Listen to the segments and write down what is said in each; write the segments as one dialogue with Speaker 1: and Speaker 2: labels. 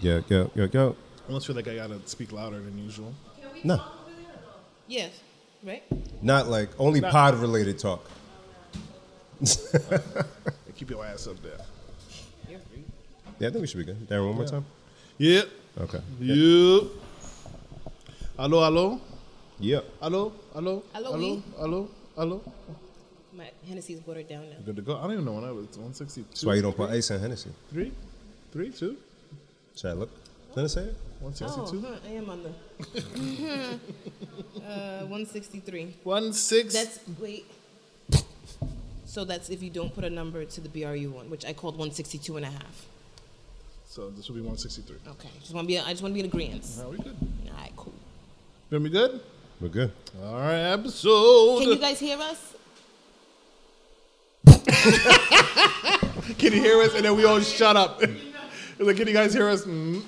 Speaker 1: Yo, yo, yo, yo.
Speaker 2: I almost feel like I gotta speak louder than usual.
Speaker 1: No,
Speaker 3: Yes, right?
Speaker 1: not like only
Speaker 2: Not-
Speaker 1: pod related talk.
Speaker 2: Like, keep your ass up there.
Speaker 1: Yeah, I think we should be good. Darren, one more time.
Speaker 2: Yep.
Speaker 1: Okay.
Speaker 2: Yep. Hello, hello,
Speaker 1: Yep.
Speaker 2: hello, hello,
Speaker 3: Hello,
Speaker 2: hello,
Speaker 3: we.
Speaker 2: hello, hello.
Speaker 3: My Hennessy's watered down now.
Speaker 2: Good to go. I don't even know when I was. One sixty two.
Speaker 1: That's why you don't put ice in Hennessy.
Speaker 2: Three, three, two,
Speaker 1: Should I look? Didn't I say it?
Speaker 2: one
Speaker 3: Oh.
Speaker 2: sixty two,
Speaker 3: huh, I am on the. uh, 163.
Speaker 2: one six.
Speaker 3: That's, wait. So that's if you don't put a number to the BRU one, which I called 162 and a half.
Speaker 2: So this will be one sixty three.
Speaker 3: Okay. Just wanna be, I just want to be in agreement.
Speaker 2: Now we good.
Speaker 3: All right, cool.
Speaker 2: Then we good.
Speaker 1: We're good.
Speaker 2: All right, episode.
Speaker 3: Can you guys hear us?
Speaker 2: Can you hear us? And then we all shut up. It's like, can you guys hear us? Mm.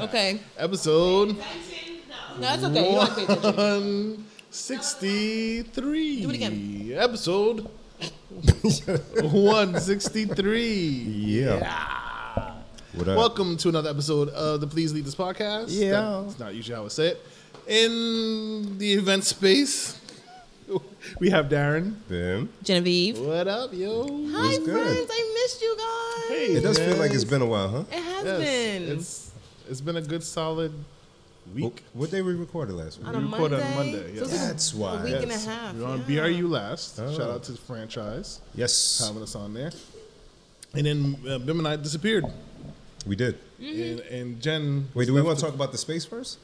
Speaker 3: Okay.
Speaker 2: Episode
Speaker 3: No, that's okay. You don't have to pay attention.
Speaker 2: one sixty three.
Speaker 3: Do it again.
Speaker 2: Episode one sixty three.
Speaker 1: Yeah. What up?
Speaker 2: Welcome to another episode of the Please Lead This podcast.
Speaker 1: Yeah.
Speaker 2: it's not usually how I say it. In the event space, we have Darren.
Speaker 1: Bim.
Speaker 3: Genevieve.
Speaker 2: What up, yo?
Speaker 3: Hi,
Speaker 1: What's good?
Speaker 3: friends. I missed you guys.
Speaker 2: Hey,
Speaker 1: It does feel like
Speaker 2: man.
Speaker 1: it's been a while, huh?
Speaker 3: It has
Speaker 2: Yes,
Speaker 3: been.
Speaker 2: It's it's been a good solid week.
Speaker 1: Wh- What day we recorded last week?
Speaker 3: on a
Speaker 2: we recorded on
Speaker 3: Monday.
Speaker 2: Monday,
Speaker 3: So
Speaker 2: yes.
Speaker 3: this is
Speaker 1: That's
Speaker 3: a week
Speaker 1: why.
Speaker 3: and a
Speaker 2: Yes.
Speaker 3: half.
Speaker 2: We We're on
Speaker 3: yeah.
Speaker 2: BRU last.
Speaker 1: Oh.
Speaker 2: Shout out to the franchise
Speaker 1: Yes,
Speaker 2: having us on there. And then uh, Bim and I disappeared.
Speaker 1: we did.
Speaker 2: And, and Jen.
Speaker 1: Wait, do we want to talk about the space first?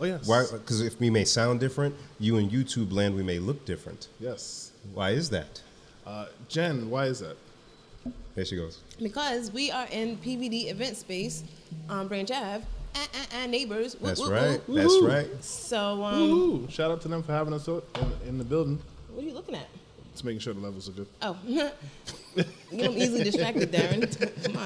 Speaker 2: Oh yes.
Speaker 1: Why? Because if we may sound different, you in YouTube land, we may look different.
Speaker 2: Yes.
Speaker 1: Why is that?
Speaker 2: Uh, Jen, why is that?
Speaker 1: There she goes.
Speaker 3: Because we are in PVD event space on Branch Ave. Uh, uh, uh, neighbors. Woo,
Speaker 1: That's
Speaker 3: woo,
Speaker 1: right.
Speaker 3: woo.
Speaker 1: That's
Speaker 2: Woo-hoo.
Speaker 1: right.
Speaker 3: So, um,
Speaker 2: Woo! Shout out to them for having us o- in, in the building.
Speaker 3: what are you looking at?
Speaker 2: Just making sure the levels are good.
Speaker 3: Oh, you don't easily distracted, Darren. Come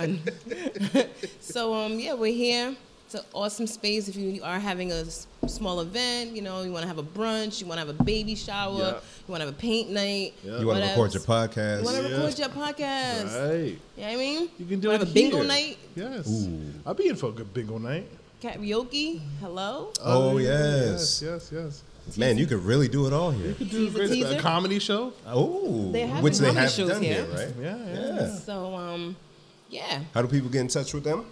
Speaker 3: on. so, um, yeah, we're here. It's an awesome space. If you are having a s- small event, you know, you want to have a brunch, you want to have a baby shower,
Speaker 2: Yeah.
Speaker 3: you want to have a paint night.
Speaker 2: Yeah.
Speaker 1: You want to
Speaker 3: what
Speaker 1: record
Speaker 3: else?
Speaker 1: your
Speaker 3: You want
Speaker 1: podcast?
Speaker 3: to
Speaker 2: Yeah.
Speaker 3: record your podcast.
Speaker 2: Right.
Speaker 3: You know what I mean?
Speaker 2: You can do
Speaker 3: Wanna
Speaker 2: it
Speaker 3: have a bingo
Speaker 2: here.
Speaker 3: night,
Speaker 2: Yes.
Speaker 1: Ooh.
Speaker 2: I'll be in for a good bingo night.
Speaker 3: karaoke. Hello?
Speaker 1: Oh,
Speaker 2: Yes.
Speaker 1: yes.
Speaker 2: Yes. yes.
Speaker 1: Man, you could really do it all here.
Speaker 2: You could do a,
Speaker 3: Teaser,
Speaker 2: great- a
Speaker 3: teaser.
Speaker 2: comedy show.
Speaker 1: Oh,
Speaker 3: They have
Speaker 1: which they
Speaker 3: comedy
Speaker 1: have
Speaker 3: shows
Speaker 1: done
Speaker 3: here.
Speaker 1: here, right?
Speaker 2: Yeah. Yeah.
Speaker 1: Yeah.
Speaker 3: So, um, yeah.
Speaker 1: How do people get in touch with them?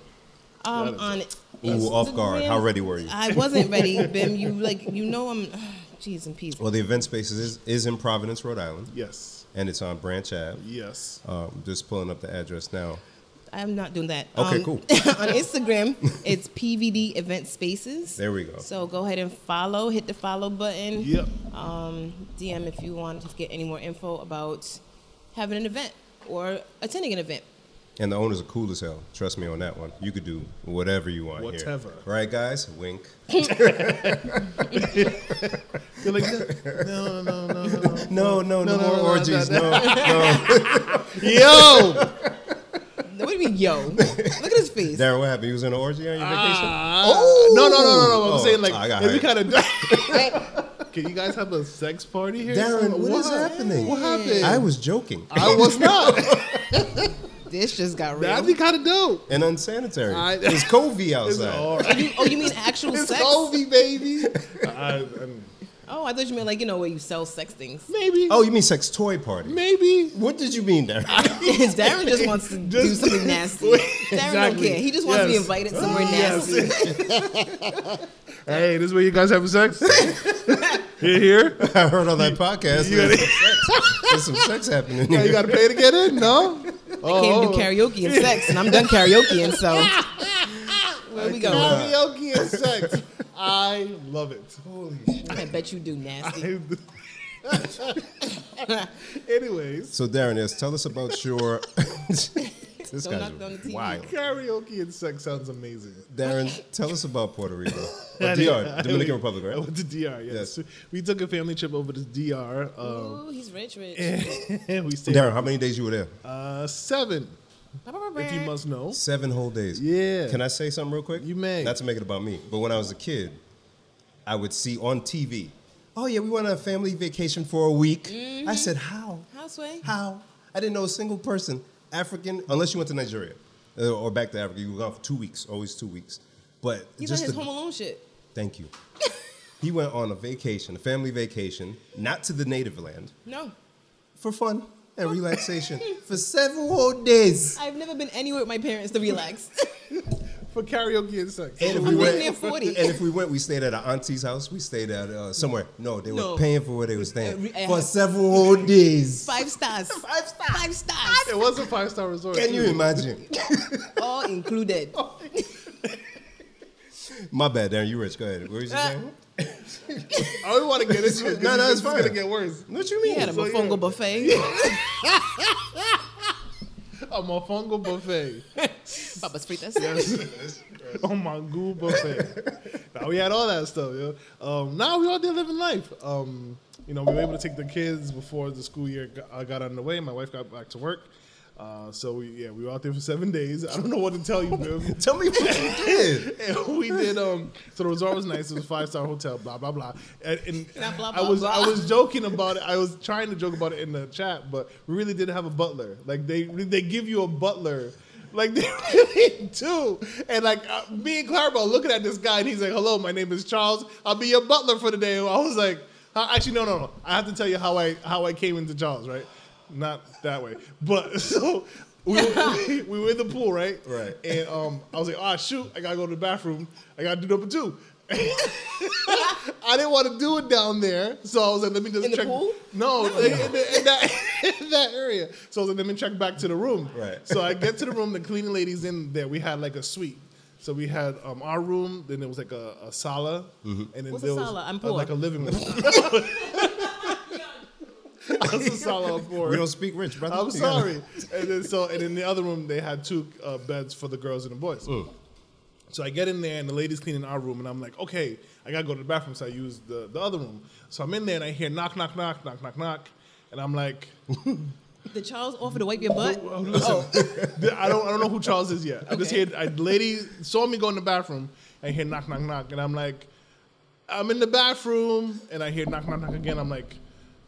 Speaker 2: That
Speaker 3: Um,
Speaker 2: is
Speaker 3: on
Speaker 1: Ooh, off guard. How ready were you?
Speaker 3: I wasn't ready, Bim. You like, you know, I'm. Jeez and peas.
Speaker 1: Well, the event spaces is, is in Providence, Rhode Island,
Speaker 2: Yes.
Speaker 1: and it's on Branch Ave.
Speaker 2: Yes.
Speaker 1: Um, just pulling up the address now.
Speaker 3: I'm not doing that.
Speaker 1: Okay,
Speaker 3: Um,
Speaker 1: cool.
Speaker 3: on Instagram, it's PVD Event Spaces.
Speaker 1: There we go.
Speaker 3: So go ahead and follow. Hit the follow button.
Speaker 2: Yep.
Speaker 3: Um, DM if you want to get any more info about having an event or attending an event.
Speaker 1: And the owners are cool as hell. Trust me on that one. You could do whatever you want
Speaker 2: Whatever.
Speaker 1: here. Right, guys? Wink.
Speaker 2: You're like, no, no, no, no, no. no.
Speaker 1: No, no, no,
Speaker 2: no,
Speaker 1: more
Speaker 2: no, no,
Speaker 1: orgies.
Speaker 2: no,
Speaker 1: No, no.
Speaker 2: Yo!
Speaker 3: What do you mean, yo? Look at his face.
Speaker 1: Darren, what happened? You was in an orgy on your vacation?
Speaker 3: Ah.
Speaker 2: oh! No, no, no, no, no. I'm
Speaker 1: Oh,
Speaker 2: saying, like,
Speaker 1: I got
Speaker 2: if we
Speaker 1: hyped.
Speaker 2: kind of. Can you guys have a sex party here?
Speaker 1: Darren, what is
Speaker 2: Why?
Speaker 1: happening?
Speaker 2: What happened?
Speaker 1: I Ah. was joking.
Speaker 2: I was not.
Speaker 3: This just got real.
Speaker 2: That'd be kind of dope.
Speaker 1: and unsanitary.
Speaker 2: I-
Speaker 1: it was Covey
Speaker 2: It's
Speaker 1: outside.
Speaker 2: all right.
Speaker 3: oh, you mean actual
Speaker 2: It's
Speaker 3: sex?
Speaker 2: Kobe, baby. I, I'm-
Speaker 3: Oh, I thought you meant like you know where you sell sex things.
Speaker 2: maybe.
Speaker 1: Oh, you mean sex toy party?
Speaker 2: maybe.
Speaker 1: What did you mean, Darren?
Speaker 3: Darren just wants to do
Speaker 2: Just-
Speaker 3: something nasty. Darren don't
Speaker 2: Exactly.
Speaker 3: care. He just wants to be
Speaker 2: Yes.
Speaker 3: invited somewhere
Speaker 2: Yes.
Speaker 3: nasty.
Speaker 2: Hey, this is where you guys having sex? You're here?
Speaker 1: I heard on that podcast.
Speaker 2: You gotta-
Speaker 1: there's, some sex, there's some sex happening
Speaker 2: Oh, you
Speaker 1: here.
Speaker 2: got to pay to get in? No? Oh.
Speaker 3: I can't do karaoke and sex, and I'm done karaoke and so. Where we go?
Speaker 2: Karaoke and sex. I love it. Holy shit.
Speaker 3: I bet you do nasty.
Speaker 2: Anyways,
Speaker 1: So, Darren, yes, tell us about your. this
Speaker 3: Don't
Speaker 1: guy's
Speaker 3: knock down the TV.
Speaker 1: wild.
Speaker 2: karaoke and sex sounds amazing.
Speaker 1: Darren, tell us about Puerto Rico. Or
Speaker 2: I
Speaker 1: DR,
Speaker 2: did-
Speaker 1: Dominican
Speaker 2: I-
Speaker 1: Republic,
Speaker 2: I
Speaker 1: right?
Speaker 2: went to DR, yes.
Speaker 1: Yes.
Speaker 2: We took a family trip over to DR. Um,
Speaker 3: Ooh, he's rich, rich.
Speaker 2: we stayed
Speaker 1: Darren, how many days you were there?
Speaker 2: uh, seven, if you must know.
Speaker 1: Seven whole days.
Speaker 2: Yeah.
Speaker 1: Can I say something real quick?
Speaker 2: You may.
Speaker 1: Not to make it about me, but when I was a kid, I would see on TV, oh, yeah, we went on a family vacation for a week. I said, how?
Speaker 3: Houseway.
Speaker 1: How? I didn't know a single person, African, unless you went to Nigeria. uh, or back to Africa. You were gone for two weeks, always two weeks. But
Speaker 3: He's
Speaker 1: just
Speaker 3: on his
Speaker 1: the-
Speaker 3: Home Alone shit.
Speaker 1: Thank you. he went on a vacation, a family vacation, not to the native land,
Speaker 3: No,
Speaker 1: for fun and relaxation for several whole days.
Speaker 3: I've never been anywhere with my parents to relax.
Speaker 2: For karaoke and sex.
Speaker 1: And if
Speaker 3: I'm damn near 40.
Speaker 1: and if we went, we stayed at our auntie's house. We stayed at uh, somewhere. No, they were
Speaker 3: No.
Speaker 1: paying for where they were staying
Speaker 3: Uh, uh,
Speaker 1: for several whole days.
Speaker 3: Five stars. Five stars. Five
Speaker 2: It
Speaker 3: stars.
Speaker 2: was a five star resort.
Speaker 1: Can you
Speaker 2: too.
Speaker 1: imagine?
Speaker 3: All included.
Speaker 1: My bad, Darren. You rich. Go ahead. What were you saying?
Speaker 2: I don't want to get into it.
Speaker 1: No, no, it's fine.
Speaker 2: going to get worse.
Speaker 1: What you
Speaker 3: He
Speaker 1: mean?
Speaker 3: had a
Speaker 2: So, yeah.
Speaker 3: mofongo buffet.
Speaker 2: A mofongo buffet.
Speaker 3: Papas fritas.
Speaker 2: a mangoo buffet. now we had all that stuff, yo. Um, now we all there living life. Um, you know, we were able to take the kids before the school year got, uh, got underway. My wife got back to work. Uh, so we, yeah, we were out there for seven days. I don't know what to tell you, dude.
Speaker 1: Tell me what you did.
Speaker 2: and we did um so the resort was nice it was a five star hotel blah blah blah and, and
Speaker 3: Not blah,
Speaker 2: i
Speaker 3: blah,
Speaker 2: was
Speaker 3: blah.
Speaker 2: i was joking about it i was trying to joke about it in the chat but we really did have a butler like they they give you a butler like they really do and like uh, me and clarabelle looking at this guy and he's like hello my name is charles i'll be your butler for the day And i was like huh? actually no no no i have to tell you how i how i came into charles right not that way but so we were, we were in the pool right
Speaker 1: Right.
Speaker 2: and um, I was like, ah, shoot, I gotta go to the bathroom. I gotta do number two. I didn't want to do it down there, so I was like, let me just
Speaker 3: In the
Speaker 2: check.
Speaker 3: pool?
Speaker 2: No, in, in the- in that, in that area. So I was like, let me check back to the room.
Speaker 1: Right.
Speaker 2: So I get to the room. The cleaning ladies in there. We had like a suite. So we had um, our room. Then there was like a, a sala,
Speaker 1: Mm-hmm.
Speaker 2: and then
Speaker 3: What's a
Speaker 2: there was
Speaker 3: sala? I'm
Speaker 2: uh,
Speaker 3: poor.
Speaker 2: like a living room. That's a sala. I'm poor.
Speaker 1: We don't speak rich, brother.
Speaker 2: I'm
Speaker 1: You gotta-
Speaker 2: sorry. and then so and in the other room they had two uh, beds for the girls and the boys. So I get in there and the ladies cleaning our room and I'm like, okay, I gotta go to the bathroom, so I use the, the other room. So I'm in there and I hear knock, knock, knock, knock, knock, knock, and I'm like,
Speaker 3: Did Charles offer to wipe your butt?
Speaker 2: well, listen, I don't I don't know who Charles is yet. I just
Speaker 3: Okay.
Speaker 2: hear a lady saw me go in the bathroom and hear knock, knock, knock, and I'm like, I'm in the bathroom and I hear knock, knock, knock again. I'm like,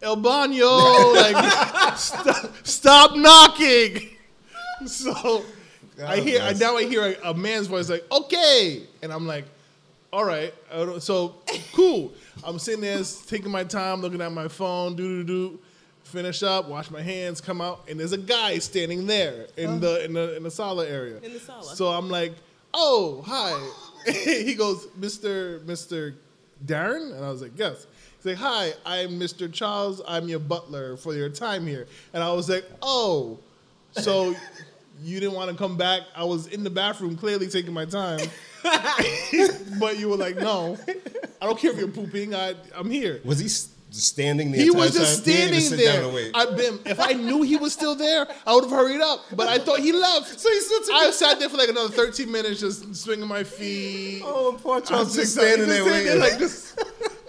Speaker 2: El Bano, like, stop, stop knocking. So
Speaker 1: God
Speaker 2: I hear, I,
Speaker 1: bless.
Speaker 2: now I hear a, a man's voice like, okay. And I'm like, all right. I don't- So cool. I'm sitting there s- taking my time, looking at my phone, do do do. Finish up, wash my hands, come out, and there's a guy standing there in the in the in the sala area.
Speaker 3: In the sala.
Speaker 2: So I'm like, oh hi. he goes, Mr. Mr. Darren, and I was like, yes. He's like, hi, I'm Mr. Charles. I'm your butler for your time here, and I was like, oh, so you didn't want to come back. I was in the bathroom, clearly taking my time, but you were like, no, I don't care if you're pooping. I I'm here.
Speaker 1: Was he s- standing there?
Speaker 2: He was just standing there. I been if I knew he was still there, I would have hurried up. But I thought he left.
Speaker 1: So he still took
Speaker 2: I sat there for like another 13 minutes, just swinging my feet.
Speaker 1: Oh, poor
Speaker 2: I
Speaker 1: Charles
Speaker 2: was
Speaker 1: just
Speaker 2: like-
Speaker 1: standing there
Speaker 2: just
Speaker 1: waiting.
Speaker 2: like this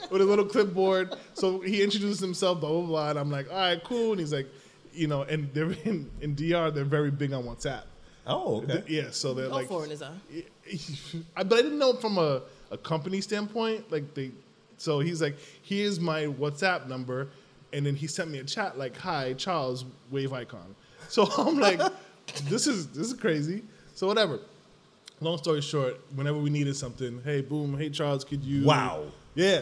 Speaker 2: with a little clipboard. So he introduced himself, blah blah blah, and I'm like, all right, cool. And he's like, you know, and they're in, in DR, they're very big on WhatsApp.
Speaker 1: oh, okay.
Speaker 2: Yeah, so they're
Speaker 3: All
Speaker 2: like,
Speaker 3: foreigners are.
Speaker 2: I, but I didn't know from a, a company standpoint. Like they, so he's like, here's my WhatsApp number, and then he sent me a chat like, hi Charles, wave icon. So I'm like, this is this is crazy. So whatever. Long story short, whenever we needed something, hey boom, hey Charles, could you?
Speaker 1: Wow.
Speaker 2: Yeah.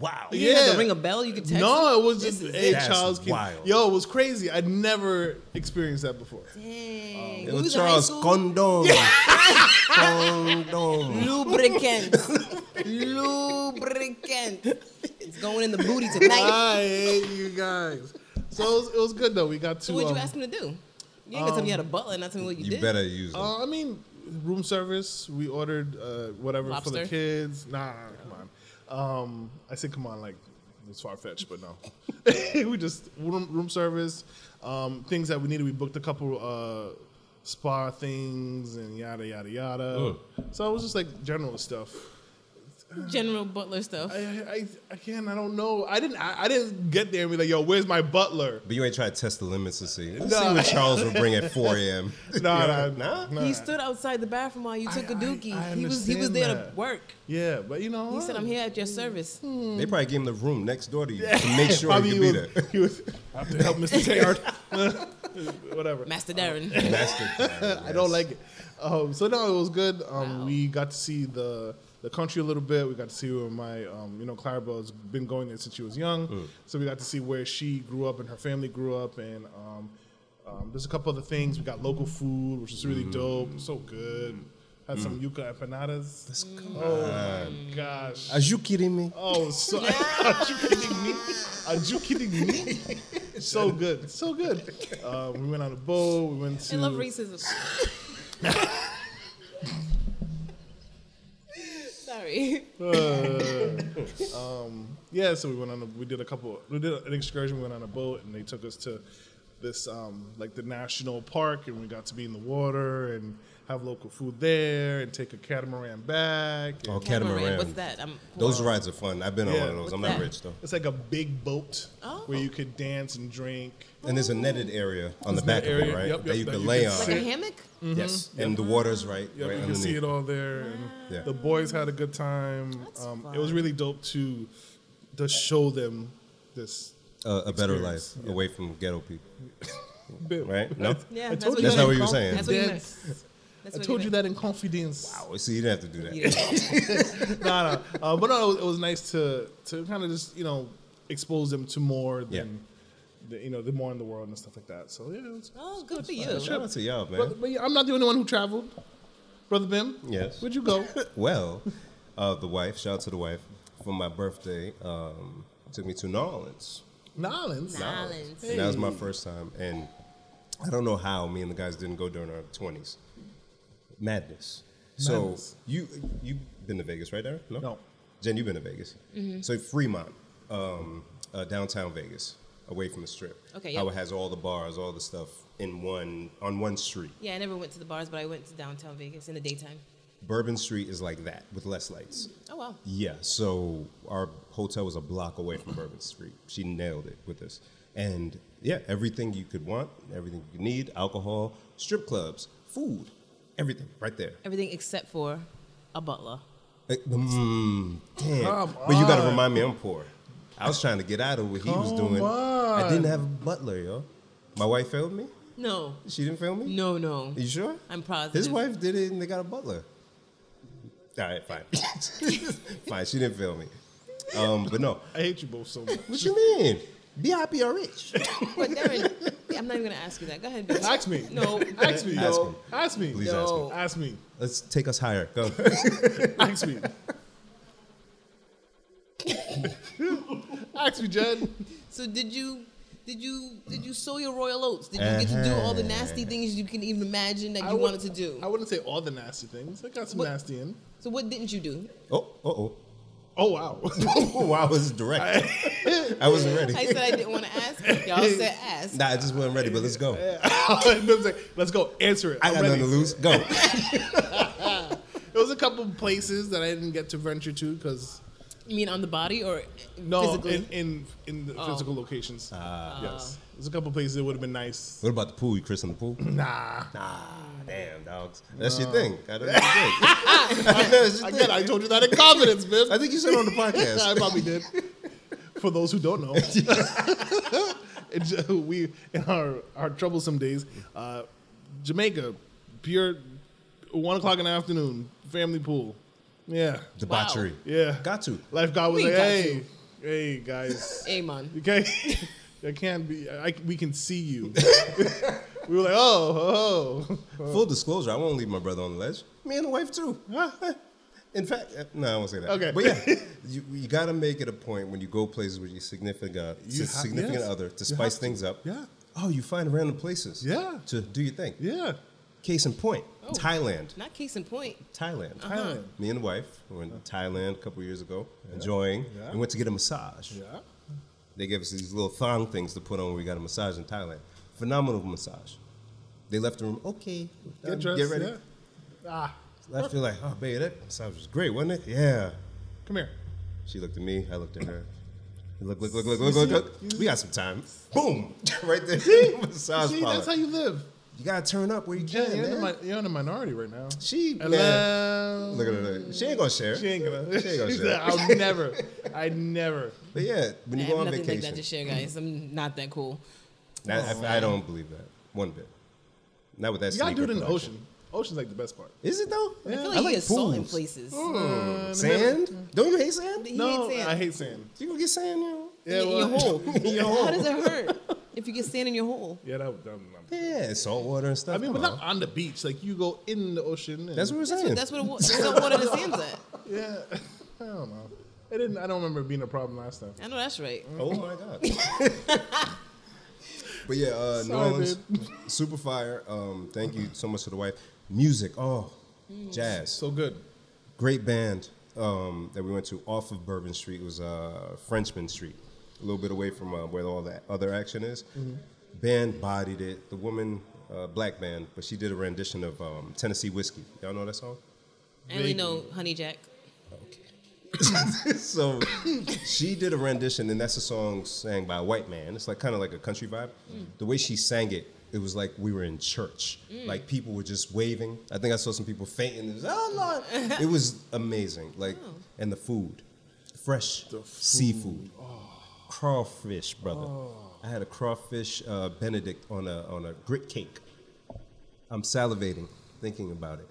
Speaker 1: Wow.
Speaker 3: You didn't have
Speaker 2: Yeah.
Speaker 3: to ring a bell. You could text.
Speaker 2: No, it was
Speaker 3: This
Speaker 2: just
Speaker 3: is
Speaker 2: hey
Speaker 3: it.
Speaker 1: That's
Speaker 2: Charles. Could,
Speaker 1: wild.
Speaker 2: Yo, it was crazy. I'd never experienced that before.
Speaker 3: Dang.
Speaker 1: It
Speaker 3: When we
Speaker 1: was
Speaker 3: was in high
Speaker 1: Charles
Speaker 3: school,
Speaker 1: Condom. Condom.
Speaker 3: Lubricant. Lubricant. Uh, It's going in the booty tonight.
Speaker 2: I hate you guys. So it was, it was good though. We got to.
Speaker 3: So what'd you
Speaker 2: um,
Speaker 3: ask him to do? You ain't gonna tell me you had a butler and not tell me what um, you,
Speaker 1: You
Speaker 3: did.
Speaker 1: better use them.
Speaker 2: Uh, I mean, room service. We ordered uh, whatever for
Speaker 3: Lobster?
Speaker 2: the kids. Nah, come on. Um, I said come on, like it's far fetched, but no. we just room, room service, um, things that we needed. We booked a couple uh, spa things and yada yada yada. So it was just like general stuff.
Speaker 3: General butler stuff.
Speaker 2: I, I again, I don't know. I didn't. I, I didn't get there and be like, yo, where's my butler?
Speaker 1: But you ain't try to test the limits to see. Let's see
Speaker 2: Nah.
Speaker 1: what Charles will bring at 4 a.m.
Speaker 2: Nah, nah,
Speaker 1: nah.
Speaker 3: he stood outside the bathroom while you took a
Speaker 2: I-
Speaker 3: dookie.
Speaker 2: I
Speaker 3: he was he was
Speaker 2: understand
Speaker 3: there to
Speaker 2: that.
Speaker 3: work.
Speaker 2: Yeah, but you know,
Speaker 3: He said, "I'm here at your service."
Speaker 1: They probably gave him the room next door to you to make sure
Speaker 2: Probably
Speaker 1: he could
Speaker 2: he
Speaker 1: be
Speaker 2: was,
Speaker 1: there.
Speaker 2: he was. I have to help Mr. Tayard. whatever.
Speaker 3: Master Darren.
Speaker 2: I don't like it. Um, so no, it was good. Um, We got to see the the country a little bit. We got to see where my um, you know Clarabelle has been going there since she was young. So we got to see where she grew up and her family grew up, and um, um, there's a couple other things. We got local food, which is really dope. So good. Had some yuca empanadas. oh my gosh.
Speaker 1: Are you kidding me?
Speaker 2: Oh, so, are you kidding me? Are you kidding me? So good, so good. Uh, we went on a boat. We went to.
Speaker 3: I love racism. Sorry.
Speaker 2: Yeah, so we went on. A, we did a couple. We did an excursion. We went on a boat, and they took us to this um, like the national park, and we got to be in the water and have local food there, and take a catamaran back. and-
Speaker 1: Oh, catamaran.
Speaker 3: What's that? I'm,
Speaker 1: Those rides are fun. I've been on
Speaker 2: Yeah.
Speaker 1: one of those. I'm
Speaker 3: What's
Speaker 1: not
Speaker 3: that?
Speaker 1: rich though.
Speaker 2: It's like a big boat
Speaker 3: Oh.
Speaker 2: where you could dance and drink.
Speaker 1: And there's a netted area on the
Speaker 2: There's
Speaker 1: back
Speaker 2: a
Speaker 1: of it,
Speaker 2: area,
Speaker 1: right?
Speaker 2: yep,
Speaker 1: that
Speaker 2: yep,
Speaker 1: you
Speaker 2: that
Speaker 1: can
Speaker 2: you
Speaker 1: lay
Speaker 2: can
Speaker 1: on.
Speaker 3: Like a hammock?
Speaker 1: Yes. And the water's right,
Speaker 2: Yeah,
Speaker 1: right
Speaker 2: you can
Speaker 1: underneath.
Speaker 2: see it all there. And
Speaker 1: Yeah.
Speaker 2: The boys had a good time.
Speaker 3: That's
Speaker 2: Um, it
Speaker 3: fun.
Speaker 2: was really dope to to show them this
Speaker 1: Uh, a better life
Speaker 2: Experience,
Speaker 1: away from ghetto people,
Speaker 2: bit.
Speaker 1: right? No.
Speaker 3: Yeah,
Speaker 2: I
Speaker 3: that's,
Speaker 2: told
Speaker 3: what
Speaker 2: you
Speaker 1: That's not
Speaker 2: that
Speaker 3: you
Speaker 1: what
Speaker 2: in
Speaker 1: you were
Speaker 2: conf-
Speaker 1: saying.
Speaker 3: That's what you meant.
Speaker 2: Dance.
Speaker 3: That's
Speaker 2: I
Speaker 3: what you
Speaker 2: told you
Speaker 3: meant.
Speaker 2: that in confidence.
Speaker 1: Oh, see, you didn't have to do that.
Speaker 3: You didn't.
Speaker 2: nah, nah. Uh, but no, it was, it was nice to to kind of just you know expose them to more than the, you know the more in the world and stuff like that. So yeah, it was,
Speaker 3: Oh, good for
Speaker 1: Yeah,
Speaker 3: you.
Speaker 1: Shout out to y'all, man.
Speaker 2: brother, but yeah, I'm not the only one who traveled. Brother Bim,
Speaker 1: Yes.
Speaker 2: where'd you go?
Speaker 1: Well, uh, the wife. Shout out to the wife for my birthday. Um, took me to New Orleans.
Speaker 2: New Orleans.
Speaker 3: Nah. Orleans.
Speaker 1: And that was my first time, and I don't know how me and the guys didn't go during our twenties. Madness.
Speaker 2: Madness.
Speaker 1: So you you been to Vegas, right, Darren? No.
Speaker 2: No.
Speaker 1: Jen, you've been to Vegas. So Fremont, um, uh, downtown Vegas, away from the Strip.
Speaker 3: Okay,
Speaker 1: How
Speaker 3: yep.
Speaker 1: it has all the bars, all the stuff in one on one street.
Speaker 3: Yeah, I never went to the bars, but I went to downtown Vegas in the daytime.
Speaker 1: Bourbon Street is like that with less lights.
Speaker 3: Oh, wow.
Speaker 1: Yeah, so our hotel was a block away from Bourbon Street. She nailed it with us. And yeah, everything you could want, everything you could need alcohol, strip clubs, food, everything right there.
Speaker 3: Everything except for a butler.
Speaker 1: Eh, mm, damn.
Speaker 2: Come
Speaker 1: but you got to
Speaker 2: on.
Speaker 1: remind me, I'm poor. I was trying to get out of what he was doing. I
Speaker 2: on.
Speaker 1: didn't have a butler, yo. My wife failed me.
Speaker 3: No.
Speaker 1: She didn't fail me.
Speaker 3: No, no.
Speaker 1: You sure?
Speaker 3: I'm positive.
Speaker 1: His wife did it and they got a butler. All right, fine. fine, she didn't fail me. Um, but no.
Speaker 2: I hate you both so much.
Speaker 1: What you mean? Be happy or rich.
Speaker 3: But Darren, yeah, I'm not even going to ask you that. Go ahead. Bill.
Speaker 2: Ask me.
Speaker 3: No.
Speaker 2: Ask me.
Speaker 1: Ask
Speaker 2: yo.
Speaker 1: him.
Speaker 2: Ask me.
Speaker 1: Please
Speaker 3: No.
Speaker 2: Ask me.
Speaker 1: Let's take us higher. Go.
Speaker 2: Ask me. Ask me, Jed.
Speaker 3: So did you did you did you sow your royal oats? Did you get to do all the nasty
Speaker 2: Uh-huh.
Speaker 3: things you can even imagine that you
Speaker 2: would-
Speaker 3: wanted to do?
Speaker 2: I wouldn't say all the nasty things. I got some nasty in.
Speaker 3: so what didn't you do?
Speaker 1: Oh, oh,
Speaker 2: Oh wow.
Speaker 1: oh. wow, this is direct. I wasn't ready.
Speaker 3: I said I didn't want to ask. Y'all said ask.
Speaker 1: Nah, I just wasn't ready, but let's go.
Speaker 2: Bim's like, let's go answer it.
Speaker 1: I
Speaker 2: I'm
Speaker 1: got
Speaker 2: ready.
Speaker 1: nothing to lose. Go.
Speaker 2: There was a couple places that I didn't get to venture to because
Speaker 3: You mean on the body or
Speaker 2: no,
Speaker 3: physically? Oh.
Speaker 2: in in, in the physical locations.
Speaker 1: Ah.
Speaker 2: yes, there's a couple places that would have been nice.
Speaker 1: What about the pool? You Chris in the pool?
Speaker 2: Nah,
Speaker 1: Nah, damn, dogs. That's your thing. I don't know what you think. That's your
Speaker 2: again,
Speaker 1: thing.
Speaker 2: I told you that in confidence, Bim.
Speaker 1: I think you said on the podcast.
Speaker 2: I probably did. For those who don't know, It ju- we in our our troublesome days, uh, Jamaica, pure one o'clock in the afternoon, family pool. Yeah,
Speaker 1: Debauchery.
Speaker 2: yeah.
Speaker 1: Got to.
Speaker 2: Life God was
Speaker 3: We
Speaker 2: like,
Speaker 3: got
Speaker 2: hey, hey guys.
Speaker 3: Amon.
Speaker 2: Okay, I can't be. I, we can see you. we were like, oh, oh, oh.
Speaker 1: Full disclosure, I won't leave my brother on the ledge. Me and the wife too. In fact, uh, no, I won't say that.
Speaker 2: Okay.
Speaker 1: but yeah, you, you got to make it a point when you go places with your significant uh,
Speaker 2: You ha-
Speaker 1: significant
Speaker 2: yes.
Speaker 1: other to
Speaker 2: You
Speaker 1: spice
Speaker 2: have to.
Speaker 1: things up.
Speaker 2: Yeah.
Speaker 1: Oh, you find random places.
Speaker 2: Yeah.
Speaker 1: To do your thing.
Speaker 2: yeah, Oh.
Speaker 1: Case in point, Thailand.
Speaker 3: Not case in point.
Speaker 1: Thailand.
Speaker 2: Thailand.
Speaker 1: Me and the wife were in Thailand a couple years ago, enjoying.
Speaker 2: Uh-huh. Yeah.
Speaker 1: We went to get a massage.
Speaker 2: Yeah,
Speaker 1: They gave us these little thong things to put on when we got a massage in Thailand. Phenomenal massage. They left the room. Okay,
Speaker 2: get
Speaker 1: um,
Speaker 2: dressed.
Speaker 1: Get ready.
Speaker 2: yeah. Ah,
Speaker 1: I feel like, oh, babe, that massage was great, wasn't it? Yeah.
Speaker 2: come here.
Speaker 1: She looked at me. I looked at her. Look, look, look, look, look, look, look. We got some time. Boom! right there. massage
Speaker 2: See,
Speaker 1: parlor.
Speaker 2: that's how you live.
Speaker 1: you gotta turn up where you
Speaker 2: Yeah,
Speaker 1: can,
Speaker 2: you're, in the,
Speaker 1: man.
Speaker 2: mi- you're in the minority right now.
Speaker 1: She, man.
Speaker 2: Hello.
Speaker 1: Look at her. She ain't gonna share.
Speaker 2: She ain't gonna.
Speaker 1: She ain't gonna
Speaker 2: She's
Speaker 1: share.
Speaker 2: like, I'll never. I never.
Speaker 1: But yeah, when
Speaker 3: I
Speaker 1: you
Speaker 3: have
Speaker 1: go on
Speaker 3: nothing like
Speaker 1: vacation,
Speaker 2: Oh,
Speaker 3: that to share, guys. I'm not that cool.
Speaker 1: that- I, I don't believe that. One bit. Not with that.
Speaker 2: You gotta do it
Speaker 1: sneaker
Speaker 2: in the
Speaker 1: collection.
Speaker 2: ocean. Ocean's like the best part.
Speaker 1: Is it though?
Speaker 3: I feel like, you get salt in places.
Speaker 1: Sand? Don't you hate sand?
Speaker 3: He
Speaker 2: No,
Speaker 3: hates sand.
Speaker 2: I hate sand.
Speaker 1: You gonna get sand? You know?
Speaker 2: Yeah,
Speaker 3: in,
Speaker 2: well,
Speaker 3: your hole.
Speaker 1: In your
Speaker 3: How
Speaker 1: hole.
Speaker 3: does it hurt if you get sand in your hole?
Speaker 2: yeah, that would. That would
Speaker 1: Yeah, salt water and stuff.
Speaker 2: I mean, but
Speaker 1: come
Speaker 2: not
Speaker 1: on.
Speaker 2: on the beach. Like you go in the ocean. And,
Speaker 1: that's what we're
Speaker 3: That's
Speaker 1: saying.
Speaker 3: what, that's what it was. That's what water the sand's at.
Speaker 2: Yeah, I don't know. It didn't. I don't remember it being a problem last time.
Speaker 3: I know that's right.
Speaker 1: Oh my god. but yeah, uh, New
Speaker 2: Sorry,
Speaker 1: Orleans, super fire. Um, thank you so much to the wife. Music, oh, jazz,
Speaker 2: So good.
Speaker 1: great band um, that we went to off of Bourbon Street. It was uh, Frenchman Street, a little bit away from uh, where all that other action is. Band bodied it. The woman, uh, black band, but she did a rendition of um, Tennessee Whiskey. Y'all know that song?
Speaker 3: I only know Honey Jack.
Speaker 1: so she did a rendition, and that's a song sang by a white man. It's like kind of like a country vibe. The way she sang it, it was like we were in church. Like people were just waving. I think I saw some people fainting. It was, oh Lord! it was amazing. Like and the food, fresh seafood,
Speaker 2: Oh.
Speaker 1: crawfish, brother. I had a crawfish uh, Benedict on a on a grit cake. I'm salivating thinking about it.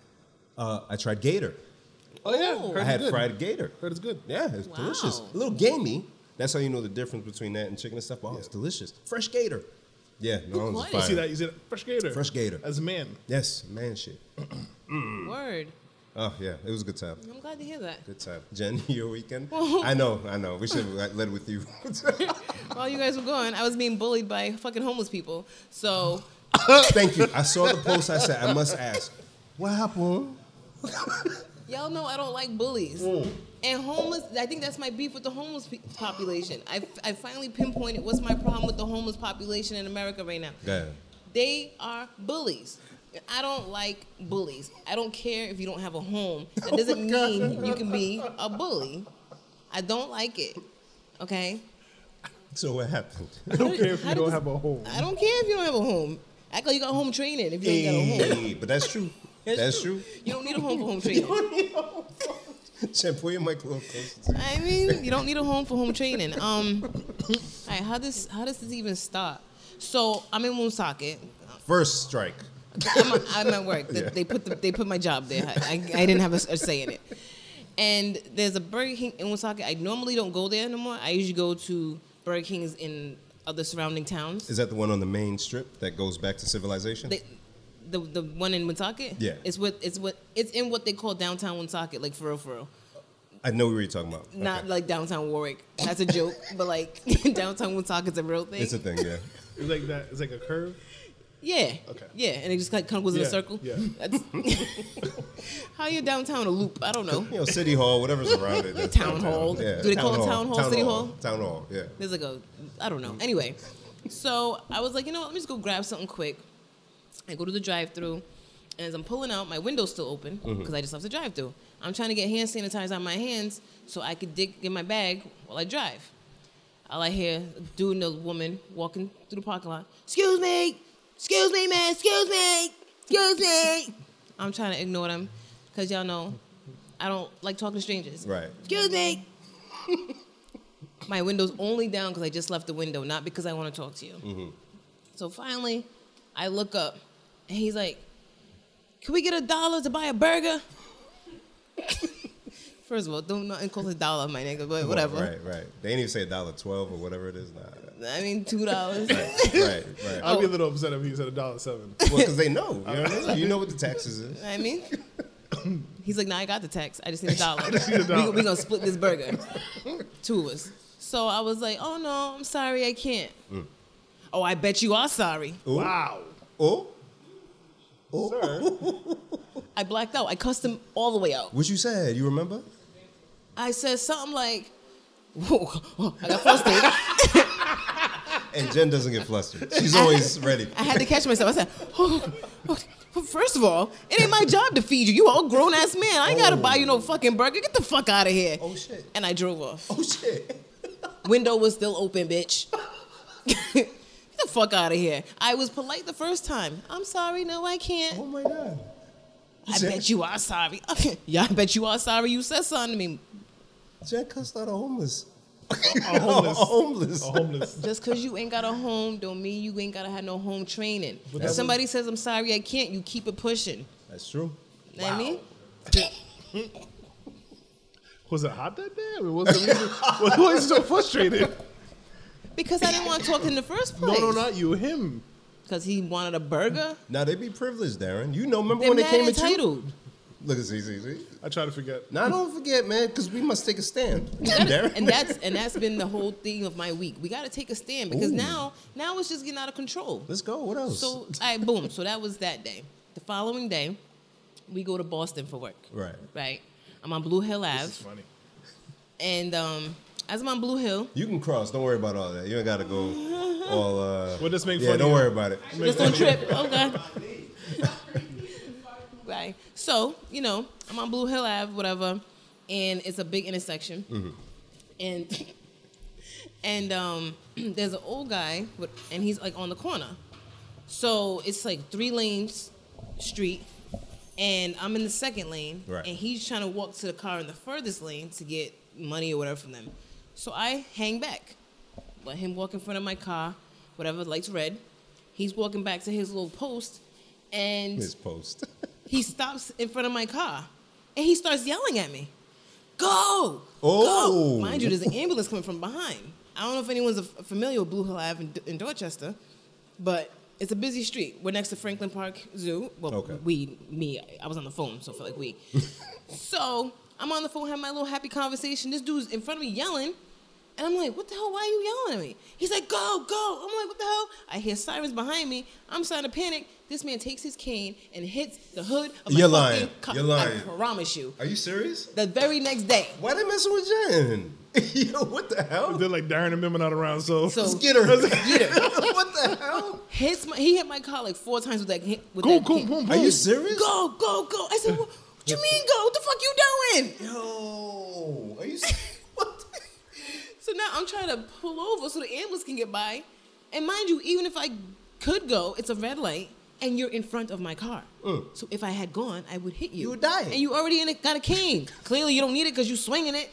Speaker 1: Uh, I tried gator.
Speaker 2: Oh yeah, heard
Speaker 1: I
Speaker 2: it's
Speaker 1: had
Speaker 2: good.
Speaker 1: fried gator.
Speaker 2: Heard it's good.
Speaker 1: Yeah, it's delicious.
Speaker 3: Wow.
Speaker 1: A little gamey. That's how you know the difference between that and chicken and stuff. But, oh, it's delicious. Fresh gator. Yeah, New Orleans is
Speaker 3: quality.
Speaker 1: fire.
Speaker 2: You see that? You see that? Fresh gator.
Speaker 1: Fresh gator.
Speaker 2: As a man.
Speaker 1: Yes, man, shit.
Speaker 3: Word.
Speaker 1: Oh yeah, it was a good time.
Speaker 3: I'm glad to hear that.
Speaker 1: Good time. Jen, your weekend. I know, I know. We should have led with you.
Speaker 3: While you guys were gone, I was being bullied by fucking homeless people. So
Speaker 1: Thank you. I saw the post. I said I must ask. What happened?
Speaker 3: y'all know I don't like bullies. And homeless, I think that's my beef with the homeless pe- population. I, I finally pinpointed what's my problem with the homeless population in America right now.
Speaker 1: Yeah.
Speaker 3: They are bullies. I don't like bullies. I don't care if you don't have a home. That doesn't mean you can be a bully. I don't like it. Okay?
Speaker 1: So what happened?
Speaker 2: I don't care if
Speaker 3: How
Speaker 2: you
Speaker 3: did
Speaker 2: don't
Speaker 3: this-
Speaker 2: have a hole.
Speaker 3: I don't care if you don't have a home. Act like you got home training if you ain't got a home.
Speaker 1: Hey, but that's true. That's, true.
Speaker 3: Eh. You don't need a home for home training.
Speaker 1: Jen, pull your mic a little closer. to you.
Speaker 3: I mean, you don't need a home for home training. Um, all right, how does how does this even start? So I'm in Woonsocket.
Speaker 1: First strike.
Speaker 3: I'm, I'm at work. They- They put the, they put my job there. I, I, I didn't have a, s- a say in it. And there's a Burger King in Woonsocket. I normally don't go there no more. I usually go to Burger Kings in other surrounding towns.
Speaker 1: Is that the one on the main strip that goes back to civilization?
Speaker 3: They, the the one in Woonsocket.
Speaker 1: Yeah.
Speaker 3: It's what it's what it's in what they call downtown Woonsocket, like for real, for real.
Speaker 1: I know what you're talking about.
Speaker 3: Not
Speaker 1: Okay.
Speaker 3: like downtown Warwick. That's a joke, but like downtown Woonsocket's a real thing.
Speaker 1: It's a thing, yeah.
Speaker 2: It's like that. It's like a curve.
Speaker 3: Yeah.
Speaker 2: Okay.
Speaker 3: Yeah, and it just like kind of goes in
Speaker 2: Yeah,
Speaker 3: a circle.
Speaker 2: yeah.
Speaker 3: That's how you downtown a loop. I don't know.
Speaker 1: You know, city hall, whatever's around it. that's
Speaker 3: Town
Speaker 1: downtown.
Speaker 3: hall. Do they call it town hall, city hall?
Speaker 1: Town hall, yeah.
Speaker 3: There's like a I don't know. Anyway, so I was like, you know, what, let me just go grab something quick. I go to the drive-through, and as I'm pulling out, my window's still open because I just left the drive-through. I'm trying to get hand sanitizer on my hands so I could dig in my bag while I drive. All I hear a dude and a woman walking through the parking lot. Excuse me, excuse me, man, excuse me, excuse me. I'm trying to ignore them because y'all know I don't like talking to strangers.
Speaker 1: Right.
Speaker 3: Excuse me. My window's only down because I just left the window, not because I want to talk to you. So finally, I look up, and he's like, "Can we get a dollar to buy a burger?" First of all, don't not call it a dollar, my nigga, but whatever.
Speaker 1: Right, right. They ain't even say a dollar twelve or whatever it is. Nah.
Speaker 3: I mean, two dollars.
Speaker 1: Right, right.
Speaker 3: Oh.
Speaker 1: Well,
Speaker 2: I'd be a little upset if he said a dollar seven.
Speaker 1: 'cause because they know. You know, what I mean? you know what the taxes is.
Speaker 3: I mean, he's like, "Nah, I got the tax. I just need a dollar.
Speaker 2: need a dollar."
Speaker 3: We, we gonna split this burger, two of us." So I was like, "Oh no, I'm sorry, I can't." Oh, I bet you are sorry.
Speaker 1: Ooh.
Speaker 2: Wow.
Speaker 1: Oh,
Speaker 2: Sir.
Speaker 3: I blacked out. I cussed him all the way out.
Speaker 1: what you said? You remember?
Speaker 3: I said something like, "Whoa, I got flustered."
Speaker 1: And Jen doesn't get flustered. She's always ready.
Speaker 3: I had to catch myself. I said, oh, oh, oh, first of all, it ain't my job to feed you. You all grown ass man. I ain't gotta buy you no fucking burger. Get the fuck out of here."
Speaker 1: Oh, shit.
Speaker 3: And I drove off.
Speaker 1: Oh shit.
Speaker 3: Window was still open, bitch. Get the fuck out of here. I was polite the first time. I'm sorry. No, I can't.
Speaker 1: Oh my god.
Speaker 3: I bet you are sorry. yeah, I bet you are sorry. You said something to me.
Speaker 1: Jen cussed out a homeless.
Speaker 2: A homeless.
Speaker 1: homeless.
Speaker 2: A homeless.
Speaker 3: Just because you ain't got a home don't mean you ain't got to have no home training. If
Speaker 2: that
Speaker 3: somebody says, I'm sorry, I can't, you keep it pushing.
Speaker 1: That's true.
Speaker 3: Know what I mean?
Speaker 2: Was it hot that day? I mean, what's the reason? Why are you so frustrated?
Speaker 3: Because I didn't want to talk to him in the first
Speaker 2: No,
Speaker 3: place.
Speaker 2: no, not you. Him.
Speaker 3: Because he wanted a burger.
Speaker 1: Now they be privileged, Darren. You know, remember
Speaker 3: They're
Speaker 1: when they
Speaker 3: mad
Speaker 1: came at you?
Speaker 3: entitled.
Speaker 1: Look at see, see, see.
Speaker 2: I try to forget.
Speaker 1: Now don't forget, man, because we must take a stand. Darren.
Speaker 3: and that's and that's been the whole theme of my week. We got to take a stand because
Speaker 1: Ooh.
Speaker 3: now now it's just getting out of control.
Speaker 1: Let's go. What else?
Speaker 3: So I boom. So that was that day. The following day, we go to Boston for work.
Speaker 1: Right.
Speaker 3: Right. I'm on Blue Hill Ave,
Speaker 2: It's funny.
Speaker 3: and um, as I'm on Blue Hill,
Speaker 1: You can cross. Don't worry about all that. You ain't got to go all. Uh,
Speaker 2: We'll just make
Speaker 1: yeah,
Speaker 2: fun
Speaker 1: don't
Speaker 2: of you.
Speaker 1: worry about it.
Speaker 3: just on trip. Oh God. right. So you know, I'm on Blue Hill Ave, whatever, and it's a big intersection, and and um, there's an old guy, with, and he's like on the corner. So it's like three lanes, street, and I'm in the second lane,
Speaker 1: Right.
Speaker 3: and he's trying to walk to the car in the furthest lane to get money or whatever from them. So I hang back, let him walk in front of my car, whatever lights red. He's walking back to his little post, and
Speaker 1: This post.
Speaker 3: he stops in front of my car and he starts yelling at me, Go!
Speaker 1: Oh.
Speaker 3: Go! Mind you, there's an ambulance coming from behind. I don't know if anyone's f- familiar with Blue Hill Ave in, in Dorchester, but it's a busy street. We're next to Franklin Park Zoo. Well,
Speaker 1: Okay.
Speaker 3: we, me, I was on the phone, so I feel like we. so I'm on the phone, having my little happy conversation. This dude's in front of me yelling. And I'm like, what the hell? Why are you yelling at me? He's like, go, go. I'm like, what the hell? I hear sirens behind me. I'm starting to panic. This man takes his cane and hits the hood of my
Speaker 1: You're lying.
Speaker 3: fucking car.
Speaker 1: You're lying.
Speaker 3: I promise you.
Speaker 1: Are you serious?
Speaker 3: The very next day.
Speaker 1: Why they messing with Jen? Yo, what the hell?
Speaker 2: They're like Darren and Mim are not around, so.
Speaker 3: So
Speaker 1: Let's get her.
Speaker 3: Get her.
Speaker 1: what the hell?
Speaker 3: hits my, he hit my car like four times with that. With
Speaker 2: Go,
Speaker 3: that
Speaker 2: go,
Speaker 3: cane.
Speaker 2: boom, boom.
Speaker 1: Are you serious?
Speaker 3: Go, go, go. I said, what, what you mean go? What the fuck you doing?
Speaker 1: Yo, are you? serious? what? the-
Speaker 3: So now I'm trying to pull over so the ambulance can get by. And mind you, even if I could go, it's a red light and you're in front of my car. So if I had gone, I would hit you.
Speaker 1: Mm. You would die.
Speaker 3: And you already in a, got a cane. Clearly you don't need it because you swinging it.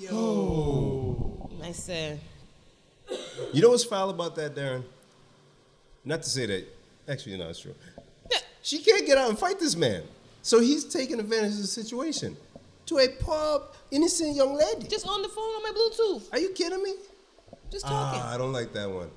Speaker 3: Yo. I said,
Speaker 1: You know what's foul about that, Darren? Not to say that. Actually, no, it's true. She can't get out and fight this man, so he's taking advantage of the situation to a poor innocent young lady.
Speaker 3: just on the phone on my Bluetooth.
Speaker 1: Are you kidding me?
Speaker 3: Just talking.
Speaker 1: Ah, I don't like that one.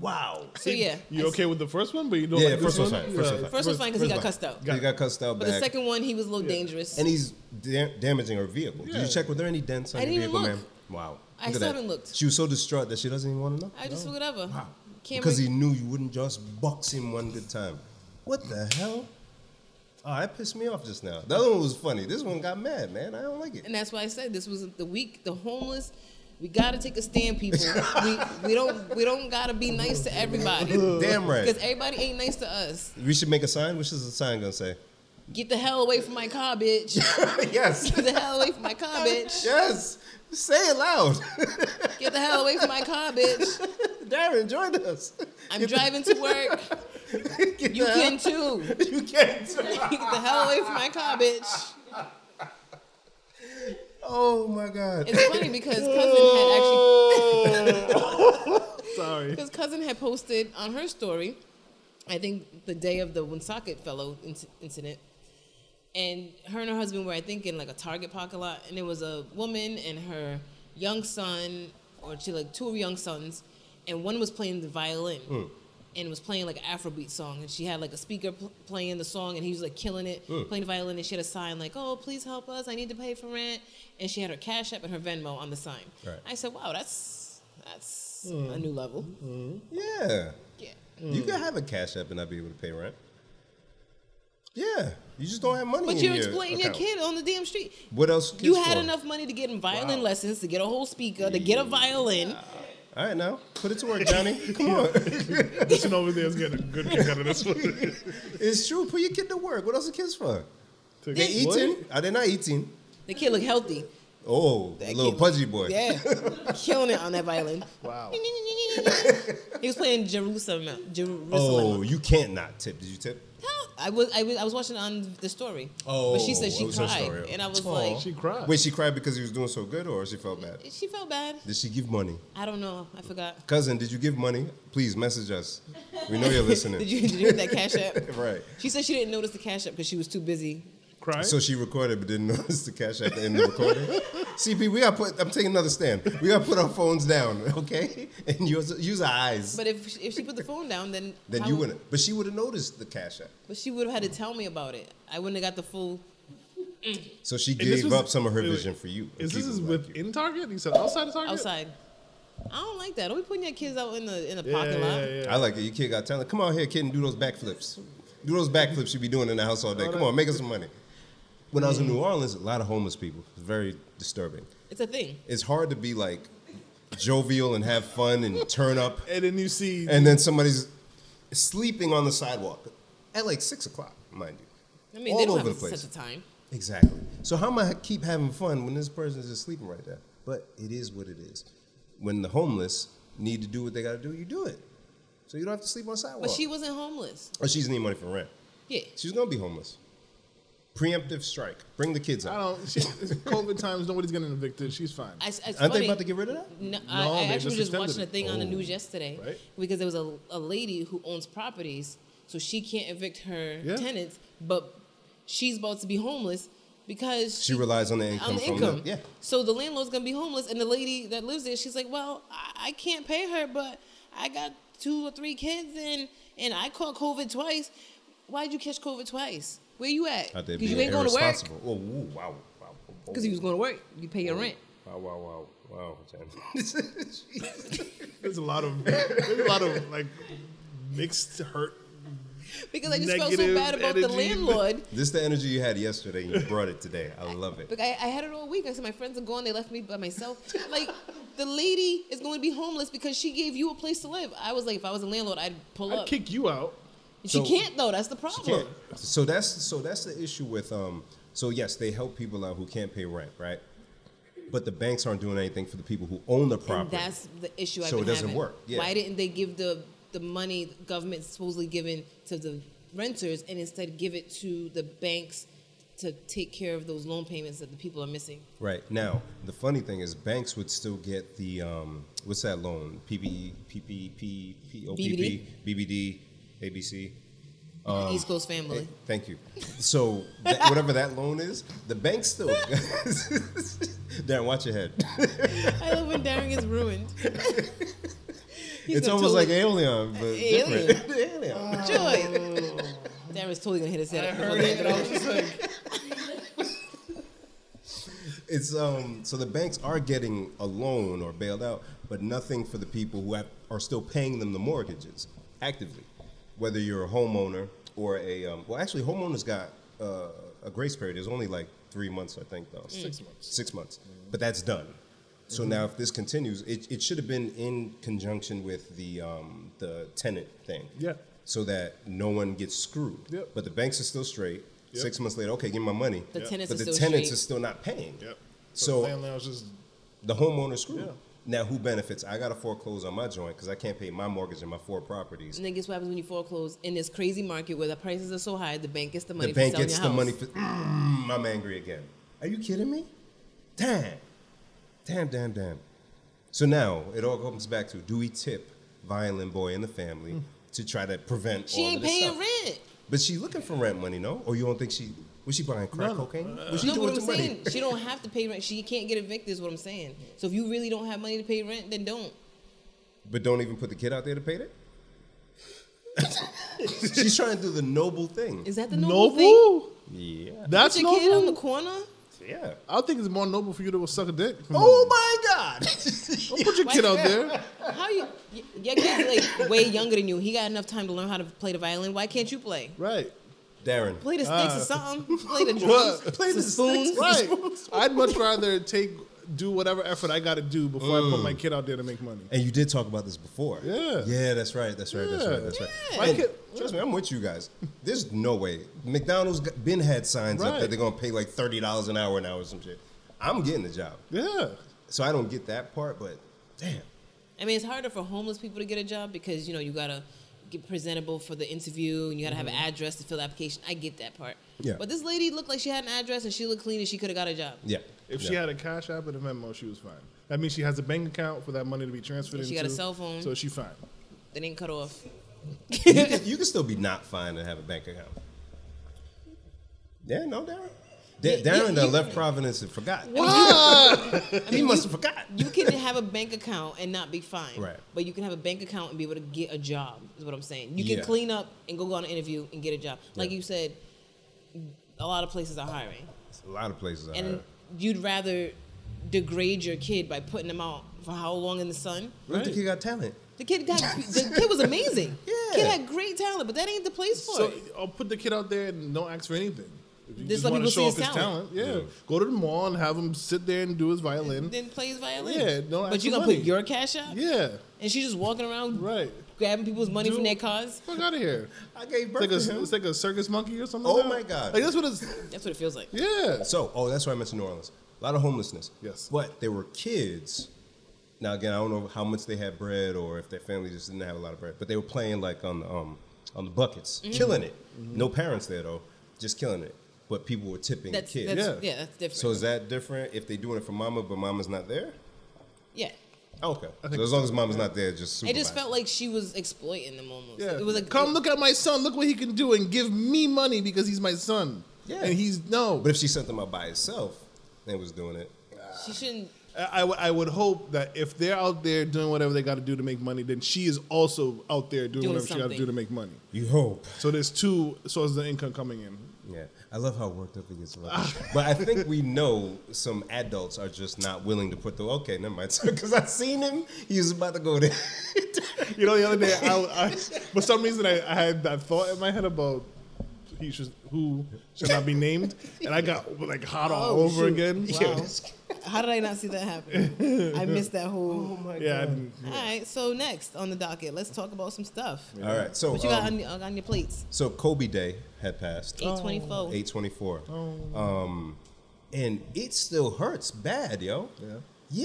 Speaker 1: Wow.
Speaker 3: so yeah.
Speaker 2: You
Speaker 3: I-
Speaker 2: okay with the first one, but you don't
Speaker 1: Yeah,
Speaker 2: like
Speaker 1: first
Speaker 2: this
Speaker 1: one's
Speaker 2: one?
Speaker 1: fine, first one's
Speaker 2: Yeah.
Speaker 1: fine.
Speaker 3: First one's fine because he got
Speaker 1: First-
Speaker 3: cussed out.
Speaker 1: He got cussed out
Speaker 3: But the
Speaker 1: back,
Speaker 3: second one, he was a little dangerous.
Speaker 1: and he's da- damaging her vehicle. Did
Speaker 2: Yeah.
Speaker 1: you check? Were there any dents on
Speaker 3: I
Speaker 1: your
Speaker 3: didn't even
Speaker 1: vehicle,
Speaker 3: look.
Speaker 1: ma'am? Wow.
Speaker 3: I
Speaker 1: Look at
Speaker 3: still
Speaker 1: that.
Speaker 3: haven't looked.
Speaker 1: She was so distraught that she doesn't even want to know.
Speaker 3: I just figured whatever. Wow. Can't
Speaker 1: because
Speaker 3: re-
Speaker 1: he knew you wouldn't just box him one good time. What the hell? Oh, that pissed me off just now. The other one was funny. This one got mad, man. I don't like it.
Speaker 3: And that's why I said this was the week, the homeless. We gotta take a stand, people. we, we don't we don't gotta be nice to everybody
Speaker 1: Damn
Speaker 3: because
Speaker 1: right.
Speaker 3: everybody ain't nice to us.
Speaker 1: We should make a sign. Which is the sign gonna say?
Speaker 3: Get the hell away from my car, bitch.
Speaker 1: yes.
Speaker 3: Get the hell away from my car, bitch.
Speaker 1: Yes. Say it loud.
Speaker 3: Get the hell away from my car, bitch.
Speaker 1: Darren, join us.
Speaker 3: I'm driving to work.
Speaker 1: Get
Speaker 3: You
Speaker 1: the hell-
Speaker 3: can too.
Speaker 1: You can't.
Speaker 3: Get the hell away from my car, bitch.
Speaker 1: Oh my God.
Speaker 3: It's funny because cousin had actually
Speaker 2: Sorry.
Speaker 3: Because cousin had posted on her story, I think the day of the Woonsocket fellow inc- incident, and her and her husband were, I think, in like a Target parking lot, and there was a woman and her young son, or she like two young sons, and one was playing the violin.
Speaker 1: Hmm.
Speaker 3: And was playing like an Afrobeat song, and she had like a speaker pl- playing the song, and he was like killing it, playing the violin. And she had a sign like, "Oh, please help us! I need to pay for rent." And she had her Cash App and her Venmo on the sign.
Speaker 1: Right.
Speaker 3: I said, "Wow, that's that's a new level."
Speaker 1: Yeah.
Speaker 3: Yeah.
Speaker 1: You can have a cash app and not be able to pay rent. Yeah. You just don't have money.
Speaker 3: But
Speaker 1: in
Speaker 3: you're
Speaker 1: your
Speaker 3: exploiting
Speaker 1: account.
Speaker 3: your kid on the damn street.
Speaker 1: What else? Kids
Speaker 3: You had
Speaker 1: for?
Speaker 3: enough money to get him violin lessons, to get a whole speaker, to get a violin.
Speaker 1: All right, now put it to work, Johnny. Come on,
Speaker 2: This one over there is getting a good kick out of this one.
Speaker 1: it's true. Put your kid to work. What else are kids for? They
Speaker 2: What?
Speaker 1: eating? Are they not eating?
Speaker 3: The kid looked healthy.
Speaker 1: Oh, the
Speaker 3: That
Speaker 1: little
Speaker 3: kid-
Speaker 1: pudgy boy.
Speaker 3: Yeah. Killing it on that violin.
Speaker 2: Wow.
Speaker 3: he was playing Jerusalem. Jerusalem.
Speaker 1: Oh, you Oh, can't not tip. Did you tip?
Speaker 3: Hell, I was, I was I was watching on the story.
Speaker 1: Oh,
Speaker 3: but she said she
Speaker 1: it was her
Speaker 3: cried,
Speaker 1: story.
Speaker 3: and I was
Speaker 1: Aw.
Speaker 3: like,
Speaker 2: She cried.
Speaker 1: Wait, she cried because he was doing so good, or she felt bad?
Speaker 3: she felt bad.
Speaker 1: Did she give money?
Speaker 3: I don't know. I forgot.
Speaker 1: Cousin, did you give money? Please message us. We know you're listening.
Speaker 3: did you did you hear that cash app?
Speaker 1: right.
Speaker 3: She said she didn't notice the cash app because she was too busy.
Speaker 2: Crying?
Speaker 1: So she recorded but didn't notice the cash at the end of the recording. CP, we gotta put. I'm taking another stand. We gotta put our phones down, okay? And use use our eyes.
Speaker 3: But if if she put the phone down, then
Speaker 1: then
Speaker 3: how
Speaker 1: you
Speaker 3: would-
Speaker 1: wouldn't. But she would have noticed the cash app.
Speaker 3: But she would have had to tell me about it. I wouldn't have got the full.
Speaker 1: So she
Speaker 2: And this
Speaker 1: gave
Speaker 2: was-
Speaker 1: up some of her
Speaker 2: wait, wait.
Speaker 1: vision for you.
Speaker 2: Is this
Speaker 1: People
Speaker 2: is
Speaker 1: like you.
Speaker 2: within Target? You said outside of Target?
Speaker 3: outside. I don't like that. Don't be putting your kids out in the in the
Speaker 2: Yeah,
Speaker 3: parking lot.
Speaker 2: yeah, yeah.
Speaker 1: I like it. Your kid got talent. Come out here, kid, and do those backflips. Do those backflips you be doing in the house all day. Come on, make us some money. When I was in New Orleans, a lot of homeless people. It was very disturbing.
Speaker 3: It's a thing.
Speaker 1: It's hard to be like jovial and have fun and turn up,
Speaker 2: And then you see
Speaker 1: and then somebody's sleeping on the sidewalk at like six o'clock, mind you.
Speaker 3: I mean,
Speaker 1: All
Speaker 3: they don't
Speaker 1: over
Speaker 3: have
Speaker 1: the place.
Speaker 3: such a time.
Speaker 1: Exactly. So how am I keep having fun when this person is just sleeping right there? But it is what it is. When the homeless need to do what they got to do, you do it. So you don't have to sleep on the sidewalk.
Speaker 3: But she wasn't homeless.
Speaker 1: or she doesn't need money for rent.
Speaker 3: Yeah.
Speaker 1: She's gonna be homeless. Preemptive strike. Bring the kids
Speaker 2: I
Speaker 1: out.
Speaker 2: don't. She, it's COVID times. Nobody's getting evicted. She's fine.
Speaker 3: I, it's it's
Speaker 1: Aren't
Speaker 3: funny.
Speaker 1: they about to get rid of that?
Speaker 3: No, I,
Speaker 2: No,
Speaker 3: I
Speaker 2: they
Speaker 3: actually was
Speaker 2: just
Speaker 3: just
Speaker 2: extended
Speaker 3: watching a
Speaker 2: it.
Speaker 3: thing on the news yesterday
Speaker 2: Right.
Speaker 3: because there was a, a lady who owns properties, so she can't evict her
Speaker 2: Yeah.
Speaker 3: tenants, but she's about to be homeless because
Speaker 1: She relies on the income.
Speaker 3: on the
Speaker 1: from
Speaker 3: income.
Speaker 1: The, yeah.
Speaker 3: So the landlord's gonna be homeless, and the lady that lives there, she's like, "Well, I, I can't pay her, but I got two or three kids, and and I caught COVID twice. Why'd you catch COVID twice? Where you at?
Speaker 1: Out there
Speaker 3: Because you
Speaker 1: being
Speaker 3: ain't going to work.
Speaker 1: irresponsible. Oh, ooh, wow, wow.
Speaker 3: Because you was going to work. You pay your rent.
Speaker 1: Wow, wow, wow, wow. Jen.
Speaker 2: There's a lot of. There's a lot of like mixed hurt.
Speaker 3: Because I just felt so
Speaker 2: Negative
Speaker 3: bad about the
Speaker 2: energy.
Speaker 3: landlord.
Speaker 1: this the energy you had yesterday. and You brought it today. I love it.
Speaker 3: Like I, I had it all week. I said my friends are gone. They left me by myself. Like the lady is going to be homeless because she gave you a place to live. I was like, if I was a landlord, I'd pull
Speaker 2: I'd
Speaker 3: up.
Speaker 2: kick you out.
Speaker 3: she
Speaker 1: So-
Speaker 3: can't though. That's the problem.
Speaker 1: can't. So that's so that's the issue with um. So yes, they help people out who can't pay rent, right? But the banks aren't doing anything for the people who own the
Speaker 3: And
Speaker 1: property.
Speaker 3: that's the issue. I've
Speaker 1: So it
Speaker 3: been
Speaker 1: doesn't
Speaker 3: having.
Speaker 1: work, yeah.
Speaker 3: Why didn't they give the the money the government supposedly given to the renters and instead give it to the banks to take care of those loan payments that the people are missing?
Speaker 1: right now, the funny thing is, banks would still get the um. What's that loan? E, PPE, PPP, POPP, BBD, ABC.
Speaker 3: The
Speaker 1: Um,
Speaker 3: East Coast family.
Speaker 1: Hey, thank you. So that, whatever that loan is, the bank still. Darren, watch your head.
Speaker 3: I love when Darren gets ruined. He's
Speaker 1: it's
Speaker 3: gonna
Speaker 1: almost like
Speaker 3: totally-
Speaker 1: Alien, but
Speaker 3: Alien.
Speaker 1: different. Alien.
Speaker 3: Joy. Darren's totally gonna hit his head. before the end of the-
Speaker 1: It's um. So the banks are getting a loan or bailed out, but nothing for the people who have, are still paying them the mortgages actively. Whether you're a homeowner or a um, well, actually, homeowners got uh, a grace period. It's only like three months, I think, though. Six months. Six months, but that's done. So now, if this continues, it, it should have been in conjunction with the um, the tenant thing.
Speaker 2: Yeah.
Speaker 1: So that no one gets screwed.
Speaker 2: Yep.
Speaker 1: But the banks are still straight.
Speaker 2: Yep.
Speaker 1: Six months later, okay, give me my money.
Speaker 3: The
Speaker 2: Yeah.
Speaker 3: tenants
Speaker 1: but
Speaker 3: are
Speaker 1: the
Speaker 3: still
Speaker 1: tenants
Speaker 3: straight.
Speaker 1: are still not paying.
Speaker 2: Yep.
Speaker 1: So-
Speaker 2: the landlord's just
Speaker 1: The homeowner screwed.
Speaker 2: Yeah.
Speaker 1: Now who benefits? I got to foreclose on my joint because I can't pay my mortgage and my four properties.
Speaker 3: and then guess what happens when you foreclose in this crazy market where the prices are so high? The bank gets the money.
Speaker 1: The
Speaker 3: for
Speaker 1: bank
Speaker 3: selling
Speaker 1: gets
Speaker 3: your
Speaker 1: the
Speaker 3: house.
Speaker 1: money. For, mm, I'm angry again. Are you kidding me? Damn, damn, damn, damn. So now it all comes back to: Do we tip Violin Boy and the family
Speaker 2: Mm.
Speaker 1: to try to prevent?
Speaker 3: She
Speaker 1: all
Speaker 3: ain't
Speaker 1: of this
Speaker 3: paying
Speaker 1: stuff?
Speaker 3: rent.
Speaker 1: But she looking for rent money, no? Or you don't think she was she buying crack
Speaker 2: No, Uh, no.
Speaker 1: cocaine? Was she
Speaker 3: No,
Speaker 1: doing
Speaker 3: but
Speaker 1: it
Speaker 3: I'm
Speaker 1: to money?
Speaker 3: saying she don't have to pay rent. She can't get evicted. Is what I'm saying. So if you really don't have money to pay rent, then don't.
Speaker 1: But don't even put the kid out there to pay it. She's trying to do the noble thing.
Speaker 3: Is that the normal thing?
Speaker 2: noble.
Speaker 1: Yeah.
Speaker 3: Put
Speaker 2: That's
Speaker 3: your kid on the
Speaker 2: noble.
Speaker 3: corner.
Speaker 1: Yeah.
Speaker 2: I think it's more noble for you to suck a dick.
Speaker 1: Oh my God!
Speaker 2: Don't put your kid out there.
Speaker 3: How you? y- Your kid's like way younger than you. He got enough time to learn how to play the violin. Why can't you play?
Speaker 2: Right.
Speaker 1: Darren,
Speaker 3: Play the sticks or
Speaker 1: Ah.
Speaker 3: something. Play the drums.
Speaker 2: What?
Speaker 1: play the spoons.
Speaker 2: Right. I'd much rather take do whatever effort I got to do before I put
Speaker 1: Mm.
Speaker 2: my kid out there to make money.
Speaker 1: And you did talk about this before.
Speaker 2: Yeah.
Speaker 1: Yeah, that's right. That's right. That's
Speaker 2: Yeah.
Speaker 1: right. That's right.
Speaker 3: Yeah.
Speaker 2: My
Speaker 1: And
Speaker 2: kid-
Speaker 1: trust me, I'm with you guys. There's no way. McDonald's got- been had signs up that
Speaker 2: Right.
Speaker 1: they're gonna pay like thirty dollars an hour now or some shit. I'm getting the job,
Speaker 2: Yeah.
Speaker 1: so I don't get that part. But damn,
Speaker 3: I mean, it's harder for homeless people to get a job because you know you gotta get presentable for the interview and you gotta have an address to fill the application. I get that part.
Speaker 1: Mm-hmm. Yeah.
Speaker 3: But this lady looked like she had an address and she looked clean and she could have got a job.
Speaker 1: Yeah.
Speaker 2: If
Speaker 1: yeah.
Speaker 2: she had a cash app and a Venmo, she was fine. That means she has a bank account for that money to be transferred
Speaker 3: And she
Speaker 2: into.
Speaker 3: got a cell phone.
Speaker 2: so she fine.
Speaker 3: They didn't cut off.
Speaker 1: you, can, you can still be not fine and have a bank account. Yeah, no, Darren. Da- Darren
Speaker 3: Yeah, you-
Speaker 1: done
Speaker 3: you-
Speaker 1: left Providence and forgot. he must have forgot.
Speaker 3: You can have a bank account and not be fined.
Speaker 1: Right.
Speaker 3: But you can have a bank account and be able to get a job, is what I'm saying. You can
Speaker 1: Yeah.
Speaker 3: clean up and go on an interview and get a job. Like
Speaker 1: Yeah.
Speaker 3: you said, a lot of places are hiring.
Speaker 1: A lot of places I
Speaker 3: And
Speaker 1: heard.
Speaker 3: you'd rather degrade your kid by putting them out for how long in the sun?
Speaker 1: Look, the kid got talent.
Speaker 3: The kid got the kid was amazing.
Speaker 1: Yeah.
Speaker 3: Kid had great talent, but that ain't the place for
Speaker 2: So
Speaker 3: it.
Speaker 2: I'll put the kid out there and don't ask for anything. If you
Speaker 3: Just let
Speaker 2: wanna
Speaker 3: people see his talent.
Speaker 2: Yeah.
Speaker 1: Yeah.
Speaker 2: Go to the mall and have him sit there and do his violin.
Speaker 3: Then play his violin.
Speaker 2: Yeah, don't
Speaker 3: But
Speaker 2: ask
Speaker 3: you
Speaker 2: for
Speaker 3: gonna
Speaker 2: money.
Speaker 3: put your cash out?
Speaker 2: yeah.
Speaker 3: And she's just walking around
Speaker 2: Right.
Speaker 3: grabbing people's money from
Speaker 2: Dude.
Speaker 3: their cars.
Speaker 2: Fuck out of here.
Speaker 1: I gave
Speaker 2: It's
Speaker 1: birth
Speaker 2: like,
Speaker 1: to
Speaker 2: a,
Speaker 1: him.
Speaker 2: it's like a circus monkey or something.
Speaker 1: Oh
Speaker 2: like that.
Speaker 1: my God.
Speaker 2: Like that's what it's.
Speaker 3: That's what it feels like.
Speaker 2: Yeah.
Speaker 1: So, oh, that's why I mentioned New Orleans. A lot of homelessness.
Speaker 2: Yes.
Speaker 1: But there were kids. Now again, I don't know how much they had bread or if their family just didn't have a lot of bread, but they were playing like on the um on the buckets,
Speaker 3: Mm-hmm.
Speaker 1: killing it. No parents there though, just killing it. But people were tipping
Speaker 3: That's,
Speaker 1: the
Speaker 3: that's
Speaker 1: kids.
Speaker 3: yeah.
Speaker 2: Yeah.
Speaker 3: that's different.
Speaker 1: So is that different if they doing it for mama but mama's not there?
Speaker 3: yeah.
Speaker 1: Oh, Okay.
Speaker 2: think
Speaker 1: So as long as mama's not there, just
Speaker 3: It just
Speaker 1: supervise.
Speaker 3: felt like she was exploiting them almost.
Speaker 2: Yeah.
Speaker 3: It was like
Speaker 2: Come look at my son. Look what he can do and give me money because he's my son.
Speaker 1: Yeah.
Speaker 2: And he's no.
Speaker 1: But if she sent them out by itself and was doing it,
Speaker 3: she shouldn't
Speaker 2: I, I would- I would hope that if they're out there doing whatever they got to do to make money, then she is also out there doing,
Speaker 3: Doing
Speaker 2: whatever she got to
Speaker 3: something.
Speaker 2: do to make money.
Speaker 1: you hope.
Speaker 2: So there's two sources of income coming in.
Speaker 1: Yeah, I love how worked up it gets. About this. but I think we know some adults are just not willing to put the okay, never mind. Because I seen him, he was about to go there.
Speaker 2: You know, the other day, I, I, for some reason, I, I had that thought in my head about he should, who should not be named, and I got like hot all
Speaker 3: Oh,
Speaker 2: over
Speaker 3: shoot.
Speaker 2: again.
Speaker 3: Wow. How did I not see that happen? I missed that
Speaker 1: Oh
Speaker 3: whole
Speaker 2: Yeah, I didn't-
Speaker 3: All right, so next on the docket, let's talk about some stuff.
Speaker 1: All right, so
Speaker 3: What you got
Speaker 1: um,
Speaker 3: on, your- on your plates?
Speaker 1: so Kobe Day had passed.
Speaker 3: Eight Oh. twenty-four.
Speaker 1: Oh. Eight twenty four. Um, and it still hurts bad, yo.
Speaker 2: Yeah.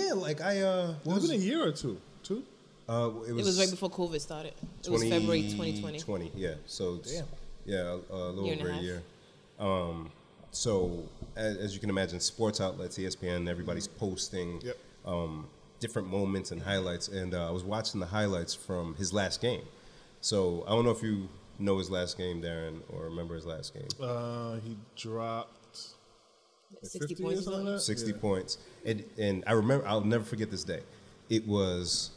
Speaker 1: Yeah, like I uh, what
Speaker 2: It's
Speaker 1: was,
Speaker 2: been a year or two. Two?
Speaker 1: uh, it
Speaker 3: It
Speaker 1: was
Speaker 3: was right before COVID started. It was February 2020.
Speaker 1: 20, yeah. So, it's-
Speaker 2: Damn.
Speaker 1: yeah, a, a little
Speaker 3: Year and a
Speaker 1: over a
Speaker 3: half.
Speaker 1: year. Um, so, as, as you can imagine, sports outlets, E ESPN, everybody's posting
Speaker 2: Yep.
Speaker 1: um, different moments and highlights. And uh, I was watching the highlights from his last game. So, I don't know if you know his last game, Darren, or remember his last game.
Speaker 2: Uh, he dropped
Speaker 3: 60
Speaker 2: 50
Speaker 3: points.
Speaker 2: or
Speaker 3: or
Speaker 2: something like that?
Speaker 1: 60
Speaker 2: Yeah.
Speaker 1: points. And and I remember I'll never forget this day. It was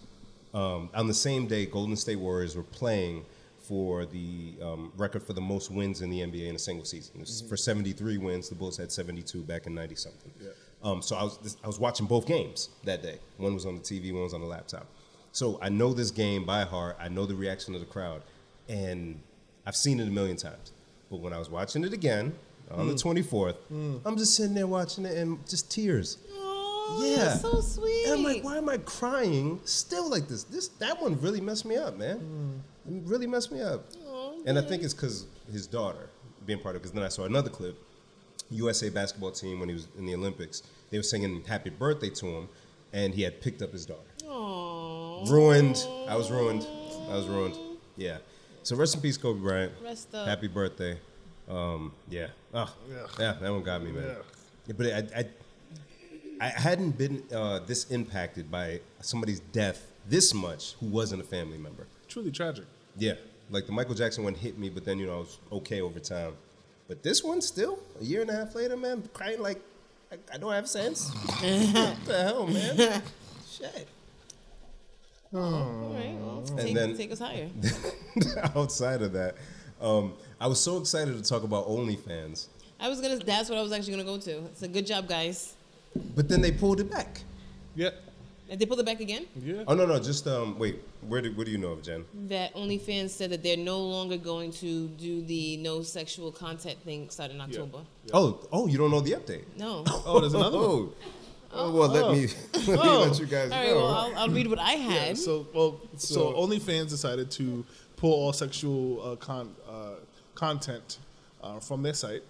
Speaker 1: um, on the same day Golden State Warriors were playing for the um, record for the most wins in the NBA in a single season. It was For 73 wins, the Bulls had 72 back in 90 something.
Speaker 2: Mm-hmm. Yeah.
Speaker 1: Um, so I was this, I was watching both games that day. One was on the TV, one was on the laptop. So I know this game by heart. I know the reaction of the crowd, and I've seen it a million times. But when I was watching it again on the 24th, I'm just sitting there watching it and just tears.
Speaker 3: Oh,
Speaker 1: Yeah.
Speaker 3: that's so sweet.
Speaker 1: And I'm like, why am I crying still like this? This that one really messed me up, man.
Speaker 3: Mm.
Speaker 1: It really messed me up.
Speaker 3: Aw,
Speaker 1: and I think it's because his daughter being part of. Because then I saw another clip, USA basketball team when he was in the Olympics, they were singing "Happy Birthday" to him, and he had picked up his daughter.
Speaker 3: Aw.
Speaker 1: Ruined. I was ruined. I was ruined. Yeah. So rest in peace, Kobe Bryant.
Speaker 3: Rest up.
Speaker 1: Happy birthday. Um, yeah. Oh,
Speaker 2: Yeah.
Speaker 1: yeah. That one got me, man.
Speaker 2: Yeah.
Speaker 1: Yeah, but I, I, I hadn't been uh, this impacted by somebody's death this much who wasn't a family member.
Speaker 2: Truly tragic.
Speaker 1: Yeah. Like the Michael Jackson one hit me, but then, you know, I was okay over time. But this one still, a year and a half later, man, crying like, I, I don't have sense. what the hell, man? Shit.
Speaker 3: All right, well, take,
Speaker 1: then-
Speaker 3: take us higher.
Speaker 1: outside of that, um, I was so excited to talk about OnlyFans,
Speaker 3: I was gonna. That's what I was actually gonna go to. It's a good job, guys.
Speaker 1: but then they pulled it back.
Speaker 2: Yeah.
Speaker 3: Did they pull it back again?
Speaker 2: Yeah.
Speaker 1: Oh no, no, just um, wait. Where do what do you know of Jen?
Speaker 3: That OnlyFans said that they're no longer going to do the no sexual content thing starting October.
Speaker 1: Oh, oh, you don't know the update.
Speaker 3: No.
Speaker 1: Oh, there's another. Oh, oh well, let me let me let you guys
Speaker 3: All right,
Speaker 1: know.
Speaker 3: well, I'll, I'll read what I had.
Speaker 2: Yeah, so well,
Speaker 1: So-
Speaker 2: so, OnlyFans decided to pull all sexual uh, con, uh, content uh, from their site,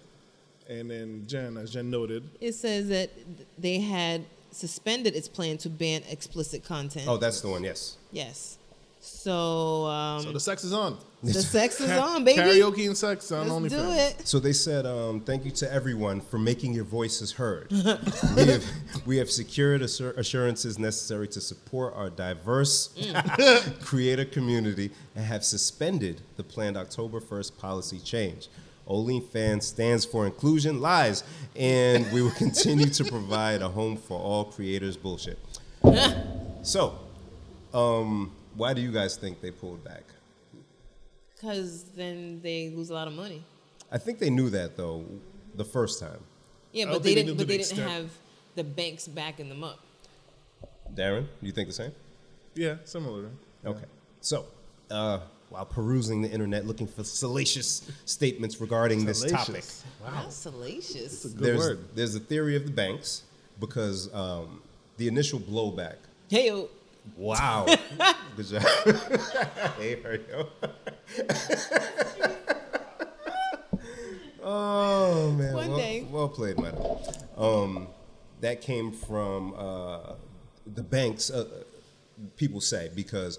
Speaker 2: and then Jen, as Jen noted,
Speaker 3: It says that they had suspended its plan to ban explicit content.
Speaker 2: Oh.
Speaker 1: oh, that's the one. Yes.
Speaker 3: Yes. So, um,
Speaker 2: So the sex is on.
Speaker 3: the sex is on, baby.
Speaker 2: Karaoke and sex on
Speaker 3: Let's do
Speaker 2: OnlyFans.
Speaker 3: it.
Speaker 1: So they said, um, thank you to everyone for making your voices heard. we, have, we have secured assur- assurances necessary to support our diverse creator community and have suspended the planned October 1st policy change. OnlyFans stands for inclusion, lies, and we will continue to provide a home for all creators bullshit. so, um, why do you guys think they pulled back?
Speaker 3: Because then they lose a lot of money.
Speaker 1: I think they knew that though the first time.
Speaker 3: Yeah,
Speaker 2: I
Speaker 3: but
Speaker 2: don't think
Speaker 3: they
Speaker 2: they
Speaker 3: didn't.
Speaker 2: knew to
Speaker 3: But
Speaker 2: the
Speaker 3: they didn't
Speaker 2: extent.
Speaker 3: have the banks backing them up.
Speaker 1: Darren, you think the same?
Speaker 2: Yeah, similar.
Speaker 1: Okay. So, uh, while perusing the internet looking for salacious statements regarding this
Speaker 2: Salacious.
Speaker 1: topic,
Speaker 3: Wow, that's salacious.
Speaker 2: Good
Speaker 1: there's,
Speaker 2: word.
Speaker 1: there's a theory of the banks because um, the initial blowback.
Speaker 3: Hey, yo,
Speaker 1: Wow. Good job. hey, hurry up. oh, man.
Speaker 3: One
Speaker 1: well,
Speaker 3: day.
Speaker 1: well played, madam. Um, that came from uh, the banks, uh, people say, because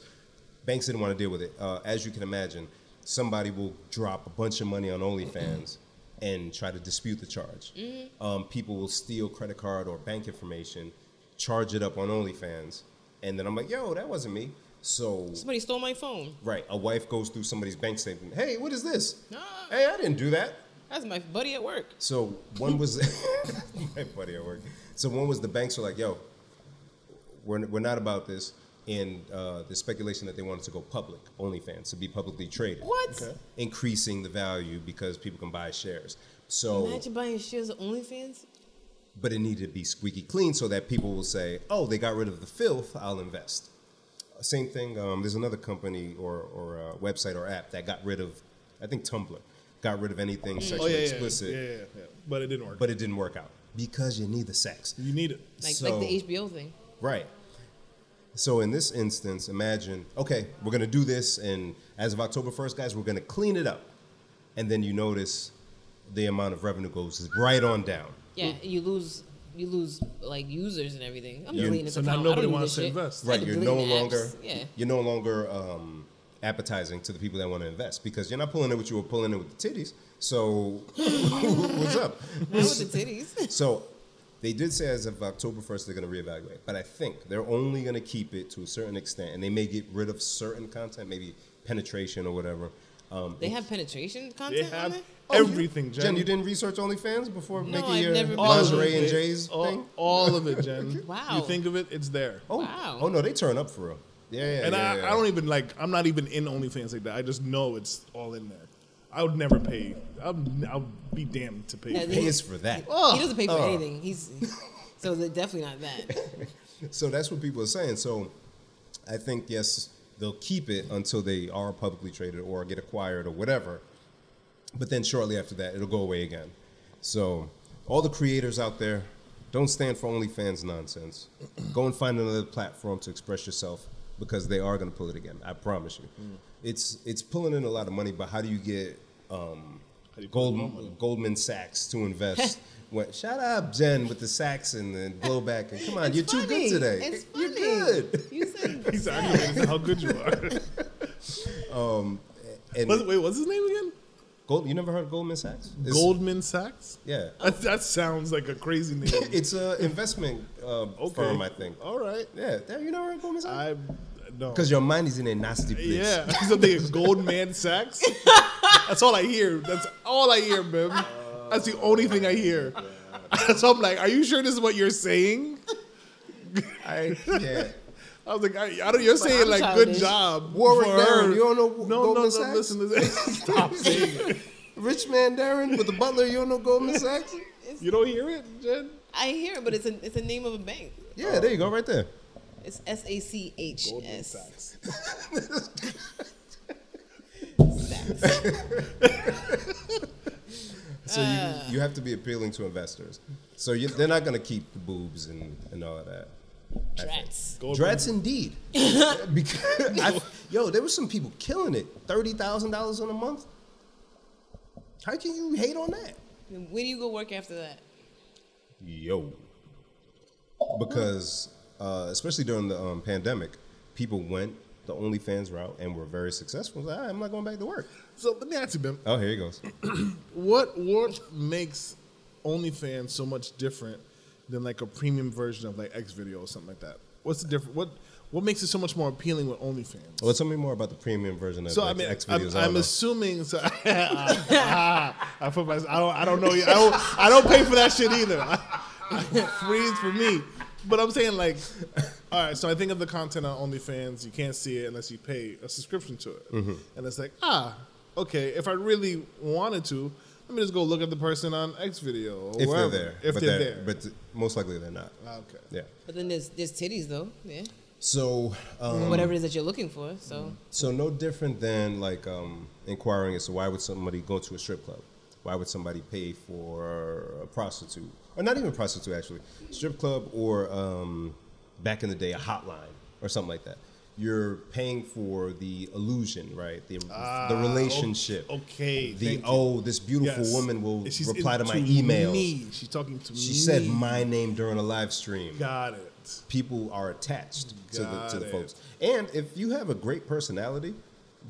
Speaker 1: banks didn't want to deal with it. Uh, as you can imagine, somebody will drop a bunch of money on OnlyFans and try to dispute the charge. Um, people will steal credit card or bank information, charge it up on OnlyFans, and then I'm like, yo, that wasn't me. So,
Speaker 3: somebody stole my phone.
Speaker 1: right, a wife goes through somebody's bank statement. Hey, what is this?
Speaker 3: Ah.
Speaker 1: Hey, I didn't do that.
Speaker 3: That's my buddy at work.
Speaker 1: So one was my buddy at work. So one was the banks were like, "Yo, we're, we're not about this," and uh, the speculation that they wanted to go public, OnlyFans, to be publicly traded,
Speaker 3: What?
Speaker 1: increasing the value because people can buy shares. So,
Speaker 3: Imagine buying shares of OnlyFans.
Speaker 1: but it needed to be squeaky clean so that people will say, "Oh, they got rid of the filth. I'll invest." Same thing. Um, there's another company or or uh, website or app that got rid of, I think Tumblr, got rid of
Speaker 3: Mm.
Speaker 1: anything
Speaker 2: Oh
Speaker 1: sexually
Speaker 2: yeah, yeah,
Speaker 1: explicit,
Speaker 2: yeah, yeah, yeah. But it didn't work.
Speaker 1: but it didn't work out because you need the sex.
Speaker 2: you need it.
Speaker 3: Like
Speaker 1: So-
Speaker 3: like the HBO thing.
Speaker 1: Right. So in this instance, imagine, okay, we're gonna do this, and as of October first, guys, we're gonna clean it up, and then you notice the amount of revenue goes right on down.
Speaker 3: Yeah, you lose you lose like users and everything. I'm
Speaker 1: Yeah.
Speaker 3: deleting this
Speaker 2: So now
Speaker 3: account. I
Speaker 2: nobody
Speaker 3: don't need
Speaker 2: wants
Speaker 3: this
Speaker 2: to
Speaker 3: shit.
Speaker 2: invest.
Speaker 3: I had
Speaker 1: Right.
Speaker 3: to
Speaker 1: You're
Speaker 3: delete
Speaker 1: no
Speaker 3: the apps.
Speaker 1: longer
Speaker 3: Yeah.
Speaker 1: you're no longer um, appetizing to the people that want to invest because you're not pulling it what you were pulling it with the titties. So what's up?
Speaker 3: Not with the titties.
Speaker 1: So they did say as of October 1st, they're going to reevaluate. But I think they're only going to keep it to a certain extent, and they may get rid of certain content, maybe penetration or whatever. Um,
Speaker 3: They have penetration
Speaker 2: They
Speaker 3: content on
Speaker 2: have
Speaker 3: it. Oh,
Speaker 2: everything, Jen.
Speaker 1: Jen, you didn't research OnlyFans before making
Speaker 3: I've
Speaker 1: your
Speaker 3: never been- All of
Speaker 1: lingerie and
Speaker 2: it.
Speaker 1: J's
Speaker 2: all,
Speaker 1: thing?
Speaker 2: all of it, Jen.
Speaker 3: Wow.
Speaker 2: You think of it, it's there.
Speaker 1: Oh,
Speaker 3: Wow.
Speaker 1: oh no, they turn up for real. Yeah, yeah,
Speaker 2: and
Speaker 1: yeah,
Speaker 2: I,
Speaker 1: yeah.
Speaker 2: I don't even like. I'm not even in OnlyFans like that. I just know it's all in there. I would never pay. I'm, I'll be damned to pay.
Speaker 3: Yeah,
Speaker 2: for
Speaker 3: they-
Speaker 2: it.
Speaker 1: Pay us for that.
Speaker 3: he doesn't pay for
Speaker 1: Oh.
Speaker 3: anything. He's so they're definitely not that.
Speaker 1: So that's what people are saying. So I think yes, they'll keep it until they are publicly traded or get acquired or whatever. But then shortly after that, it'll go away again. So all the creators out there, don't stand for OnlyFans nonsense. go and find another platform to express yourself because they are going to pull it again. I promise you.
Speaker 3: Hmm.
Speaker 1: It's it's pulling in a lot of money, but how do you get um, Gold, Goldman Sachs to invest? When, shut up, Jen, with the Sachs and the blowback. And come on, you're too good
Speaker 3: Funny.
Speaker 1: today.
Speaker 3: It's funny.
Speaker 1: You're good.
Speaker 3: You said
Speaker 2: He's aggravated at how good you are.
Speaker 1: And
Speaker 2: What- wait, what's his name again?
Speaker 1: Gold, you never heard of Goldman Sachs? It's-
Speaker 2: Goldman Sachs.
Speaker 1: Yeah.
Speaker 2: That, that sounds like a crazy name.
Speaker 1: It's a investment uh,
Speaker 2: Okay.
Speaker 1: firm, I think.
Speaker 2: All right.
Speaker 1: Yeah, there- you never heard of Goldman Sachs?
Speaker 2: I no.
Speaker 1: Because your mind is in a nasty place.
Speaker 2: yeah, something like Goldman Sachs. That's all I hear. That's all I hear, man. That's the only thing I hear. so I'm like, are you sure this is what you're saying?
Speaker 1: I can't.
Speaker 2: I was like, I, I don't. You're saying
Speaker 3: I'm
Speaker 2: like,
Speaker 3: childish.
Speaker 2: good job,
Speaker 1: Warwick
Speaker 2: for
Speaker 1: Darren.
Speaker 2: her.
Speaker 1: You don't know
Speaker 2: No,
Speaker 1: Goldman
Speaker 2: no, no.
Speaker 1: Sachs?
Speaker 2: Listen to this. Stop saying it.
Speaker 1: Rich man Darren with the butler, you don't know Goldman Sachs?
Speaker 2: You don't hear it, Jen.
Speaker 3: I hear, it, but it's a it's a name of a bank.
Speaker 1: Yeah, there you go, right there.
Speaker 3: It's S A C H S.
Speaker 2: Sachs.
Speaker 1: So you, you have to be appealing to investors. So you, they're not going to keep the boobs and, and all of that.
Speaker 3: Drats.
Speaker 2: Goldman.
Speaker 1: Dreads indeed. because I, yo, there were some people killing it. Thirty thousand dollars in a month. How can you hate on that?
Speaker 3: Where do you go work after that?
Speaker 1: Yo. Because uh, especially during the um, pandemic, people went the OnlyFans route and were very successful. I was like, "All right, I'm not going back to work.
Speaker 2: So let me ask you, Ben,
Speaker 1: Oh, here he goes.
Speaker 2: what what makes OnlyFans so much different than like a premium version of like X video or something like that? What's the difference? What what makes it so much more appealing with OnlyFans?
Speaker 1: Well, tell me more about the premium version of
Speaker 2: So
Speaker 1: like,
Speaker 2: I mean,
Speaker 1: X
Speaker 2: I'm,
Speaker 1: videos. I don't
Speaker 2: I'm
Speaker 1: know.
Speaker 2: assuming. So I put my. I don't. I don't know. I don't. I don't pay for that shit either. freeze for me. But I'm saying like, all right. So I think of the content on OnlyFans. You can't see it unless you pay a subscription to it.
Speaker 1: Mm-hmm.
Speaker 2: And it's like, ah, okay. If I really wanted to, let me just go look at the person on X video. Or
Speaker 1: if
Speaker 2: wherever,
Speaker 1: they're there,
Speaker 2: If
Speaker 1: but
Speaker 2: they're, there.
Speaker 1: but th- most likely they're not.
Speaker 2: Ah, okay.
Speaker 1: Yeah.
Speaker 3: But then there's there's titties though, yeah.
Speaker 1: So, um,
Speaker 3: Whatever it is that you're looking for. So
Speaker 1: so no different than like um, inquiring as to why would somebody go to a strip club? Why would somebody pay for a prostitute, or not even a prostitute actually, strip club or um, back in the day a hotline or something like that? You're paying for the illusion, right? The the relationship.
Speaker 2: Ah, Okay.
Speaker 1: The
Speaker 2: thank you.
Speaker 1: oh, this beautiful
Speaker 2: Yes.
Speaker 1: woman will
Speaker 2: She's
Speaker 1: reply to my
Speaker 2: into
Speaker 1: emails.
Speaker 2: Me. She's talking to me.
Speaker 1: She said my name during a live stream.
Speaker 2: Got it.
Speaker 1: People are attached to the, to
Speaker 2: Got
Speaker 1: the
Speaker 2: it.
Speaker 1: folks. And if you have a great personality,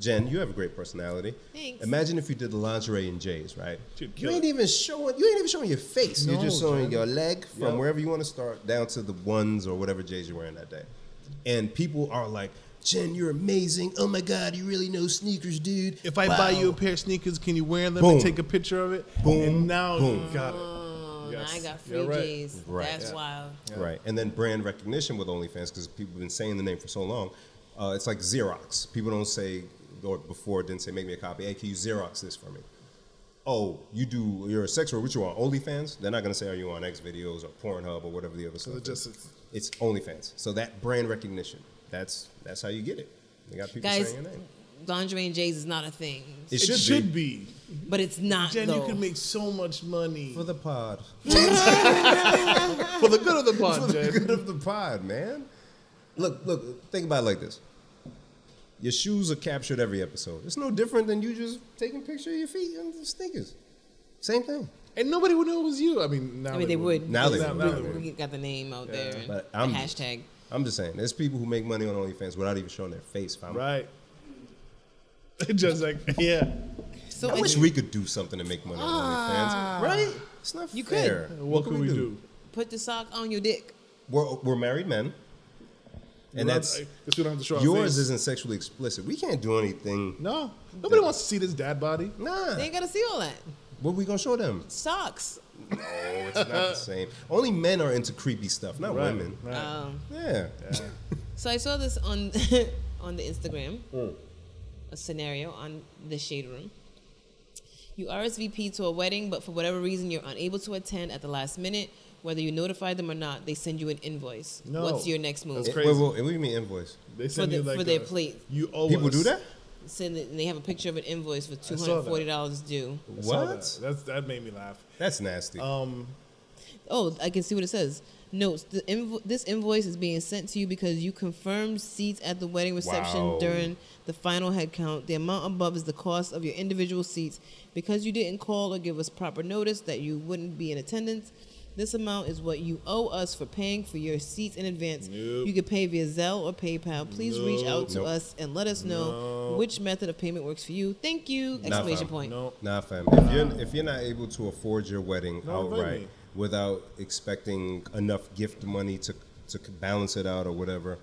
Speaker 1: Jen, you have a great personality.
Speaker 3: Thanks.
Speaker 1: Imagine if you did the lingerie and J's, right?
Speaker 2: She'd
Speaker 1: You
Speaker 2: kill
Speaker 1: ain't even showing. You ain't even showing your face. You're
Speaker 2: No,
Speaker 1: just showing
Speaker 2: Jen.
Speaker 1: your leg from
Speaker 2: Yep.
Speaker 1: wherever you want to start down to the ones or whatever J's you're wearing that day. And people are like, Jen, you're amazing. Oh my God, you really know sneakers, dude.
Speaker 2: If I
Speaker 1: Wow."
Speaker 2: buy you a pair of sneakers, can you wear them
Speaker 1: Boom.
Speaker 2: and take a picture of it?
Speaker 1: Boom.
Speaker 2: And now
Speaker 1: Boom.
Speaker 2: you got it.
Speaker 3: oh,
Speaker 2: Yes.
Speaker 3: now I got free
Speaker 2: You're right.
Speaker 3: J's.
Speaker 1: Right.
Speaker 3: That's
Speaker 1: Yeah.
Speaker 3: wild.
Speaker 1: Right. And then brand recognition with OnlyFans because people have been saying the name for so long. Uh, it's like Xerox. People don't say, or before didn't say, make me a copy. Hey, can you Xerox this for me? Oh, you do, you're a sex worker. What you on, OnlyFans? They're not going to say, are you on X videos or Pornhub or whatever the other stuff
Speaker 2: It just
Speaker 1: is.
Speaker 2: is-
Speaker 1: It's OnlyFans. So that brand recognition, that's that's how you get it. They got people
Speaker 3: Guys,
Speaker 1: saying your name.
Speaker 3: lingerie and J's is not a thing,
Speaker 1: It,
Speaker 2: It
Speaker 1: should,
Speaker 2: should
Speaker 1: be.
Speaker 2: be.
Speaker 3: but it's not
Speaker 2: Jen,
Speaker 3: though.
Speaker 2: you can make so much money.
Speaker 1: For the pod.
Speaker 2: For the good of the
Speaker 1: For
Speaker 2: pod,
Speaker 1: the
Speaker 2: Jen.
Speaker 1: good of the pod, man. Look, look, think about it like this. Your shoes are captured every episode. It's no different than you just taking a picture of your feet and the sneakers. Same thing.
Speaker 2: And nobody would know it was you. I mean, now
Speaker 3: I mean, they would.
Speaker 1: Now they
Speaker 3: because
Speaker 1: would,
Speaker 3: we-
Speaker 1: now they would.
Speaker 3: We got the name out there. And
Speaker 1: But I'm
Speaker 3: the
Speaker 1: just-
Speaker 3: hashtag.
Speaker 1: I'm just saying, there's people who make money on OnlyFans without even showing their face. fam.
Speaker 2: Right. just like, yeah.
Speaker 3: So
Speaker 1: I
Speaker 3: it's-
Speaker 1: wish we could do something to make money on
Speaker 3: Ah.
Speaker 1: OnlyFans, right? It's not
Speaker 3: You could.
Speaker 1: fair.
Speaker 2: What, can we do?
Speaker 3: put the sock on your dick.
Speaker 1: We're, we're married men, and that's
Speaker 2: Because we don't have to show our
Speaker 1: yours
Speaker 2: face.
Speaker 1: isn't sexually explicit. We can't do anything.
Speaker 2: No. Nobody wants to see this dad body.
Speaker 1: Nah,
Speaker 3: They ain't gotta see all that.
Speaker 1: what we gonna show them?
Speaker 3: Socks.
Speaker 1: Oh, it's not the same. Only men are into creepy stuff, not
Speaker 2: Right.
Speaker 1: women.
Speaker 2: Right.
Speaker 3: Um,
Speaker 1: Yeah.
Speaker 3: so I saw this on on the Instagram,
Speaker 1: Mm.
Speaker 3: a scenario on the shade room. You RSVP to a wedding, but for whatever reason you're unable to attend at the last minute. Whether you notify them or not, they send you an invoice.
Speaker 2: No.
Speaker 3: What's your next move?
Speaker 2: That's
Speaker 1: Wait,
Speaker 2: crazy.
Speaker 1: wait, what do you mean invoice?
Speaker 2: They send you
Speaker 3: the-
Speaker 2: like
Speaker 3: for their
Speaker 2: a-
Speaker 3: plate.
Speaker 2: You owe
Speaker 1: People
Speaker 2: us.
Speaker 1: do that?
Speaker 3: Send it, and they have a picture of an invoice for two
Speaker 2: saw
Speaker 3: hundred
Speaker 2: that.
Speaker 3: forty dollars due.
Speaker 2: I saw
Speaker 1: What?
Speaker 2: That. That's, that made me laugh.
Speaker 1: That's nasty.
Speaker 2: Um,
Speaker 3: Oh, I can see what it says. Notes: the invo- This invoice is being sent to you because you confirmed seats at the wedding reception
Speaker 1: Wow.
Speaker 3: during the final headcount. The amount above is the cost of your individual seats. Because you didn't call or give us proper notice that you wouldn't be in attendance, this amount is what you owe us for paying for your seats in advance.
Speaker 2: Nope.
Speaker 3: You can pay via Zelle or PayPal. Please reach out to
Speaker 1: Nope.
Speaker 3: us and let us know which method of payment works for you. Thank you! Exclamation
Speaker 1: fam.
Speaker 3: point.
Speaker 2: no.
Speaker 1: nah, fam. If you're if you're not able to afford your wedding
Speaker 2: Don't invite
Speaker 1: outright
Speaker 2: me.
Speaker 1: without expecting enough gift money to to balance it out or whatever,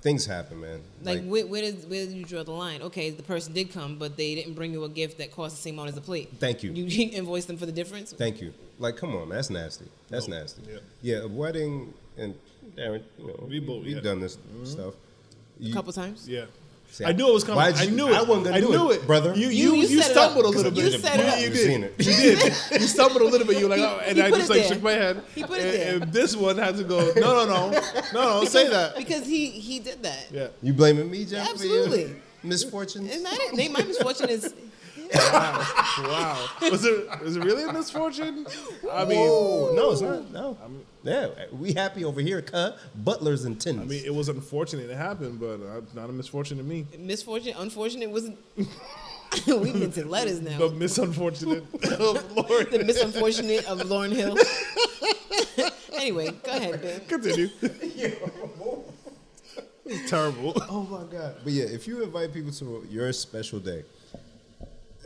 Speaker 1: things happen, man.
Speaker 3: Like, where, where did where did you draw the line? Okay, the person did come, but they didn't bring you a gift that cost the same amount as the plate.
Speaker 1: Thank you.
Speaker 3: You invoice them for the difference.
Speaker 1: Thank you. Like, come on, man. That's nasty. That's nasty.
Speaker 2: Yeah.
Speaker 1: Yeah. a wedding and Darren, you know,
Speaker 2: We both-
Speaker 1: we've
Speaker 2: yeah. Mm-hmm.
Speaker 1: done this stuff.
Speaker 3: a
Speaker 1: You-
Speaker 3: couple times.
Speaker 2: Yeah.
Speaker 1: See,
Speaker 2: I knew it was coming.
Speaker 1: why'd
Speaker 2: I
Speaker 1: you-
Speaker 2: knew it.
Speaker 1: I wasn't gonna do
Speaker 2: knew
Speaker 1: it, brother.
Speaker 2: You
Speaker 3: You-
Speaker 2: you,
Speaker 3: you
Speaker 2: you,
Speaker 3: set it up.
Speaker 2: stumbled a little
Speaker 1: Because I
Speaker 2: bit.
Speaker 1: did
Speaker 3: set it up.
Speaker 2: You
Speaker 1: You've
Speaker 2: did.
Speaker 1: seen it.
Speaker 2: You did. You stumbled a little bit. You were like, oh, and
Speaker 3: he
Speaker 2: I
Speaker 3: put
Speaker 2: just
Speaker 3: it
Speaker 2: like
Speaker 3: there.
Speaker 2: shook my head.
Speaker 3: He put it
Speaker 2: And-
Speaker 3: there.
Speaker 2: and this one had to go. No, no, no, no, no. don't Say that.
Speaker 3: because he he did that.
Speaker 2: Yeah.
Speaker 1: You blaming me, Jeff? For your
Speaker 3: Absolutely.
Speaker 1: misfortunes.
Speaker 3: And that is, they, my misfortune is
Speaker 2: Wow. Was it was it really a misfortune? I mean,
Speaker 1: Whoa. no, it's not. No. yeah, we happy over here, cuh. Butlers and tins.
Speaker 2: I mean, it was unfortunate it happened, but uh, not a misfortune to me.
Speaker 3: misfortune. Unfortunate wasn't. we get to letters now.
Speaker 2: But misunfortunate. oh,
Speaker 3: the
Speaker 2: Lord.
Speaker 3: misunfortunate of Lauren Hill. anyway, go ahead, babe.
Speaker 2: Continue. It's terrible.
Speaker 1: Oh my god! But yeah, if you invite people to your special day,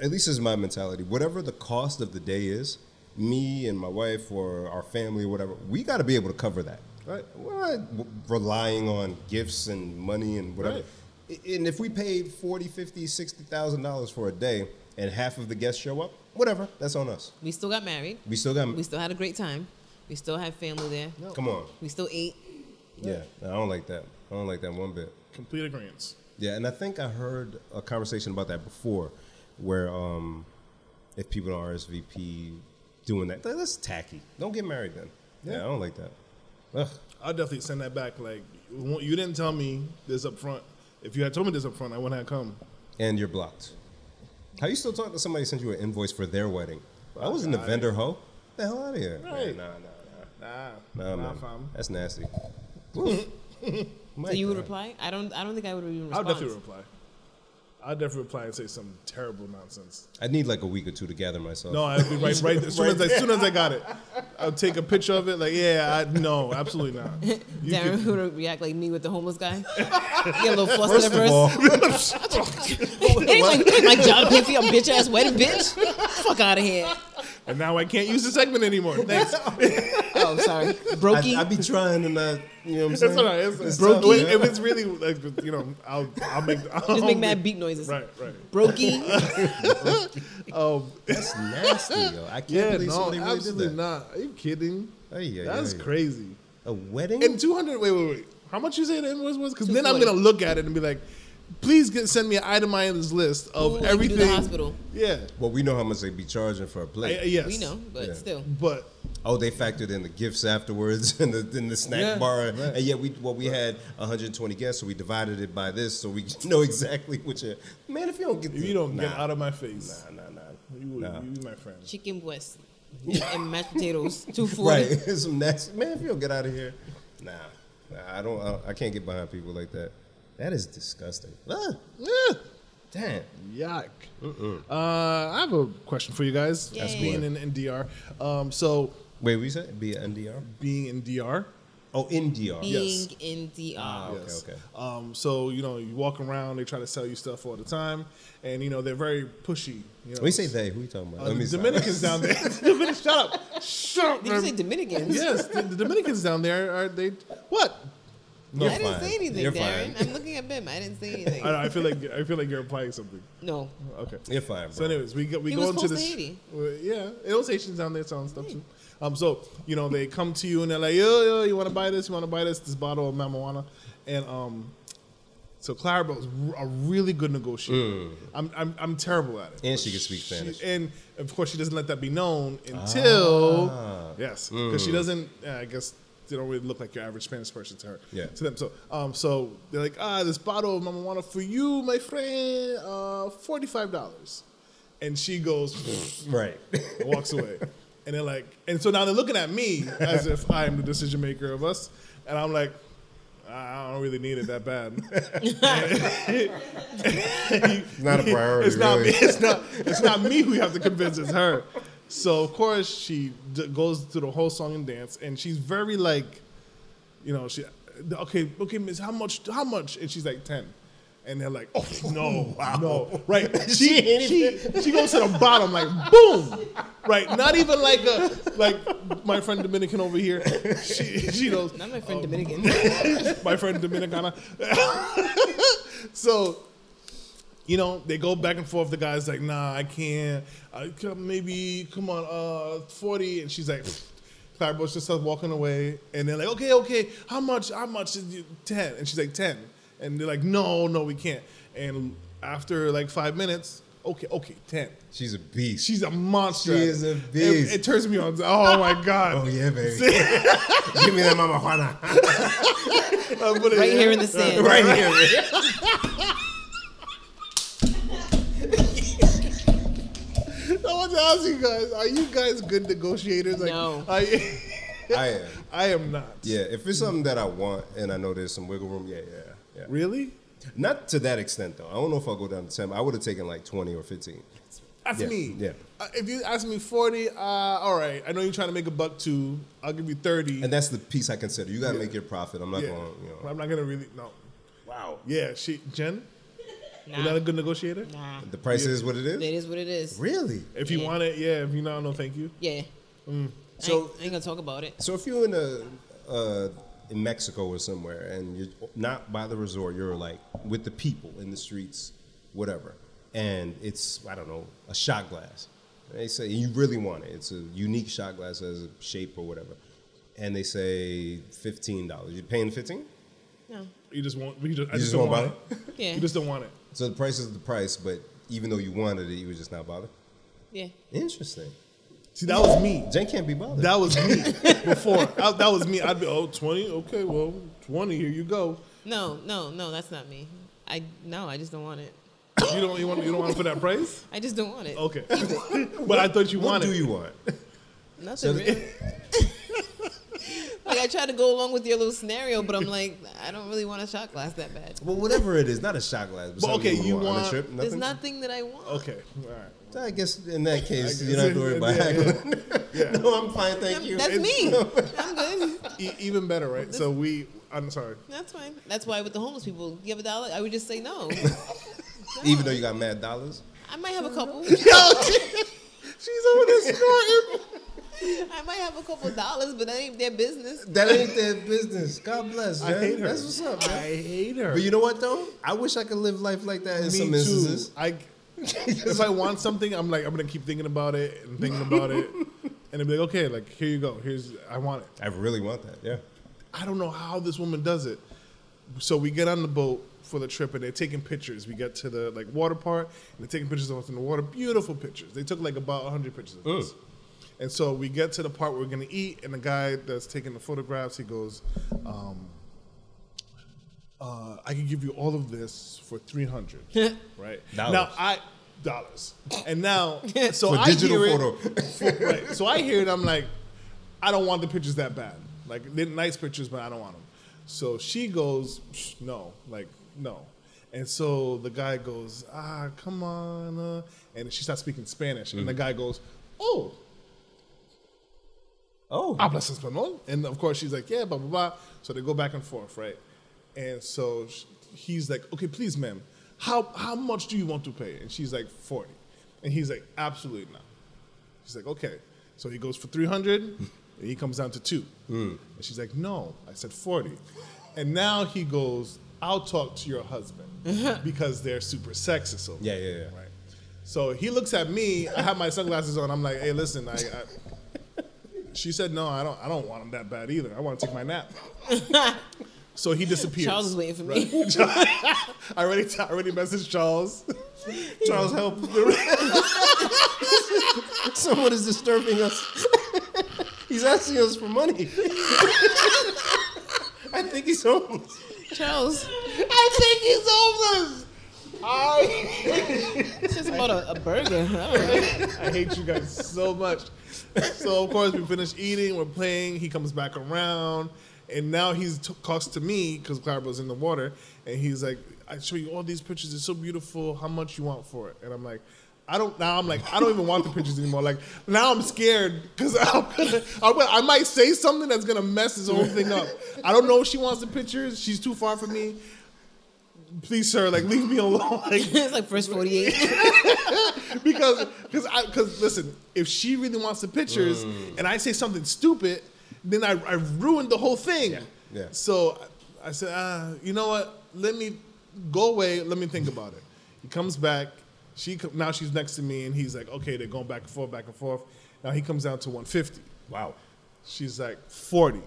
Speaker 1: at least is my mentality. Whatever the cost of the day is, me and my wife or our family or whatever, we got to be able to cover that. Right? We're not w- relying on gifts and money and whatever. I- And if we paid forty, fifty, sixty thousand dollars for a day, and half of the guests show up, whatever, that's on us.
Speaker 3: We still got married.
Speaker 1: We still got.
Speaker 3: We still had a great time. We still had family there.
Speaker 1: come on.
Speaker 3: We still ate.
Speaker 1: Yeah, I don't like that. I don't like that one bit.
Speaker 2: Complete agreements.
Speaker 1: Yeah, and I think I heard a conversation about that before, where um, if people don't RSVP doing that, that- that's tacky. Don't get married then. Yeah, I don't like that. Ugh.
Speaker 2: I'll definitely send that back. Like, you didn't tell me this up front. If you had told me this up front, I wouldn't have come.
Speaker 1: And you're blocked. How you still talking to somebody who sent you an invoice for their wedding? I wasn't a vendor hoe. Get The hell out of here. Man,
Speaker 2: Right.
Speaker 1: Nah, nah,
Speaker 2: Nah,
Speaker 1: nah, nah, man.
Speaker 2: fam.
Speaker 1: That's nasty.
Speaker 3: So you would reply? I don't. I don't think I would even
Speaker 2: I'll
Speaker 3: respond.
Speaker 2: definitely reply. I'll definitely reply and say some terrible nonsense.
Speaker 1: I need like a week or two to gather myself.
Speaker 2: No, I'll be right, right. As soon as, I, as soon as I got it, I'll take a picture of it. Like, yeah, I no, absolutely not. You
Speaker 3: Darren
Speaker 2: could-
Speaker 3: would react like me with the homeless guy. Get a little flustered
Speaker 1: First
Speaker 3: at
Speaker 1: of
Speaker 3: first.
Speaker 1: all,
Speaker 3: Ain't like, ain't like John Piffy, your bitch ass wedding bitch. Fuck out of here.
Speaker 2: and now I can't use the segment anymore. Thanks.
Speaker 3: Oh, sorry.
Speaker 1: I,
Speaker 3: Brokey.
Speaker 1: I be trying to not, you know what I'm saying?
Speaker 2: That's all right. It's, it's
Speaker 1: Brokey.
Speaker 2: tough. If it's really like you know, I'll I'll make I'll
Speaker 3: Just make mad beep noises.
Speaker 2: Right, right.
Speaker 3: Brokey.
Speaker 2: Um,
Speaker 1: That's nasty, yo. I can't
Speaker 2: yeah,
Speaker 1: believe
Speaker 2: no,
Speaker 1: somebody really did
Speaker 2: absolutely
Speaker 1: that.
Speaker 2: not. Are you kidding?
Speaker 1: Ay, ay,
Speaker 2: That's
Speaker 1: ay.
Speaker 2: crazy.
Speaker 1: A wedding?
Speaker 2: And two hundred. Wait, wait, wait. How much you say the invoice was? Because then I'm gonna look at it and be like, please get, send me an itemized list of
Speaker 3: Ooh, like you do
Speaker 2: everything.
Speaker 3: the hospital.
Speaker 2: Yeah,
Speaker 1: well, we know how much they be charging for a plate.
Speaker 2: I- yes.
Speaker 3: We know, but
Speaker 1: Yeah.
Speaker 3: still.
Speaker 2: but
Speaker 1: Oh, they factored in the gifts afterwards and the, in the snack
Speaker 2: Yeah,
Speaker 1: bar.
Speaker 2: right.
Speaker 1: And yeah, we well, we had 120 guests, so we divided it by this, so we know exactly which. Are, man, if you don't get,
Speaker 2: if
Speaker 1: the-
Speaker 2: you don't get
Speaker 1: nah,
Speaker 2: out of my face,
Speaker 1: nah, nah, nah.
Speaker 2: you, will-
Speaker 1: nah.
Speaker 2: you be my friend.
Speaker 3: Chicken West. and mashed potatoes. 240.
Speaker 1: Right, some nasty man. If you don't get out of here, nah, nah I don't. I, I can't get behind people like that. That is disgusting. Ah,
Speaker 2: Yeah.
Speaker 1: damn.
Speaker 2: Yuck. Uh, I have a question for you guys. As
Speaker 3: Yay.
Speaker 2: being in, in DR, um, so
Speaker 1: Wait, what you said? Be an NDR?
Speaker 2: being in DR,
Speaker 1: Oh, NDR.
Speaker 3: Being in uh, DR.
Speaker 1: Ah, okay,
Speaker 2: Yes.
Speaker 1: okay.
Speaker 2: Um, so you know, you walk around, they try to sell you stuff all the time, and you know they're very pushy. You know,
Speaker 1: When you say they, who you talking about?
Speaker 2: Uh,
Speaker 1: Let me
Speaker 2: the
Speaker 1: stop.
Speaker 2: Dominicans down there. Dominic, shut up. Shut up.
Speaker 3: Did you say
Speaker 2: man.
Speaker 3: Dominicans?
Speaker 2: yes, the, the Dominicans down there are they? What?
Speaker 1: You're
Speaker 3: I didn't
Speaker 1: fine.
Speaker 3: say anything,
Speaker 1: You're
Speaker 3: Darren.
Speaker 1: fine.
Speaker 3: I'm looking at Bim. I didn't say
Speaker 2: I,
Speaker 3: anything.
Speaker 2: don't know, I feel like I feel like you're implying something.
Speaker 3: No.
Speaker 2: Okay.
Speaker 1: You're fine, bro.
Speaker 2: So, anyways, we go we
Speaker 3: He
Speaker 2: go
Speaker 3: was
Speaker 2: into
Speaker 3: close to
Speaker 2: this.
Speaker 3: Haiti.
Speaker 2: Well, yeah, it was Haitians down there selling stuff too. Um, so you know they come to you and they're like, yo, yo, you want to buy this? You want to buy this? This bottle of marijuana, and um, so Clarabelle is r- a really good negotiator. I'm, I'm I'm terrible at it.
Speaker 1: Mm. and she can speak Spanish.
Speaker 2: She, and of course, she doesn't let that be known until yes, because she doesn't. uh, I guess they don't really look like your average Spanish person to her.
Speaker 1: Yeah.
Speaker 2: to them. So, um, so they're like, ah, this bottle of marijuana for you, my friend, uh, forty five dollars, and she goes
Speaker 1: Right.
Speaker 2: and walks away, and they're like, and so now they're looking at me as if I am the decision maker of us, and I'm like. I don't really need it that bad.
Speaker 1: Not a priority.
Speaker 2: It's not me. It's not. It's not me who you have to convince. It's her. So of course she d- goes through the whole song and dance, and she's very like, you know, she okay, okay, Miss, how much? How much? And she's like ten, and they're like, oh no, no, right? She she, she goes to the bottom like boom, right? Not even like a like my friend Dominican over here. She she goes
Speaker 3: Not my
Speaker 1: Oh.
Speaker 3: friend Dominican.
Speaker 2: my friend Dominicana. so, you know, they go back and forth. The guy's like, nah, I can't. I come maybe, come on, uh, 40. And she's like, Claiborne's just starts walking away. And they're like, okay, okay, how much? How much is you? 10. And she's like, 10. And they're like, no, no, we can't. And after like five minutes, okay, okay, 10.
Speaker 1: She's a beast.
Speaker 2: She's a monster.
Speaker 1: She is a beast.
Speaker 2: It, it turns me on. Oh my God.
Speaker 1: oh yeah, baby. Give me that mama Juana
Speaker 2: I'm gonna-
Speaker 3: Right here in the sand.
Speaker 1: right here. Man.
Speaker 2: I want to ask you guys: Are you guys good negotiators? Like,
Speaker 3: No.
Speaker 2: Are you,
Speaker 1: I am.
Speaker 2: I am not.
Speaker 1: Yeah, if it's something that I want and I know there's some wiggle room, yeah, yeah, yeah.
Speaker 2: Really?
Speaker 1: Not to that extent though. I don't know if I'll go down to ten. I would have taken like twenty or fifteen.
Speaker 2: That's
Speaker 1: Yeah,
Speaker 2: me.
Speaker 1: yeah.
Speaker 2: Uh, if you ask me forty, uh, all right. I know you're trying to make a buck two. I'll give you thirty.
Speaker 1: And that's the piece I consider. You gotta make your profit. I'm not
Speaker 2: yeah.
Speaker 1: going, you know.
Speaker 2: I'm not gonna really no.
Speaker 1: Wow.
Speaker 2: Yeah, she Jen.
Speaker 3: Nah.
Speaker 2: Is that a good negotiator?
Speaker 3: nah.
Speaker 1: The price is what it
Speaker 3: It
Speaker 1: is?
Speaker 3: is what it is.
Speaker 1: Really?
Speaker 2: If you
Speaker 3: Yeah.
Speaker 2: want it, yeah. If you not, no, thank you.
Speaker 3: Yeah. I,
Speaker 1: Mm. So-
Speaker 3: ain't, I ain't gonna talk about it.
Speaker 1: So if you're in a uh, in Mexico or somewhere and you're not by the resort, you're like with the people in the streets, whatever, and it's I don't know a shot glass. And They say you really want it. It's a unique shot glass as a shape or whatever, and they say fifteen dollars. You're paying fifteen.
Speaker 3: No.
Speaker 2: You just want. You just, I
Speaker 1: You
Speaker 2: just,
Speaker 1: just
Speaker 2: don't
Speaker 1: won't
Speaker 2: want
Speaker 1: buy
Speaker 2: it.
Speaker 1: it.
Speaker 3: Yeah.
Speaker 2: You just don't want it.
Speaker 1: So the price is the price, but even though you wanted it, you were just not bothered.
Speaker 3: Yeah.
Speaker 1: Interesting.
Speaker 2: See, that was me.
Speaker 1: Jen can't be bothered.
Speaker 2: That was me before. I, that was me. I'd be oh 20? Okay, well twenty. Here you go.
Speaker 3: No, no, no, that's not me. I no, I just don't want it.
Speaker 2: You don't. You want. You don't want it for that price.
Speaker 3: I just don't want it.
Speaker 1: Oh,
Speaker 2: Okay. but I thought you
Speaker 1: what
Speaker 2: wanted.
Speaker 1: do you want?
Speaker 3: Nothing
Speaker 1: So the-
Speaker 3: really. like I tried to go along with your little scenario, but I'm like, I don't really want a shot glass that bad.
Speaker 1: well, whatever it is, not a shot glass. But,
Speaker 2: But
Speaker 1: something
Speaker 2: okay,
Speaker 1: would
Speaker 2: you
Speaker 1: on
Speaker 2: want-
Speaker 1: a trip?
Speaker 3: There's
Speaker 1: Nothing?
Speaker 3: nothing that I want.
Speaker 2: Okay. All right.
Speaker 1: So I guess in that case,
Speaker 2: I
Speaker 1: you don't have to worry about
Speaker 2: guess- yeah,
Speaker 1: heckling. no, I'm fine, thank you.
Speaker 3: That's me. I'm good.
Speaker 2: E- even better, right? So we. I'm sorry.
Speaker 3: That's fine. That's why with the homeless people, you have a dollar, I would just say no.
Speaker 1: Even though you got mad dollars,
Speaker 3: I might have a couple.
Speaker 2: She's over there snorting.
Speaker 3: I might have a couple dollars, but that ain't their business.
Speaker 1: that ain't their business. God bless.
Speaker 2: I
Speaker 1: man.
Speaker 2: hate her.
Speaker 1: That's what's up,
Speaker 2: I
Speaker 1: man.
Speaker 2: hate her.
Speaker 1: But you know what though? I wish I could live life like that in some instances.
Speaker 2: I, if I want something, I'm like, I'm gonna keep thinking about it and thinking about it, and it'll be like, okay, like here you go. Here's I want it.
Speaker 1: I really want that. Yeah.
Speaker 2: I don't know how this woman does it. So we get on the boat for the trip, and they're taking pictures. We get to the like water part, and they're taking pictures of us in the water. Beautiful pictures. They took like about 100 pictures of us.
Speaker 1: Mm.
Speaker 2: And so we get to the part where we're gonna eat, and the guy that's taking the photographs, he goes, um, uh, "I can give you all of this for 300, right?
Speaker 1: Dollars.
Speaker 2: Now I dollars, and now so
Speaker 1: For
Speaker 2: I
Speaker 1: digital
Speaker 2: hear it-
Speaker 1: photo.
Speaker 2: right. So I hear it. I'm like, I don't want the pictures that bad. Like they're nice pictures, but I don't want them. So she goes, "Psh, no, like no. And so the guy goes, ah, come on, uh," and she starts speaking Spanish, and the
Speaker 1: Mm.
Speaker 2: guy goes, oh,
Speaker 1: Oh.
Speaker 2: hablas español? And of course she's like, yeah, blah blah blah. So they go back and forth, right? And so sh- he's like, okay, please, ma'am, how how much do you want to pay? And she's like, forty. And he's like, absolutely not. She's like, okay. So he goes for three hundred, and he comes down to two.
Speaker 3: Hmm.
Speaker 2: And she's like, no, I said forty. And now he goes, I'll talk to your husband because they're super sexist. Over
Speaker 1: Yeah,
Speaker 2: there,
Speaker 1: yeah, yeah.
Speaker 2: Right. So he looks at me. I have my sunglasses on. I'm like, hey, listen, I. I she said, "No, I don't. I don't want him that bad either. I want to take my nap." so he disappears.
Speaker 3: Charles is waiting for me.
Speaker 2: I already, I already messaged Charles.
Speaker 1: Charles, help. Someone is disturbing us. He's asking us for money. I think he's homeless.
Speaker 3: Charles,
Speaker 1: I think he's homeless. I
Speaker 3: it's just about a, a burger. I don't know.
Speaker 2: I hate you guys so much. So of course we finish eating. We're playing. He comes back around, and now he's t- talks to me because Clara's in the water, and he's like, "I show you all these pictures. It's so beautiful. How much you want for it?" And I'm like. I don't now. I'm like I don't even want the pictures anymore. Like now I'm scared because I'm gonna, I'm gonna- I might say something that's gonna mess his whole thing up. I don't know if she wants the pictures. She's too far from me. Please, sir, like leave me alone. Like
Speaker 3: it's like first 48.
Speaker 2: because because I because listen, if she really wants the pictures
Speaker 1: Mm.
Speaker 2: and I say something stupid, then I I ruined the whole thing.
Speaker 1: Yeah, yeah.
Speaker 2: So I I said, ah, you know what? Let me go away. Let me think about it. He comes back. She co- now she's next to me, and he's like, okay, they're going back and forth, back and forth. Now he comes down to 150.
Speaker 1: Wow.
Speaker 2: She's like 40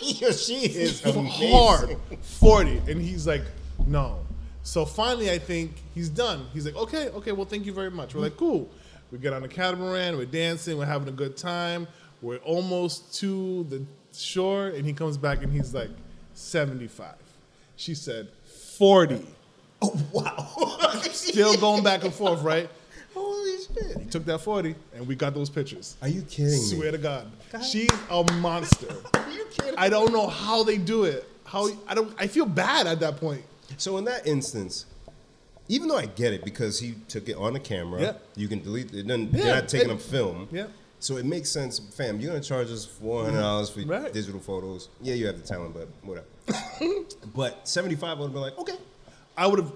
Speaker 1: Yo, she is amazing.
Speaker 2: hard 40 and he's like no so finally i think he's done he's like okay okay well thank you very much we're like cool we get on the catamaran we're dancing we're having a good time we're almost to the shore and he comes back and he's like 75 she said 40
Speaker 1: Oh, Wow.
Speaker 2: still going back and forth right
Speaker 1: Holy shit.
Speaker 2: took that 40 and we got those pictures
Speaker 1: Are you kidding
Speaker 2: swear
Speaker 1: me?
Speaker 2: to god she's a monster
Speaker 1: Are you kidding
Speaker 2: i don't know how they do it how i don't i feel bad at that point
Speaker 1: So in that instance, even though I get it because he took it on the camera,
Speaker 2: Yeah.
Speaker 1: you can delete it. Then
Speaker 2: Yeah,
Speaker 1: They're not taking
Speaker 2: it-
Speaker 1: up film.
Speaker 2: yeah.
Speaker 1: So it makes sense, fam. You're gonna charge us four hundred dollars for
Speaker 2: Right.
Speaker 1: digital photos. Yeah, you have the talent, but whatever. but seventy five would have been like, okay,
Speaker 2: I would have.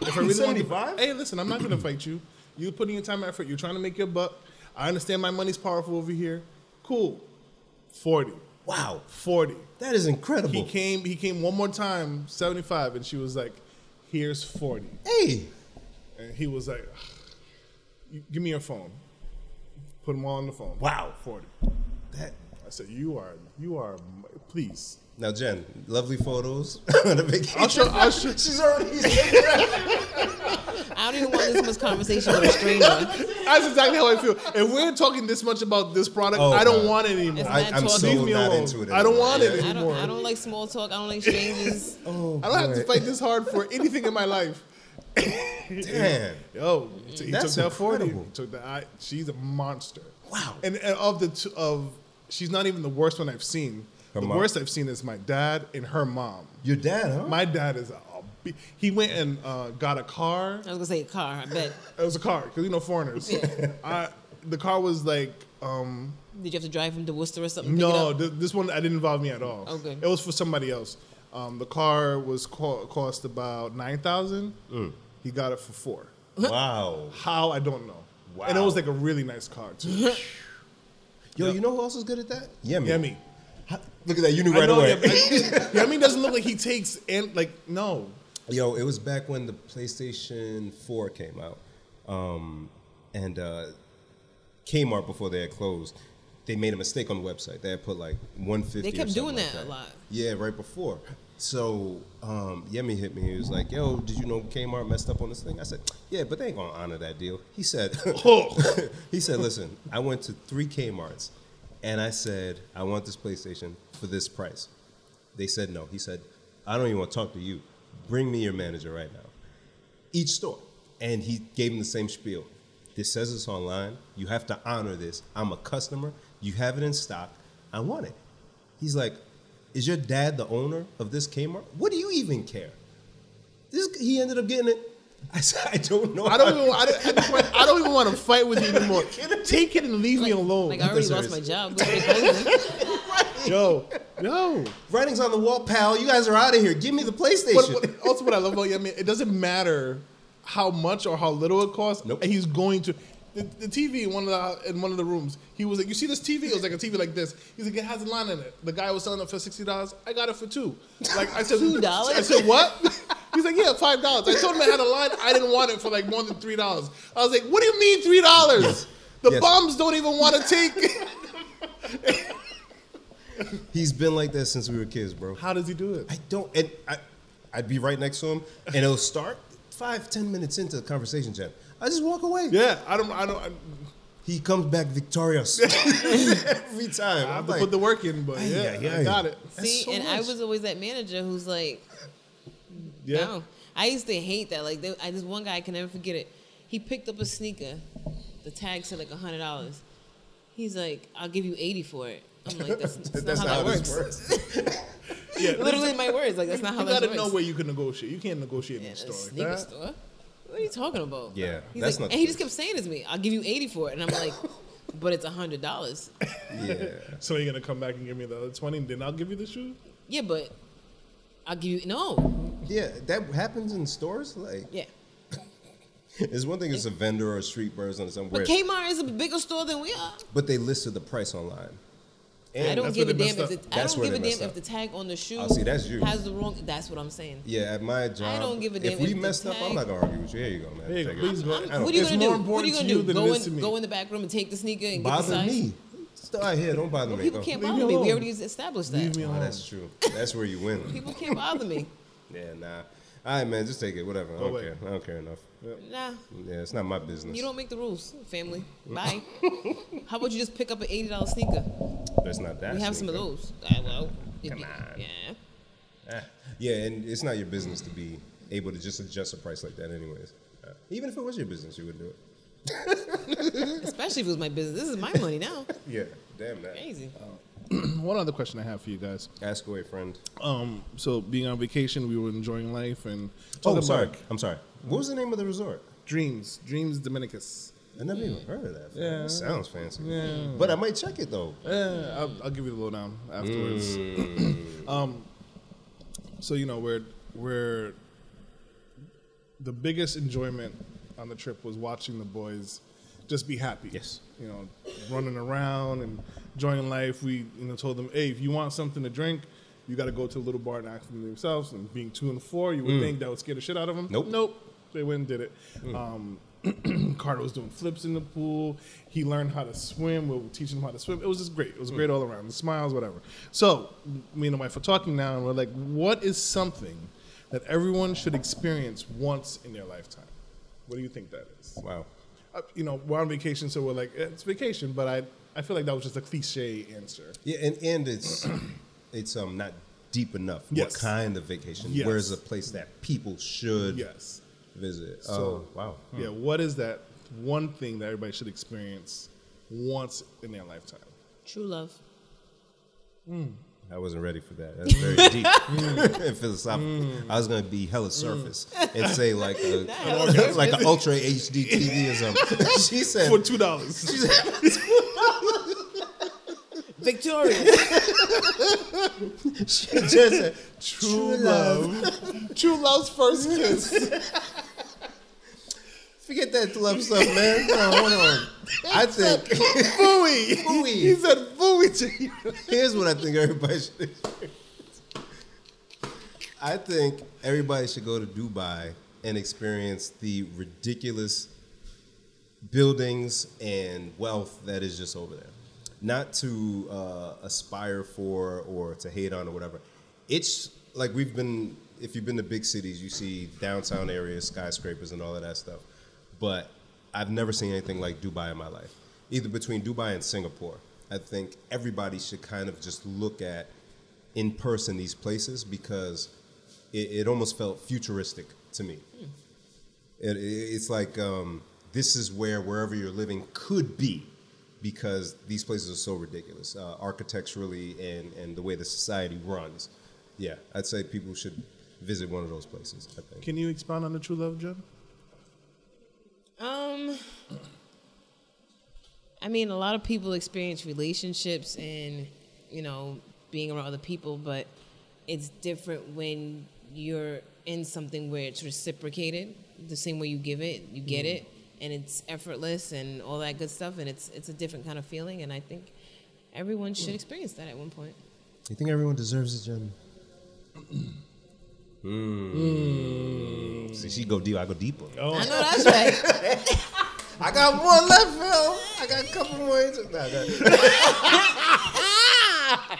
Speaker 2: if I really wanted to,
Speaker 1: 75?
Speaker 2: hey, listen, I'm not going to fight you. You putting your time and effort. You're trying to make your buck. I understand my money's powerful over here. Cool. 40.
Speaker 1: wow,
Speaker 2: 40.
Speaker 1: that is
Speaker 2: He
Speaker 1: incredible.
Speaker 2: came he came one more time, 75, and she was like, here's 40.
Speaker 1: Hey,
Speaker 2: And he was like, "You- give me your phone. Put them all on the phone.
Speaker 1: Wow.
Speaker 2: 40.
Speaker 1: that
Speaker 2: I said, you are, you are, please.
Speaker 1: now, Jen, lovely photos on the vacation.
Speaker 2: I'll show, I'll show,
Speaker 1: She's already.
Speaker 3: I don't even want this much conversation with a stranger.
Speaker 2: That's exactly how I feel. If we're talking this much about this product,
Speaker 1: Oh,
Speaker 2: I don't
Speaker 1: God.
Speaker 2: want it anymore.
Speaker 1: I, I'm
Speaker 3: Leave
Speaker 1: so
Speaker 2: me
Speaker 1: not
Speaker 2: alone.
Speaker 1: into it.
Speaker 2: I don't
Speaker 1: anymore.
Speaker 2: want it.
Speaker 3: I don't,
Speaker 2: Anymore.
Speaker 3: I don't like small talk. I don't like strangers.
Speaker 1: Oh,
Speaker 2: I don't have to
Speaker 1: boy.
Speaker 2: fight this hard for anything in my life.
Speaker 1: Damn.
Speaker 2: Yo, he t- he
Speaker 1: That's
Speaker 2: took that forty.
Speaker 1: incredible.
Speaker 2: He Took that. I, she's a monster.
Speaker 1: Wow.
Speaker 2: And, and of the two, of, she's not even the worst one I've seen.
Speaker 1: Her
Speaker 2: the
Speaker 1: mom.
Speaker 2: worst I've seen is my dad and her mom.
Speaker 1: Your dad, huh?
Speaker 2: My dad is a. be- He went and uh, got a car.
Speaker 3: I was gonna say car. I bet.
Speaker 2: It was a car because you know foreigners. I, the car was like um,
Speaker 3: Did you have to drive from to Worcester or something? to pick it
Speaker 2: No,
Speaker 3: up?
Speaker 2: th- this one I didn't involve me at all.
Speaker 3: Oh, good.
Speaker 2: It was for somebody else. Um, the car was co- cost about nine thousand. He got it for four.
Speaker 1: wow.
Speaker 2: Mm. How I don't know. And it
Speaker 1: Wow.
Speaker 2: was like a really nice car too.
Speaker 1: Yo, you know who else is good at that? Yemi.
Speaker 2: Yemi.
Speaker 1: How- Look at that. You knew
Speaker 2: I
Speaker 1: right
Speaker 2: know
Speaker 1: away.
Speaker 2: Yemi, Yemi doesn't look like he takes and like no.
Speaker 1: Yo, it was back when the PlayStation 4 came out. Um, and uh, Kmart, before they had closed, they made a mistake on the website. They had put like 150
Speaker 3: They
Speaker 1: or
Speaker 3: kept doing
Speaker 1: something like
Speaker 3: that a lot.
Speaker 1: Yeah, right before. So um, Yemi hit me. He was like, yo, did you know Kmart messed up on this thing? I said, yeah, but they ain't going to honor that deal. He said, he said, listen, I went to three Kmarts and I said, I want this PlayStation for this price. They said no. He said, I don't even want to talk to you. Bring me your manager right now. Each store. And he gave him the same spiel. This says it's online. You have to honor this. I'm a customer. You have it in stock. I want it. He's like, Is your dad the owner of this Kmart? What do you even care? This he ended up getting it. I said, I don't know.
Speaker 2: I don't even. I don't, at this point, I don't even want to fight with you anymore. Take it and leave me alone.
Speaker 3: Like I already
Speaker 1: That's
Speaker 3: lost my
Speaker 1: serious.
Speaker 3: job. What if they close it?
Speaker 2: yo, yo.
Speaker 1: Writing's on the wall, pal. You guys are out of here. Give me the PlayStation.
Speaker 2: What, what, also, what I love about Yemi, it doesn't matter how much or how little it costs.
Speaker 1: Nope.
Speaker 2: He's going to. The, the TV in one of the in one of the rooms. He was like, "You see this TV? It was like a TV like this." He's like, "It has a line in it." The guy was selling it for sixty dollars. I got it for two. Like I said,
Speaker 3: $2?
Speaker 2: I said what? He's like, "Yeah, five dollars." I told him I had a line. I didn't want it for like more than three dollars. I was like, "What do you mean three dollars? The
Speaker 1: Yes.
Speaker 2: bums don't even want to take."
Speaker 1: He's been like that since we were kids, bro.
Speaker 2: How does he do it?
Speaker 1: I don't. And I, I'd be right next to him, and it'll start five, ten minutes into the conversation, Jen. I just walk away.
Speaker 2: Yeah, I don't. I don't. I,
Speaker 1: He comes back victorious every time.
Speaker 2: I have
Speaker 1: I'm
Speaker 2: to
Speaker 1: like,
Speaker 2: put the work in, but yeah,
Speaker 1: Ay, ay,
Speaker 2: I
Speaker 1: ay.
Speaker 2: got it.
Speaker 1: That's
Speaker 3: See,
Speaker 1: so
Speaker 3: and I
Speaker 1: much.
Speaker 3: was always that manager who's like,
Speaker 2: Yeah.
Speaker 3: no. I used to hate that. Like, there, I, this one guy I can never forget it. He picked up a sneaker. The tag said like a hundred dollars. He's like, "I'll give you eighty for it." I'm like, "That's, that's,
Speaker 1: that's
Speaker 3: not how, that
Speaker 1: this
Speaker 3: works."
Speaker 1: works.
Speaker 2: Yeah,
Speaker 3: Literally, my words. Like, that's not how
Speaker 2: you
Speaker 3: that
Speaker 2: gotta
Speaker 3: works.
Speaker 2: know where you can negotiate. You can't negotiate in
Speaker 3: Yeah,
Speaker 2: a
Speaker 3: a
Speaker 2: store like
Speaker 3: sneaker
Speaker 2: that.
Speaker 3: store. What are you talking about?
Speaker 1: Yeah,
Speaker 3: He's
Speaker 1: that's
Speaker 3: like,
Speaker 1: not
Speaker 3: and
Speaker 1: true.
Speaker 3: he just kept saying this to me, "I'll give you eighty for it," and I'm like, "But it's a hundred dollars."
Speaker 1: yeah.
Speaker 2: So you're gonna come back and give me the other twenty, and then I'll give you the shoe.
Speaker 3: Yeah, but I'll give you no.
Speaker 1: Yeah, that happens in stores. Like,
Speaker 3: Yeah,
Speaker 1: it's one thing it's a vendor or a street person or something,
Speaker 3: but
Speaker 1: weird,
Speaker 3: Kmart is a bigger store than we are.
Speaker 1: but they listed the price online. And
Speaker 3: I don't
Speaker 2: that's
Speaker 3: give
Speaker 2: where
Speaker 3: a
Speaker 2: they
Speaker 3: damn if
Speaker 2: messed
Speaker 3: the,
Speaker 2: up.
Speaker 3: I
Speaker 1: That's
Speaker 3: don't
Speaker 1: where
Speaker 3: give
Speaker 1: they
Speaker 3: a damn
Speaker 1: messed
Speaker 3: if
Speaker 1: up.
Speaker 3: the tag on the shoe
Speaker 1: Oh, see, that's you.
Speaker 3: has the wrong. That's what I'm saying.
Speaker 1: Yeah, at my job,
Speaker 3: don't give a
Speaker 1: If
Speaker 3: damn
Speaker 1: we
Speaker 3: if the
Speaker 1: messed up, I'm
Speaker 3: tag-
Speaker 1: not gonna argue with you. Here you go, man.
Speaker 2: Hey,
Speaker 1: Take it.
Speaker 2: please go.
Speaker 1: I don't-
Speaker 3: What are you
Speaker 2: It's
Speaker 3: gonna
Speaker 2: more
Speaker 3: do? What are
Speaker 2: important
Speaker 3: you
Speaker 2: to
Speaker 3: gonna
Speaker 2: you
Speaker 3: do?
Speaker 2: than it
Speaker 3: Go
Speaker 2: is to
Speaker 3: in,
Speaker 2: me.
Speaker 3: go in the back room and take the sneaker and get the
Speaker 1: bother
Speaker 3: size.
Speaker 1: me? Stay out here. Don't bother me.
Speaker 3: People
Speaker 1: Go.
Speaker 3: can't
Speaker 2: Leave me
Speaker 3: bother me.
Speaker 2: alone.
Speaker 3: We already established that.
Speaker 2: Leave me
Speaker 1: Oh,
Speaker 2: alone.
Speaker 1: that's true. That's where you win.
Speaker 3: People can't bother me.
Speaker 1: Yeah, nah. All right, man, just take it. Whatever. I don't
Speaker 2: away.
Speaker 1: care. I don't care enough.
Speaker 3: Nah.
Speaker 1: Yeah, it's not my business.
Speaker 3: You don't make the rules, family. Bye. How about you just pick up an eighty dollar sneaker?
Speaker 1: It's not that.
Speaker 3: We have some of
Speaker 1: sneaker.
Speaker 3: those. Ah, well, it'd be-
Speaker 1: Come on.
Speaker 3: Yeah.
Speaker 1: Ah. Yeah, and it's not your business to be able to just adjust a price like that, anyways. Uh, even if it was your business, you would do it.
Speaker 3: Especially if it was my business. This is my money now.
Speaker 1: Yeah, damn that.
Speaker 3: Crazy.
Speaker 2: One other question I have for you guys.
Speaker 1: Ask away, friend.
Speaker 2: Um, so being on vacation, we were enjoying life and
Speaker 1: Oh,
Speaker 2: talking
Speaker 1: I'm sorry.
Speaker 2: about
Speaker 1: I'm sorry. What was the name of the resort?
Speaker 2: dreams, dreams Dominicus.
Speaker 1: I never even heard of that. fam.
Speaker 2: Yeah.
Speaker 1: It sounds fancy.
Speaker 2: Yeah.
Speaker 1: But I might check it though.
Speaker 2: Yeah, Eh, I'll, I'll give you the lowdown afterwards.
Speaker 1: Mm.
Speaker 2: um, so you know, we're we're the biggest enjoyment on the trip was watching the boys just be happy.
Speaker 1: Yes.
Speaker 2: you know, running around and enjoying life. We you know told them, hey, if you want something to drink. You got to go to a little bar and ask them themselves. And being two and four, you would think that would scare the shit out of them.
Speaker 1: Mm. Nope.
Speaker 2: nope, they went and did it. Um, Carter was doing flips in the pool. He learned how to swim. We were teaching him how to swim. It was just great. It was great all around. The smiles, whatever. So me and my wife are talking now, and we're like, what is something that everyone should experience once in their lifetime? What do you think that is?
Speaker 1: Wow.
Speaker 2: Uh, you know, we're on vacation, so we're like, it's vacation, but I, I feel like that was just a cliche answer.
Speaker 1: Yeah, and, and it's it's um not deep enough.
Speaker 2: Yes.
Speaker 1: What kind of vacation?
Speaker 2: Yes.
Speaker 1: Where's a place that people should
Speaker 2: Yes.
Speaker 1: visit?
Speaker 2: So-
Speaker 1: oh, wow.
Speaker 2: Yeah, what is that one thing that everybody should experience once in their lifetime?
Speaker 3: True love.
Speaker 1: I wasn't ready for that. That's very deep and philosophical. I was gonna be hella surface and say like a, like an ultra HD TV or something. she said
Speaker 2: For $2.
Speaker 1: she said,
Speaker 3: Victorious.
Speaker 1: she just said
Speaker 2: True, love. True love's first kiss.
Speaker 1: Forget that love stuff, man. No, hold on. I think
Speaker 2: Fooey. He
Speaker 1: Ooh,
Speaker 2: said fooey to you.
Speaker 1: here's what I think everybody should experience. I think everybody should go to Dubai and experience the ridiculous buildings and wealth that is just over there. Not to uh, aspire for or to hate on or whatever. It's like we've been, if you've been to big cities, you see downtown areas, skyscrapers, and all of that stuff. But I've never seen anything like Dubai in my life, either between Dubai and Singapore. I think everybody should kind of just look at in person these places because it, it almost felt futuristic to me. It, it- it's like um, this is where wherever you're living could be because these places are so ridiculous uh, architecturally and, and the way the society runs. Yeah, I'd say people should visit one of those places. I think.
Speaker 2: Can you expound on the true love, Jen?
Speaker 3: um, I mean, a lot of people experience relationships and you know being around other people, but it's different when you're in something where it's reciprocated. The same way you give it, you get
Speaker 1: Mm-hmm.
Speaker 3: it, and it's effortless and all that good stuff. And it's it's a different kind of feeling. And I think everyone
Speaker 1: Mm.
Speaker 3: should experience that at one point.
Speaker 1: You think everyone deserves it, Jen? See, she go deep. I go deeper.
Speaker 3: I know that's right.
Speaker 1: Oh. I got more left, Phil. I got a couple more. inter- Nah, nah.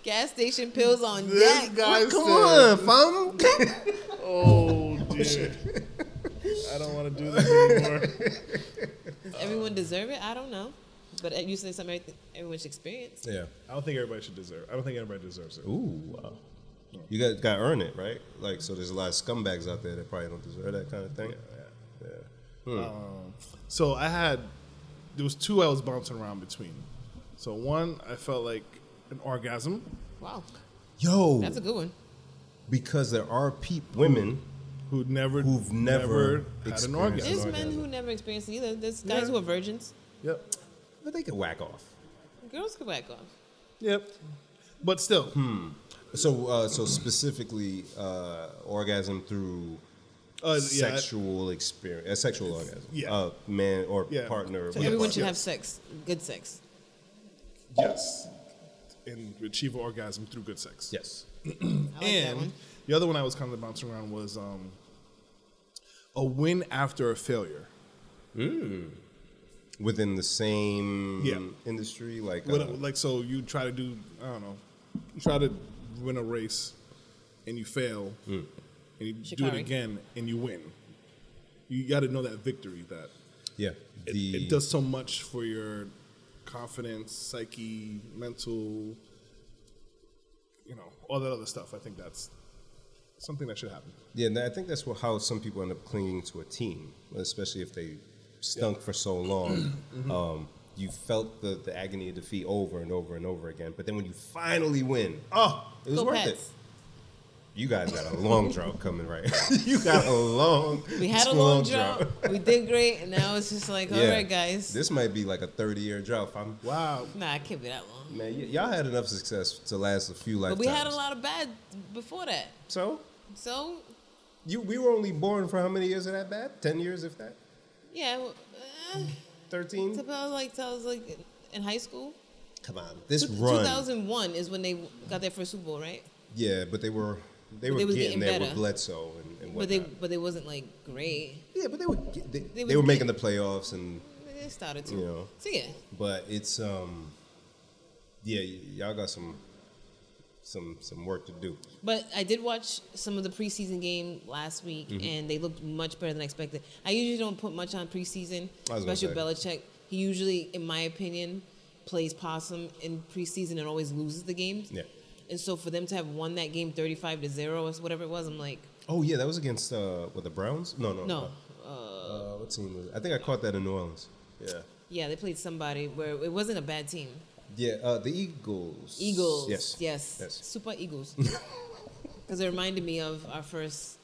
Speaker 3: Gas station pills on
Speaker 2: This
Speaker 3: deck.
Speaker 2: guy
Speaker 1: Come
Speaker 2: said,
Speaker 1: on, fam.
Speaker 2: "Oh dear, I don't want to do this anymore."
Speaker 3: Does everyone deserve it? I don't know. But uh, you say something everyth- everyone should experience.
Speaker 1: yeah.
Speaker 2: I don't think everybody should deserve. I don't think anybody deserves it.
Speaker 1: Ooh, wow. You got got to earn it, right? Like, so there's a lot of scumbags out there that probably don't deserve that kind of thing. Yeah.
Speaker 2: So I had there was two I was bouncing around between. So one I felt like an orgasm.
Speaker 3: Wow.
Speaker 1: Yo,
Speaker 3: That's a good one.
Speaker 1: because there are peop women.
Speaker 2: Who never
Speaker 1: Who've never
Speaker 2: had an
Speaker 1: experienced
Speaker 2: orgasm.
Speaker 3: There's
Speaker 1: Yeah.
Speaker 3: men who never experience it either. There's guys
Speaker 2: Yeah.
Speaker 3: who are virgins.
Speaker 2: Yep.
Speaker 1: But they can whack off.
Speaker 3: Girls could whack off.
Speaker 2: Yep. But still,
Speaker 1: Hmm. So, uh, so specifically, uh, orgasm through
Speaker 2: uh, yeah,
Speaker 1: sexual experience, uh, sexual orgasm,
Speaker 2: yeah.
Speaker 1: uh, man or
Speaker 2: Yeah.
Speaker 1: partner.
Speaker 3: So
Speaker 1: with
Speaker 3: everyone
Speaker 1: partner.
Speaker 3: should have sex. Good sex.
Speaker 2: yes, and achieve orgasm through good sex.
Speaker 1: Yes.
Speaker 3: I like that
Speaker 2: and
Speaker 3: one.
Speaker 2: the other one I was kind of bouncing around was um, a win after a failure.
Speaker 1: Within the same
Speaker 2: Yeah.
Speaker 1: industry, like
Speaker 2: What-
Speaker 1: uh,
Speaker 2: like so, you try to do I don't know, you try to win a race, and you fail,
Speaker 1: Hmm.
Speaker 2: and you do it
Speaker 3: Shikari.
Speaker 2: again, and you win. You got to know that victory that
Speaker 1: yeah,
Speaker 2: it,
Speaker 1: the
Speaker 2: it does so much for your confidence, psyche, mental, you know, all that other stuff. I think that's something that should happen.
Speaker 1: Yeah, and I think that's what, how some people end up clinging to a team, especially if they stunk for so long.
Speaker 2: Mm-hmm.
Speaker 1: um, you felt the, the agony of defeat over and over and over again, but then when you finally win, oh, it was
Speaker 3: Go
Speaker 1: worth
Speaker 3: Pats.
Speaker 1: it. You guys got a long drought coming right. you got a long.
Speaker 3: We had a long, drought. We did great, and now it's just like, all right, guys.
Speaker 1: This might be like a 30 year drought. If I'm,
Speaker 2: Wow.
Speaker 3: nah, it can't be that long.
Speaker 1: man, y- y'all had enough success to last a few lifetimes.
Speaker 3: But we had a lot of bad before that.
Speaker 1: So
Speaker 3: So,
Speaker 1: you, we were only born for how many years of that bad? Ten years, if that.
Speaker 3: yeah, well, uh,
Speaker 1: Thirteen.
Speaker 3: till I was like, till I was like in high school.
Speaker 1: Come on, this
Speaker 3: Two-
Speaker 1: run.
Speaker 3: 2001 is when they got their first Super Bowl, right?
Speaker 1: Yeah, but they were they were
Speaker 3: they was
Speaker 1: getting,
Speaker 3: getting
Speaker 1: there
Speaker 3: better.
Speaker 1: with Bledsoe and, and whatnot.
Speaker 3: But they but they wasn't like great.
Speaker 1: yeah, but they were get- they, they,
Speaker 3: was
Speaker 1: were
Speaker 3: get-
Speaker 1: making the playoffs and
Speaker 3: They started to.
Speaker 1: You know.
Speaker 3: So yeah,
Speaker 1: but it's um yeah y- y'all got some some some work to do.
Speaker 3: but I did watch some of the preseason game last week,
Speaker 1: Mm-hmm.
Speaker 3: and they looked much better than I expected. I usually don't put much on preseason,
Speaker 1: I was gonna
Speaker 3: especially Belichick. He usually, in my opinion, plays possum in preseason and always loses the games.
Speaker 1: Yeah.
Speaker 3: And so for them to have won that game 35 to zero or whatever it was, I'm like,
Speaker 1: Oh yeah, that was against uh what the Browns? No no
Speaker 3: no.
Speaker 1: Uh,
Speaker 3: Uh,
Speaker 1: uh, what team was it? I think I caught that in New Orleans. Yeah.
Speaker 3: yeah, they played somebody where it wasn't a bad team.
Speaker 1: Yeah, uh, the Eagles.
Speaker 3: Eagles.
Speaker 1: Yes.
Speaker 3: Yes.
Speaker 1: Yes.
Speaker 3: Super Eagles. Because it reminded me of our first,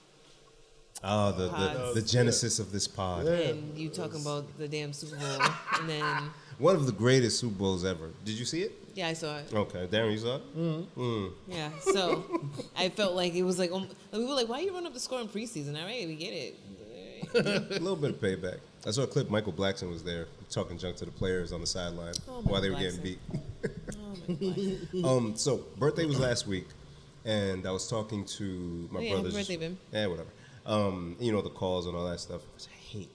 Speaker 1: Ah, the, the,
Speaker 3: Pods.
Speaker 1: the genesis of this pod.
Speaker 2: Yeah.
Speaker 3: and you talking about the damn Super Bowl, and then
Speaker 1: One of the greatest Super Bowls ever. Did you see it? Mm.
Speaker 3: yeah, I saw it.
Speaker 1: Okay, Darren, you saw it?
Speaker 3: Yeah, so I felt like it was like um, we were like, why you run up the score in preseason? All right, we get it. All right.
Speaker 1: A little bit of payback. I saw a clip. Michael Blackson was there talking junk to the players on the sideline
Speaker 3: Oh,
Speaker 1: while they were
Speaker 3: Michael
Speaker 1: getting
Speaker 3: Blackson. Oh my god.
Speaker 1: beat. Um, so birthday was last week, and I was talking to my
Speaker 3: Oh, yeah, happy
Speaker 1: brothers.
Speaker 3: birthday, Bim.
Speaker 1: Yeah, whatever. Um, you know the calls and all that stuff. which I hate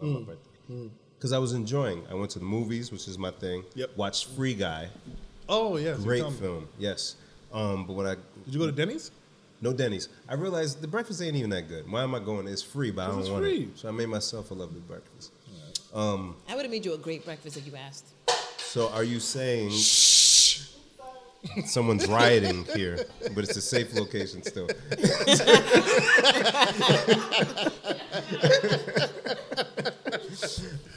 Speaker 1: on
Speaker 2: Mm.
Speaker 1: my birthday because I was enjoying. I went to the movies, which is my thing.
Speaker 2: Yep.
Speaker 1: Watched Free Guy,
Speaker 2: Oh yeah.
Speaker 1: great
Speaker 2: Tom.
Speaker 1: film. Yes. Um, but what I
Speaker 2: Did you go to Denny's?
Speaker 1: no Denny's. I realized the breakfast ain't even that good. Why am I going? It's free, but I
Speaker 2: 'Cause
Speaker 1: don't
Speaker 2: it's
Speaker 1: want
Speaker 2: free.
Speaker 1: it. So I made myself a lovely breakfast.
Speaker 3: I would have made you a great breakfast if you asked.
Speaker 1: So are you saying someone's rioting here, but it's a safe location still?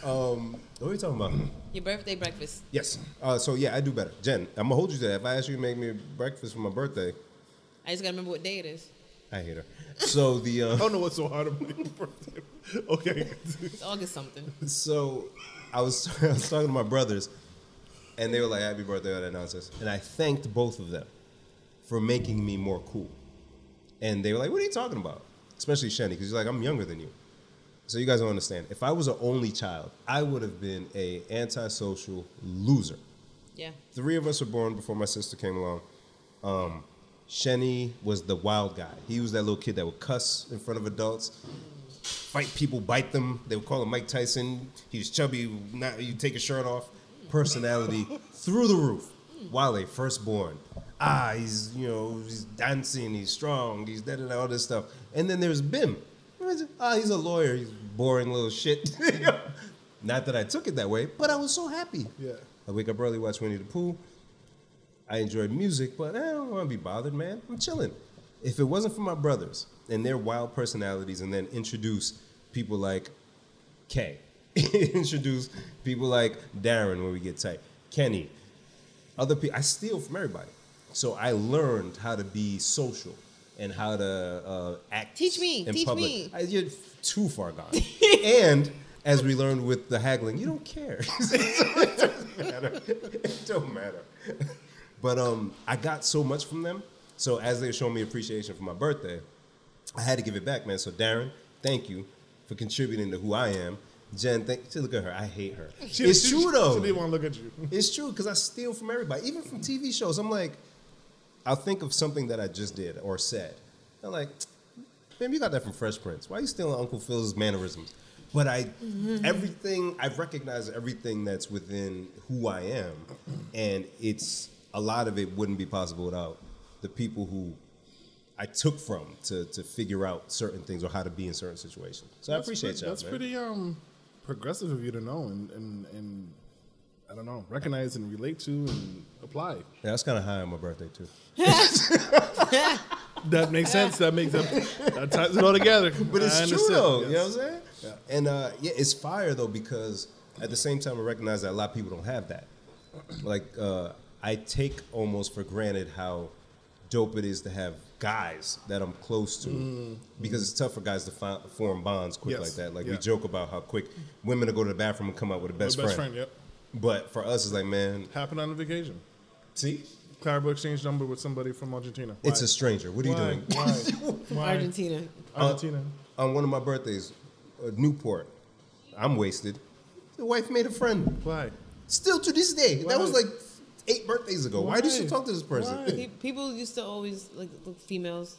Speaker 1: um, what are we talking about?
Speaker 3: Your birthday breakfast.
Speaker 1: Yes. Uh, so yeah, I do better. Jen, I'm gonna hold you to that. If I ask you to make me breakfast for my birthday,
Speaker 3: I just gotta remember what day it is.
Speaker 1: I hate her. So the uh,
Speaker 2: I don't know what's so hard about your birthday. Okay.
Speaker 3: It's August something.
Speaker 1: so I was, I was talking to my brothers, and they were like, "Happy birthday!" all that nonsense. And I thanked both of them for making me more cool. And they were like, "What are you talking about?" Especially Shenny, because he's like, "I'm younger than you." So you guys don't understand. If I was an only child, I would have been a antisocial loser.
Speaker 3: Yeah.
Speaker 1: Three of us were born before my sister came along. Um, Shenny was the wild guy. He was that little kid that would cuss in front of adults, fight people, bite them. They would call him Mike Tyson. He was chubby. Not you take his shirt off. Personality through the roof. Wale, firstborn. Ah, he's you know he's dancing. He's strong. He's that and all this stuff. And then there's Bim. Ah, he's a lawyer. He's boring little shit. Not that I took it that way, but I was so happy.
Speaker 2: Yeah.
Speaker 1: I wake up early, watch Winnie the Pooh. I enjoy music, but I don't want to be bothered, man. I'm chilling. If it wasn't for my brothers and their wild personalities, and then introduce people like Kay, introduce people like Darren when we get tight, Kenny, other people. I steal from everybody, so I learned how to be social and how to uh, act.
Speaker 3: Teach me,
Speaker 1: in
Speaker 3: teach
Speaker 1: public.
Speaker 3: me.
Speaker 1: I, you're too far gone. and as we learned with the haggling, you don't care. it don't matter. But um, I got so much from them. So as they were showing me appreciation for my birthday, I had to give it back, man. So Darren, thank you for contributing to who I am. Jen, thank you. Look at her. I hate her. it's
Speaker 2: She- she-
Speaker 1: true though.
Speaker 2: She didn't want to look at you.
Speaker 1: It's true because I steal from everybody, even from TV shows. I'm like, I'll think of something that I just did or said. I'm like, man, you got that from Fresh Prince. Why are you stealing Uncle Phil's mannerisms? But I, everything I recognize everything that's within who I am, and it's a lot of it wouldn't be possible without the people who I took from to to figure out certain things or how to be in certain situations. So I
Speaker 2: That's
Speaker 1: appreciate
Speaker 2: pretty-
Speaker 1: y'all.
Speaker 2: That's
Speaker 1: man.
Speaker 2: pretty um progressive of you to know and and and I don't know recognize and relate to and apply.
Speaker 1: Yeah, that's kind of high on my birthday too.
Speaker 2: That makes sense. That makes that, that ties it all together.
Speaker 1: But it's
Speaker 2: I
Speaker 1: true
Speaker 2: understand.
Speaker 1: though. You know what I'm
Speaker 2: Yes.
Speaker 1: saying? And uh, yeah, it's fire though because at the same time I recognize that a lot of people don't have that. Like uh, I take almost for granted how dope it is to have guys that I'm close to because it's tough for guys to find, form bonds quick
Speaker 2: Mm-hmm. Yes.
Speaker 1: like that. Like we
Speaker 2: Yeah.
Speaker 1: joke about how quick women will go to the bathroom and come out with a best,
Speaker 2: best
Speaker 1: friend.
Speaker 2: friend. Yep.
Speaker 1: But for us, it's like, man,
Speaker 2: Happened on a vacation.
Speaker 1: see,
Speaker 2: Clarabelle exchanged number with somebody from Argentina.
Speaker 1: it's a stranger. What are you
Speaker 2: Why?
Speaker 1: doing?
Speaker 2: Why? Why?
Speaker 3: Argentina.
Speaker 2: Argentina.
Speaker 1: On one of my birthdays, uh, Newport, I'm wasted. The wife made a friend.
Speaker 2: Why?
Speaker 1: Still to this day. That was
Speaker 2: Why?
Speaker 1: like eight birthdays ago. Why, did
Speaker 2: Why?
Speaker 1: you talk to this person?
Speaker 2: Why?
Speaker 3: Pe- People used to always like look females.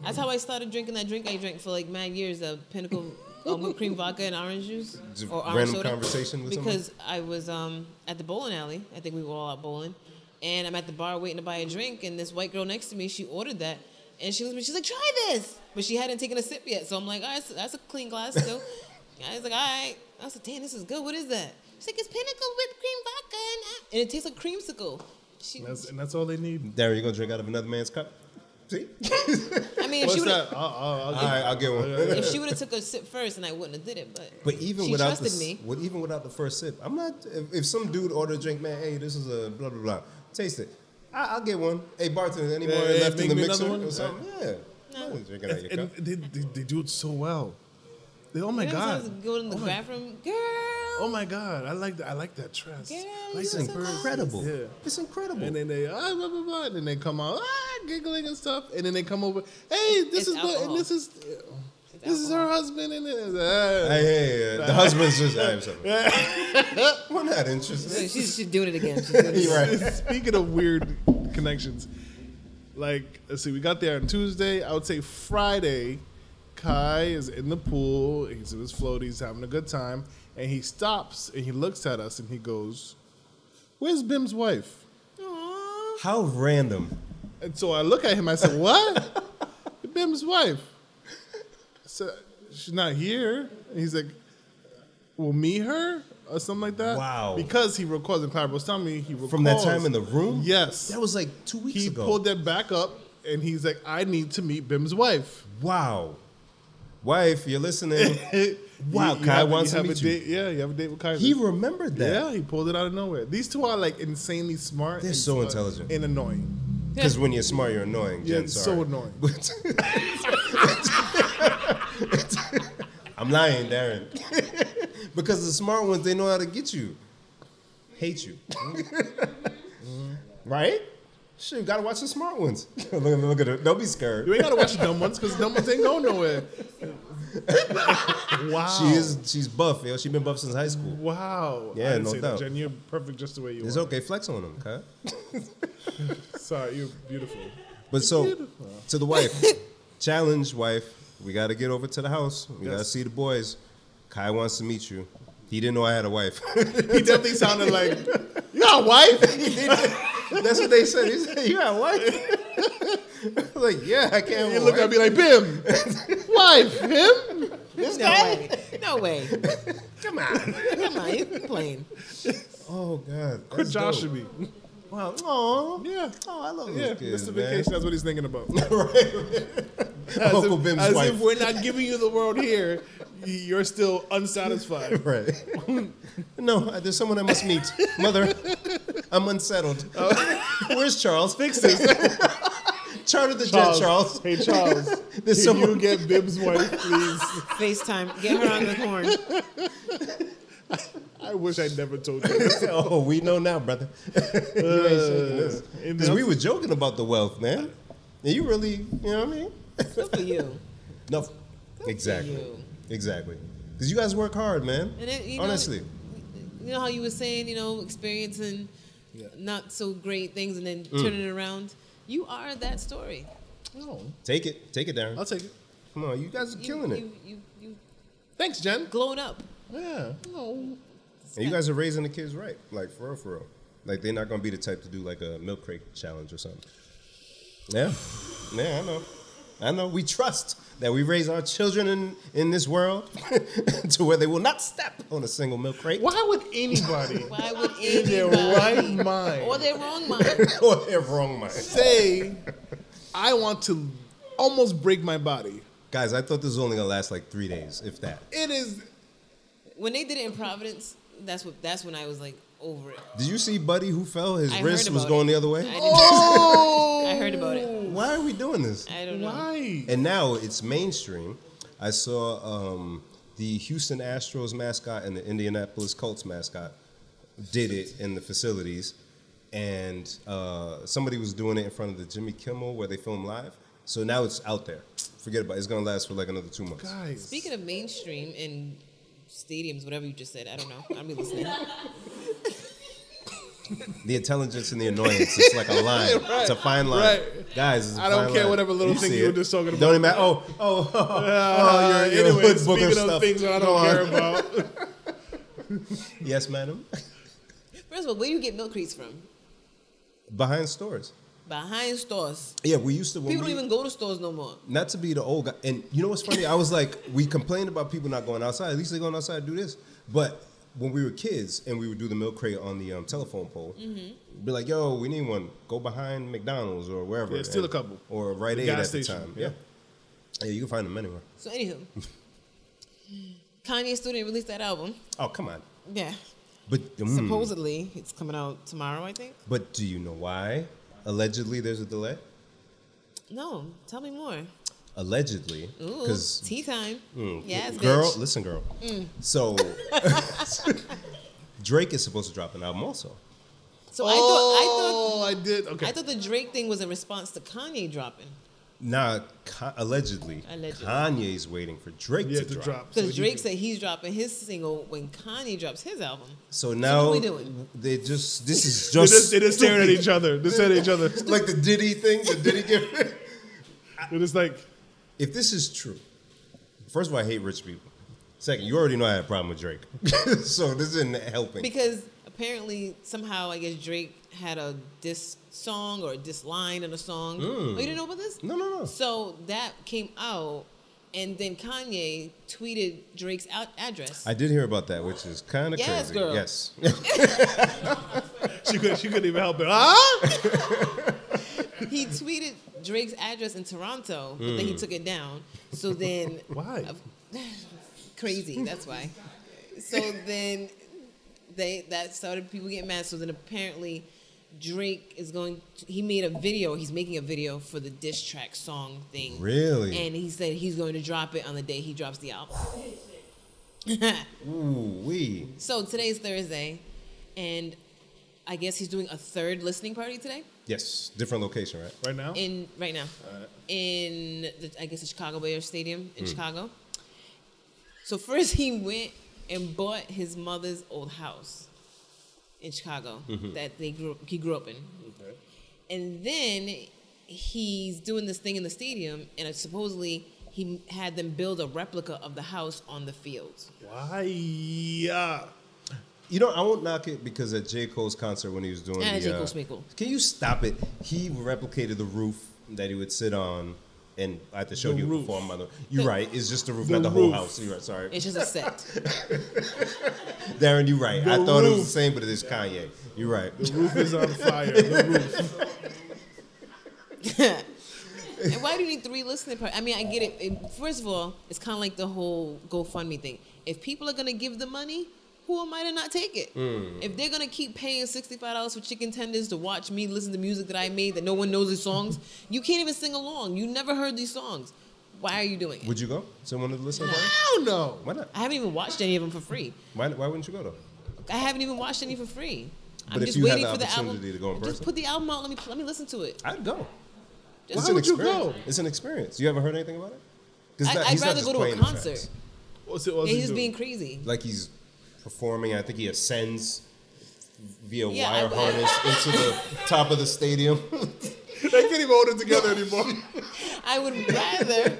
Speaker 3: That's how I started drinking that drink I drank for like mad years, the pinnacle um, whipped cream vodka and orange juice
Speaker 1: Just
Speaker 3: or orange
Speaker 1: random
Speaker 3: soda.
Speaker 1: conversation with someone?
Speaker 3: because I was um, at the bowling alley. I think we were all out bowling, and I'm at the bar waiting to buy a drink, and this white girl next to me, she ordered that. And she was, she's like, try this, but she hadn't taken a sip yet. So I'm like, all right, so that's a clean glass still. I was like, all right. I was like, damn, this is good. What is that? She's like, it's pinnacle whipped cream vodka, and, and it tastes like creamsicle. She,
Speaker 2: That's, and that's all they need.
Speaker 1: Darren, you gonna drink out of another man's cup? See?
Speaker 3: I mean, if
Speaker 2: What's
Speaker 3: she would have
Speaker 2: that? I'll, I'll, I'll
Speaker 1: All right, I'll get one.
Speaker 3: if she would have took a sip first, and I wouldn't have did it. But
Speaker 1: But even
Speaker 3: she
Speaker 1: without the,
Speaker 3: trusted
Speaker 1: s-
Speaker 3: me.
Speaker 1: with- even without the first sip, I'm not. If, if some dude ordered a drink, man, hey, this is a blah blah blah. Taste it. I, I'll get one. Hey, bartender, any
Speaker 2: Yeah,
Speaker 1: more
Speaker 2: yeah,
Speaker 1: left
Speaker 2: make
Speaker 1: in the
Speaker 2: me
Speaker 1: mixer
Speaker 2: another one?
Speaker 1: or something? Yeah. No one's drinking out of your
Speaker 2: and
Speaker 1: cup.
Speaker 2: they, they, they do it so well. They, oh my
Speaker 3: Every time I was
Speaker 2: god.
Speaker 3: Go in the
Speaker 2: oh, my,
Speaker 3: bathroom, girl.
Speaker 2: oh my god. I like that. I like that dress.
Speaker 3: Girl,
Speaker 2: I like
Speaker 3: you
Speaker 1: It's
Speaker 3: so
Speaker 2: that purse.
Speaker 3: nice.
Speaker 1: incredible.
Speaker 2: Yeah.
Speaker 1: It's incredible.
Speaker 2: And then they ah blah blah blah. And then they come out ah giggling and stuff. And then they come over. Hey, this
Speaker 3: It's
Speaker 2: is the, and
Speaker 3: alcohol.
Speaker 2: this is this is her
Speaker 3: alcohol.
Speaker 2: husband. And then ah.
Speaker 1: Hey, hey, hey, the husband's just. I'm sorry. We're not interested.
Speaker 3: Look, she's, she's doing it again. She's doing it again.
Speaker 1: You're right.
Speaker 2: Speaking of weird connections, like let's see, we got there on Tuesday. I would say Friday, Kai is in the pool. He's in his float. He's having a good time, and he stops and he looks at us and he goes, "Where's Bim's wife?"
Speaker 3: Aw.
Speaker 1: How random.
Speaker 2: And so I look at him. I said, "What? Bim's wife?" So she's not here. And he's like, "Well, meet her." Or something like that.
Speaker 1: Wow.
Speaker 2: Because he records and Clyde was telling me he records
Speaker 1: From that time in the room?
Speaker 2: Yes.
Speaker 1: That was like two weeks
Speaker 2: he
Speaker 1: ago.
Speaker 2: pulled that back up and he's like, I need to meet Bim's wife.
Speaker 1: wow. Wife, you're listening. Wow,
Speaker 2: You- you
Speaker 1: Kai
Speaker 2: have-
Speaker 1: wants to
Speaker 2: have a
Speaker 1: meet you.
Speaker 2: date- Yeah, you have a date with Kai.
Speaker 1: he remembered that.
Speaker 2: yeah, he pulled it out of nowhere. These two are like insanely smart.
Speaker 1: They're
Speaker 2: and
Speaker 1: so
Speaker 2: smart
Speaker 1: intelligent.
Speaker 2: and annoying.
Speaker 1: Because when you're smart, you're annoying.
Speaker 2: Yeah,
Speaker 1: Jen,
Speaker 2: it's
Speaker 1: sorry.
Speaker 2: so annoying.
Speaker 1: I'm lying, Darren. because the smart ones, they know how to get you. Hate you. Mm-hmm. right? Shit, you gotta watch the smart ones. look, at- look at it. Don't be scared.
Speaker 2: You ain't gotta watch the dumb ones because dumb ones ain't going nowhere. wow.
Speaker 1: She is. She's buff, yo. She's been buff since high school.
Speaker 2: Wow. I
Speaker 1: Yeah,
Speaker 2: didn't
Speaker 1: no
Speaker 2: say
Speaker 1: doubt.
Speaker 2: That, Jen, you're perfect just the way you
Speaker 1: It's
Speaker 2: are.
Speaker 1: okay. Flex on them, huh?
Speaker 2: Sorry, you're beautiful.
Speaker 1: But so,
Speaker 2: Beautiful.
Speaker 1: to the wife, challenge wife. We got to get over to the house. We got to
Speaker 2: Yes.
Speaker 1: see the boys. Kai wants to meet you. He didn't know I had a wife.
Speaker 2: He definitely sounded like, You got a wife?
Speaker 1: That's what they said. He said, "You got a wife?" I was like, yeah, I can't.
Speaker 2: You look at me like, Bim, wife, him?
Speaker 3: No way. No way.
Speaker 1: Come on.
Speaker 3: Come on, you're playing.
Speaker 1: Oh God.
Speaker 2: Quit
Speaker 1: that's dope.
Speaker 2: joshing me.
Speaker 1: Wow. Oh.
Speaker 2: Yeah.
Speaker 1: Oh, I love
Speaker 2: Yeah,
Speaker 1: this kid, man.
Speaker 2: Mr. Vacation, that's what he's thinking about. As,
Speaker 1: Uncle
Speaker 2: if,
Speaker 1: Bim's
Speaker 2: as
Speaker 1: wife.
Speaker 2: if we're not giving you the world here, y- you're still unsatisfied.
Speaker 1: Right. no, I- there's someone I must meet. Mother, I'm unsettled.
Speaker 2: Oh.
Speaker 1: Where's Charles? Fix this. Charter the jet, Charles.
Speaker 2: Hey, Charles.
Speaker 1: There's
Speaker 2: can
Speaker 1: someone-
Speaker 2: you get Bib's wife, please?
Speaker 3: FaceTime. Get her on the horn.
Speaker 2: I wish I never told you. this.
Speaker 1: oh, we know now, brother. you ain't shaking this.
Speaker 2: and
Speaker 1: Because we
Speaker 2: that's-
Speaker 1: were joking about the wealth, man. And you really, you know what I mean?
Speaker 3: Good for you.
Speaker 1: No. Exactly.
Speaker 3: you.
Speaker 1: Exactly. Because you guys work hard, man.
Speaker 3: And it, you know,
Speaker 1: Honestly.
Speaker 3: You know how you were saying, you know, experiencing
Speaker 2: Yeah. Mm.
Speaker 3: not so great things and then turning it around. You are that story.
Speaker 2: No,
Speaker 1: Take it. Take it, Darren.
Speaker 2: I'll take it.
Speaker 1: Come on, you guys are
Speaker 3: You,
Speaker 1: killing it.
Speaker 3: You, you, you
Speaker 2: Thanks, Jen.
Speaker 3: glowed up.
Speaker 2: Yeah. No.
Speaker 1: And you guys are raising the kids right, like for real, for real. Like they're not gonna be the type to do like a milk crate challenge or something. Yeah, yeah, I know, I know. We trust that we raise our children in in this world to where they will not step on a single milk crate
Speaker 2: Why would anybody
Speaker 3: Why would
Speaker 2: in their
Speaker 3: anybody
Speaker 2: right mind
Speaker 3: or their wrong mind
Speaker 1: or their wrong mind.
Speaker 2: say, I want to almost break my body?
Speaker 1: Guys, I thought this was only gonna last like three days, if that.
Speaker 2: It is.
Speaker 3: when they did it in Providence, that's what that's when I was like over it.
Speaker 1: Did you see Buddy who fell? His
Speaker 3: I
Speaker 1: wrist
Speaker 3: heard
Speaker 1: was
Speaker 3: about
Speaker 1: going
Speaker 3: it.
Speaker 1: the other way.
Speaker 3: I didn't,
Speaker 2: Oh!
Speaker 3: I
Speaker 1: doing this?
Speaker 3: I don't know.
Speaker 2: Why?
Speaker 1: And now it's mainstream. I saw um, the Houston Astros mascot and the Indianapolis Colts mascot did it in the facilities, and uh, somebody was doing it in front of the Jimmy Kimmel where they film live. So now it's out there. Forget about it. It's gonna last for like another two months.
Speaker 2: Guys.
Speaker 3: Speaking of mainstream and stadiums, whatever you just said, I don't know. I'm listening.
Speaker 1: The intelligence and the annoyance. It's like a line.
Speaker 2: Right,
Speaker 1: It's a fine line.
Speaker 2: right.
Speaker 1: Guys, it's a
Speaker 2: I don't
Speaker 1: fine
Speaker 2: care
Speaker 1: line.
Speaker 2: whatever little
Speaker 1: You
Speaker 2: thing
Speaker 1: see
Speaker 2: you were
Speaker 1: it.
Speaker 2: just talking
Speaker 1: Don't
Speaker 2: about.
Speaker 1: even matter. Oh, oh, oh, oh,
Speaker 2: Uh,
Speaker 1: you're, you're
Speaker 2: anyway,
Speaker 1: hood booger
Speaker 2: speaking of
Speaker 1: stuff.
Speaker 2: things that I
Speaker 1: Go
Speaker 2: don't
Speaker 1: on.
Speaker 2: care about,
Speaker 1: Yes, madam.
Speaker 3: First of all, where do you get milk crates from?
Speaker 1: Behind stores.
Speaker 3: Behind stores.
Speaker 1: Yeah, we used to. When
Speaker 3: People
Speaker 1: we,
Speaker 3: don't even go to stores no more.
Speaker 1: not to be the old guy. And you know what's funny? I was like, we complained about people not going outside. At least they're going outside to do this. But when we were kids and we would do the milk crate on the um, telephone pole,
Speaker 3: Mm-hmm.
Speaker 1: be like, yo, we need one. Go behind McDonald's or wherever.
Speaker 2: Yeah, steal a
Speaker 1: And-
Speaker 2: couple.
Speaker 1: Or Rite Aid
Speaker 2: gas
Speaker 1: at
Speaker 2: station,
Speaker 1: the time.
Speaker 2: yeah.
Speaker 1: Yeah. yeah. you can find them anywhere.
Speaker 3: So anywho, Kanye still didn't release that album.
Speaker 1: Oh, come on.
Speaker 3: Yeah.
Speaker 1: But mm,
Speaker 3: Supposedly, it's coming out tomorrow, I think.
Speaker 1: but do you know why? Allegedly, there's a delay.
Speaker 3: No, tell me more.
Speaker 1: Allegedly,
Speaker 3: Ooh,
Speaker 1: because
Speaker 3: tea time. yes,
Speaker 1: girl,
Speaker 3: bitch. Mm.
Speaker 1: listen, girl. So Drake is supposed to drop an album also.
Speaker 3: So
Speaker 2: oh,
Speaker 3: I thought I thought
Speaker 2: I did. Okay,
Speaker 3: I thought the Drake thing was a response to Kanye dropping
Speaker 1: Nah, Ka- allegedly,
Speaker 3: Allegedly.
Speaker 1: Kanye's waiting for Drake
Speaker 2: yeah,
Speaker 1: to,
Speaker 2: to
Speaker 1: drop.
Speaker 2: drop
Speaker 3: because
Speaker 2: So
Speaker 3: Drake
Speaker 2: you-
Speaker 3: said he's dropping his single when Kanye drops his album.
Speaker 1: So now
Speaker 3: what we doing?
Speaker 1: they just this is
Speaker 2: They're
Speaker 1: just
Speaker 2: just, they're just staring at
Speaker 1: stupid.
Speaker 2: each other. They're staring at each other.
Speaker 1: like the Diddy thing, the Diddy gift.
Speaker 2: They're just like,
Speaker 1: if this is true, first of all, I hate rich people. Second, you already know I had a problem with Drake, so this isn't helping.
Speaker 3: Because apparently, somehow, I guess Drake had a diss song or a diss line in a song. Oh, you didn't know about this?
Speaker 1: Hmm. no, no, no.
Speaker 3: So that came out, and then Kanye tweeted Drake's out address.
Speaker 1: I did hear about that, which is kind of
Speaker 3: Yes,
Speaker 1: crazy.
Speaker 3: girl.
Speaker 1: Yes,
Speaker 2: she couldn't, she couldn't even help it. Huh?
Speaker 3: he tweeted Drake's address in Toronto, but
Speaker 1: Hmm.
Speaker 3: then he took it down. So then,
Speaker 2: Why?
Speaker 3: crazy. That's why. So then, they that started people getting mad. So then apparently, Drake is going. To, he made a video. He's making a video for the diss track song thing.
Speaker 1: Really?
Speaker 3: And he said he's going to drop it on the day he drops the album.
Speaker 1: ooh wee.
Speaker 3: So today's Thursday, and I guess he's doing a third listening party today
Speaker 1: Yes, different location, right?
Speaker 2: Right now,
Speaker 3: in right now in the, I guess the Chicago Bears Stadium in Chicago. So first he went and bought his mother's old house in Chicago that they grew he grew up in, and then he's doing this thing in the stadium, and supposedly he had them build a replica of the house on the field.
Speaker 2: why? Ah. Yeah.
Speaker 1: You know, I won't knock it because at J. Cole's concert when he was doing
Speaker 3: Ah,
Speaker 1: the,
Speaker 3: J.
Speaker 1: uh,
Speaker 3: Cole Smeagol.
Speaker 1: Can you stop it? He replicated the roof that he would sit on and at the show
Speaker 2: The
Speaker 1: he would
Speaker 2: roof.
Speaker 1: perform on the You're right, it's just the roof,
Speaker 2: The
Speaker 1: not the whole
Speaker 2: roof.
Speaker 1: house. You're right, sorry.
Speaker 3: It's just a set.
Speaker 1: Darren, you're right. I
Speaker 2: The
Speaker 1: thought it was
Speaker 2: roof.
Speaker 1: the same, but it is Kanye. You're right.
Speaker 2: The roof is on fire. The roof.
Speaker 3: and why do you need three listening parties? I mean, I get it. It- First of all, it's kind of like the whole GoFundMe thing. If people are gonna give the money, who am I to not take it?
Speaker 1: Hmm.
Speaker 3: If they're gonna keep paying sixty-five dollars for chicken tenders to watch me listen to music that I made that no one knows the songs, you can't even sing along. You never heard these songs. Why are you doing it?
Speaker 1: Would you go? Someone to listen to?
Speaker 2: Hell no.
Speaker 1: Why not?
Speaker 3: I haven't even watched any of them for free.
Speaker 1: Why, why wouldn't you go though?
Speaker 3: I haven't even watched any for free.
Speaker 1: But if you had the opportunity to go in
Speaker 3: Just
Speaker 1: person.
Speaker 3: put the album out. Let me let me listen to it.
Speaker 1: I'd go.
Speaker 3: Just-
Speaker 1: it's
Speaker 2: Why
Speaker 1: an
Speaker 2: would you
Speaker 1: experience.
Speaker 2: go?
Speaker 1: It's an experience. You haven't heard anything about it? 'Cause
Speaker 3: I,
Speaker 1: that-
Speaker 3: I'd
Speaker 1: he's not
Speaker 3: rather
Speaker 1: just
Speaker 3: go to a
Speaker 1: playing the tracks.
Speaker 3: concert.
Speaker 2: What's it? What's
Speaker 3: Yeah,
Speaker 2: it
Speaker 3: he's
Speaker 2: do?
Speaker 3: being crazy.
Speaker 1: like he's performing. I think he ascends via
Speaker 3: Yeah,
Speaker 1: wire
Speaker 3: I-
Speaker 1: harness into the top of the stadium.
Speaker 2: They can't even hold it together anymore.
Speaker 3: I would rather.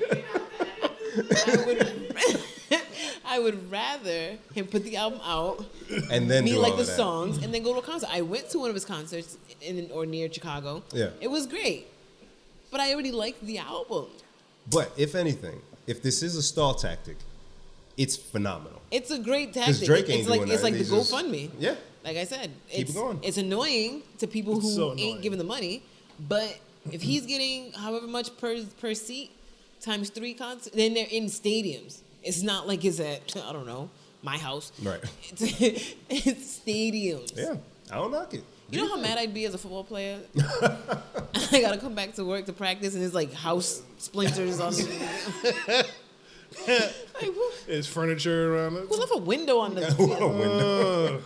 Speaker 3: I would. I would rather him put the album out,
Speaker 1: and then
Speaker 3: me
Speaker 1: do
Speaker 3: like
Speaker 1: all
Speaker 3: the
Speaker 1: of that.
Speaker 3: songs, and then go to a concert. I went to one of his concerts in or near Chicago.
Speaker 1: Yeah.
Speaker 3: it was great, but I already liked the album.
Speaker 1: But if anything, if this is a stall tactic, it's phenomenal.
Speaker 3: It's a great
Speaker 1: Because
Speaker 3: tactic.
Speaker 1: Drake
Speaker 3: it's
Speaker 1: ain't
Speaker 3: like
Speaker 1: doing
Speaker 3: it's
Speaker 1: that.
Speaker 3: like
Speaker 1: He's
Speaker 3: the
Speaker 1: just-
Speaker 3: GoFundMe.
Speaker 1: Yeah.
Speaker 3: Like I said,
Speaker 1: Keep it
Speaker 3: it's,
Speaker 1: going.
Speaker 3: it's annoying to people
Speaker 2: It's
Speaker 3: who
Speaker 2: so annoying.
Speaker 3: ain't giving the money, but if he's getting however much per per seat times three concerts, then they're in stadiums. It's not like it's at I don't know my house.
Speaker 1: Right.
Speaker 3: It's, it's stadiums.
Speaker 1: Yeah, I don't knock it.
Speaker 3: You know how mad I'd be as a football player? I gotta come back to work to practice, and it's like house splinters on. like, who,
Speaker 2: There's furniture around it.
Speaker 3: who left a window on the?
Speaker 1: A window.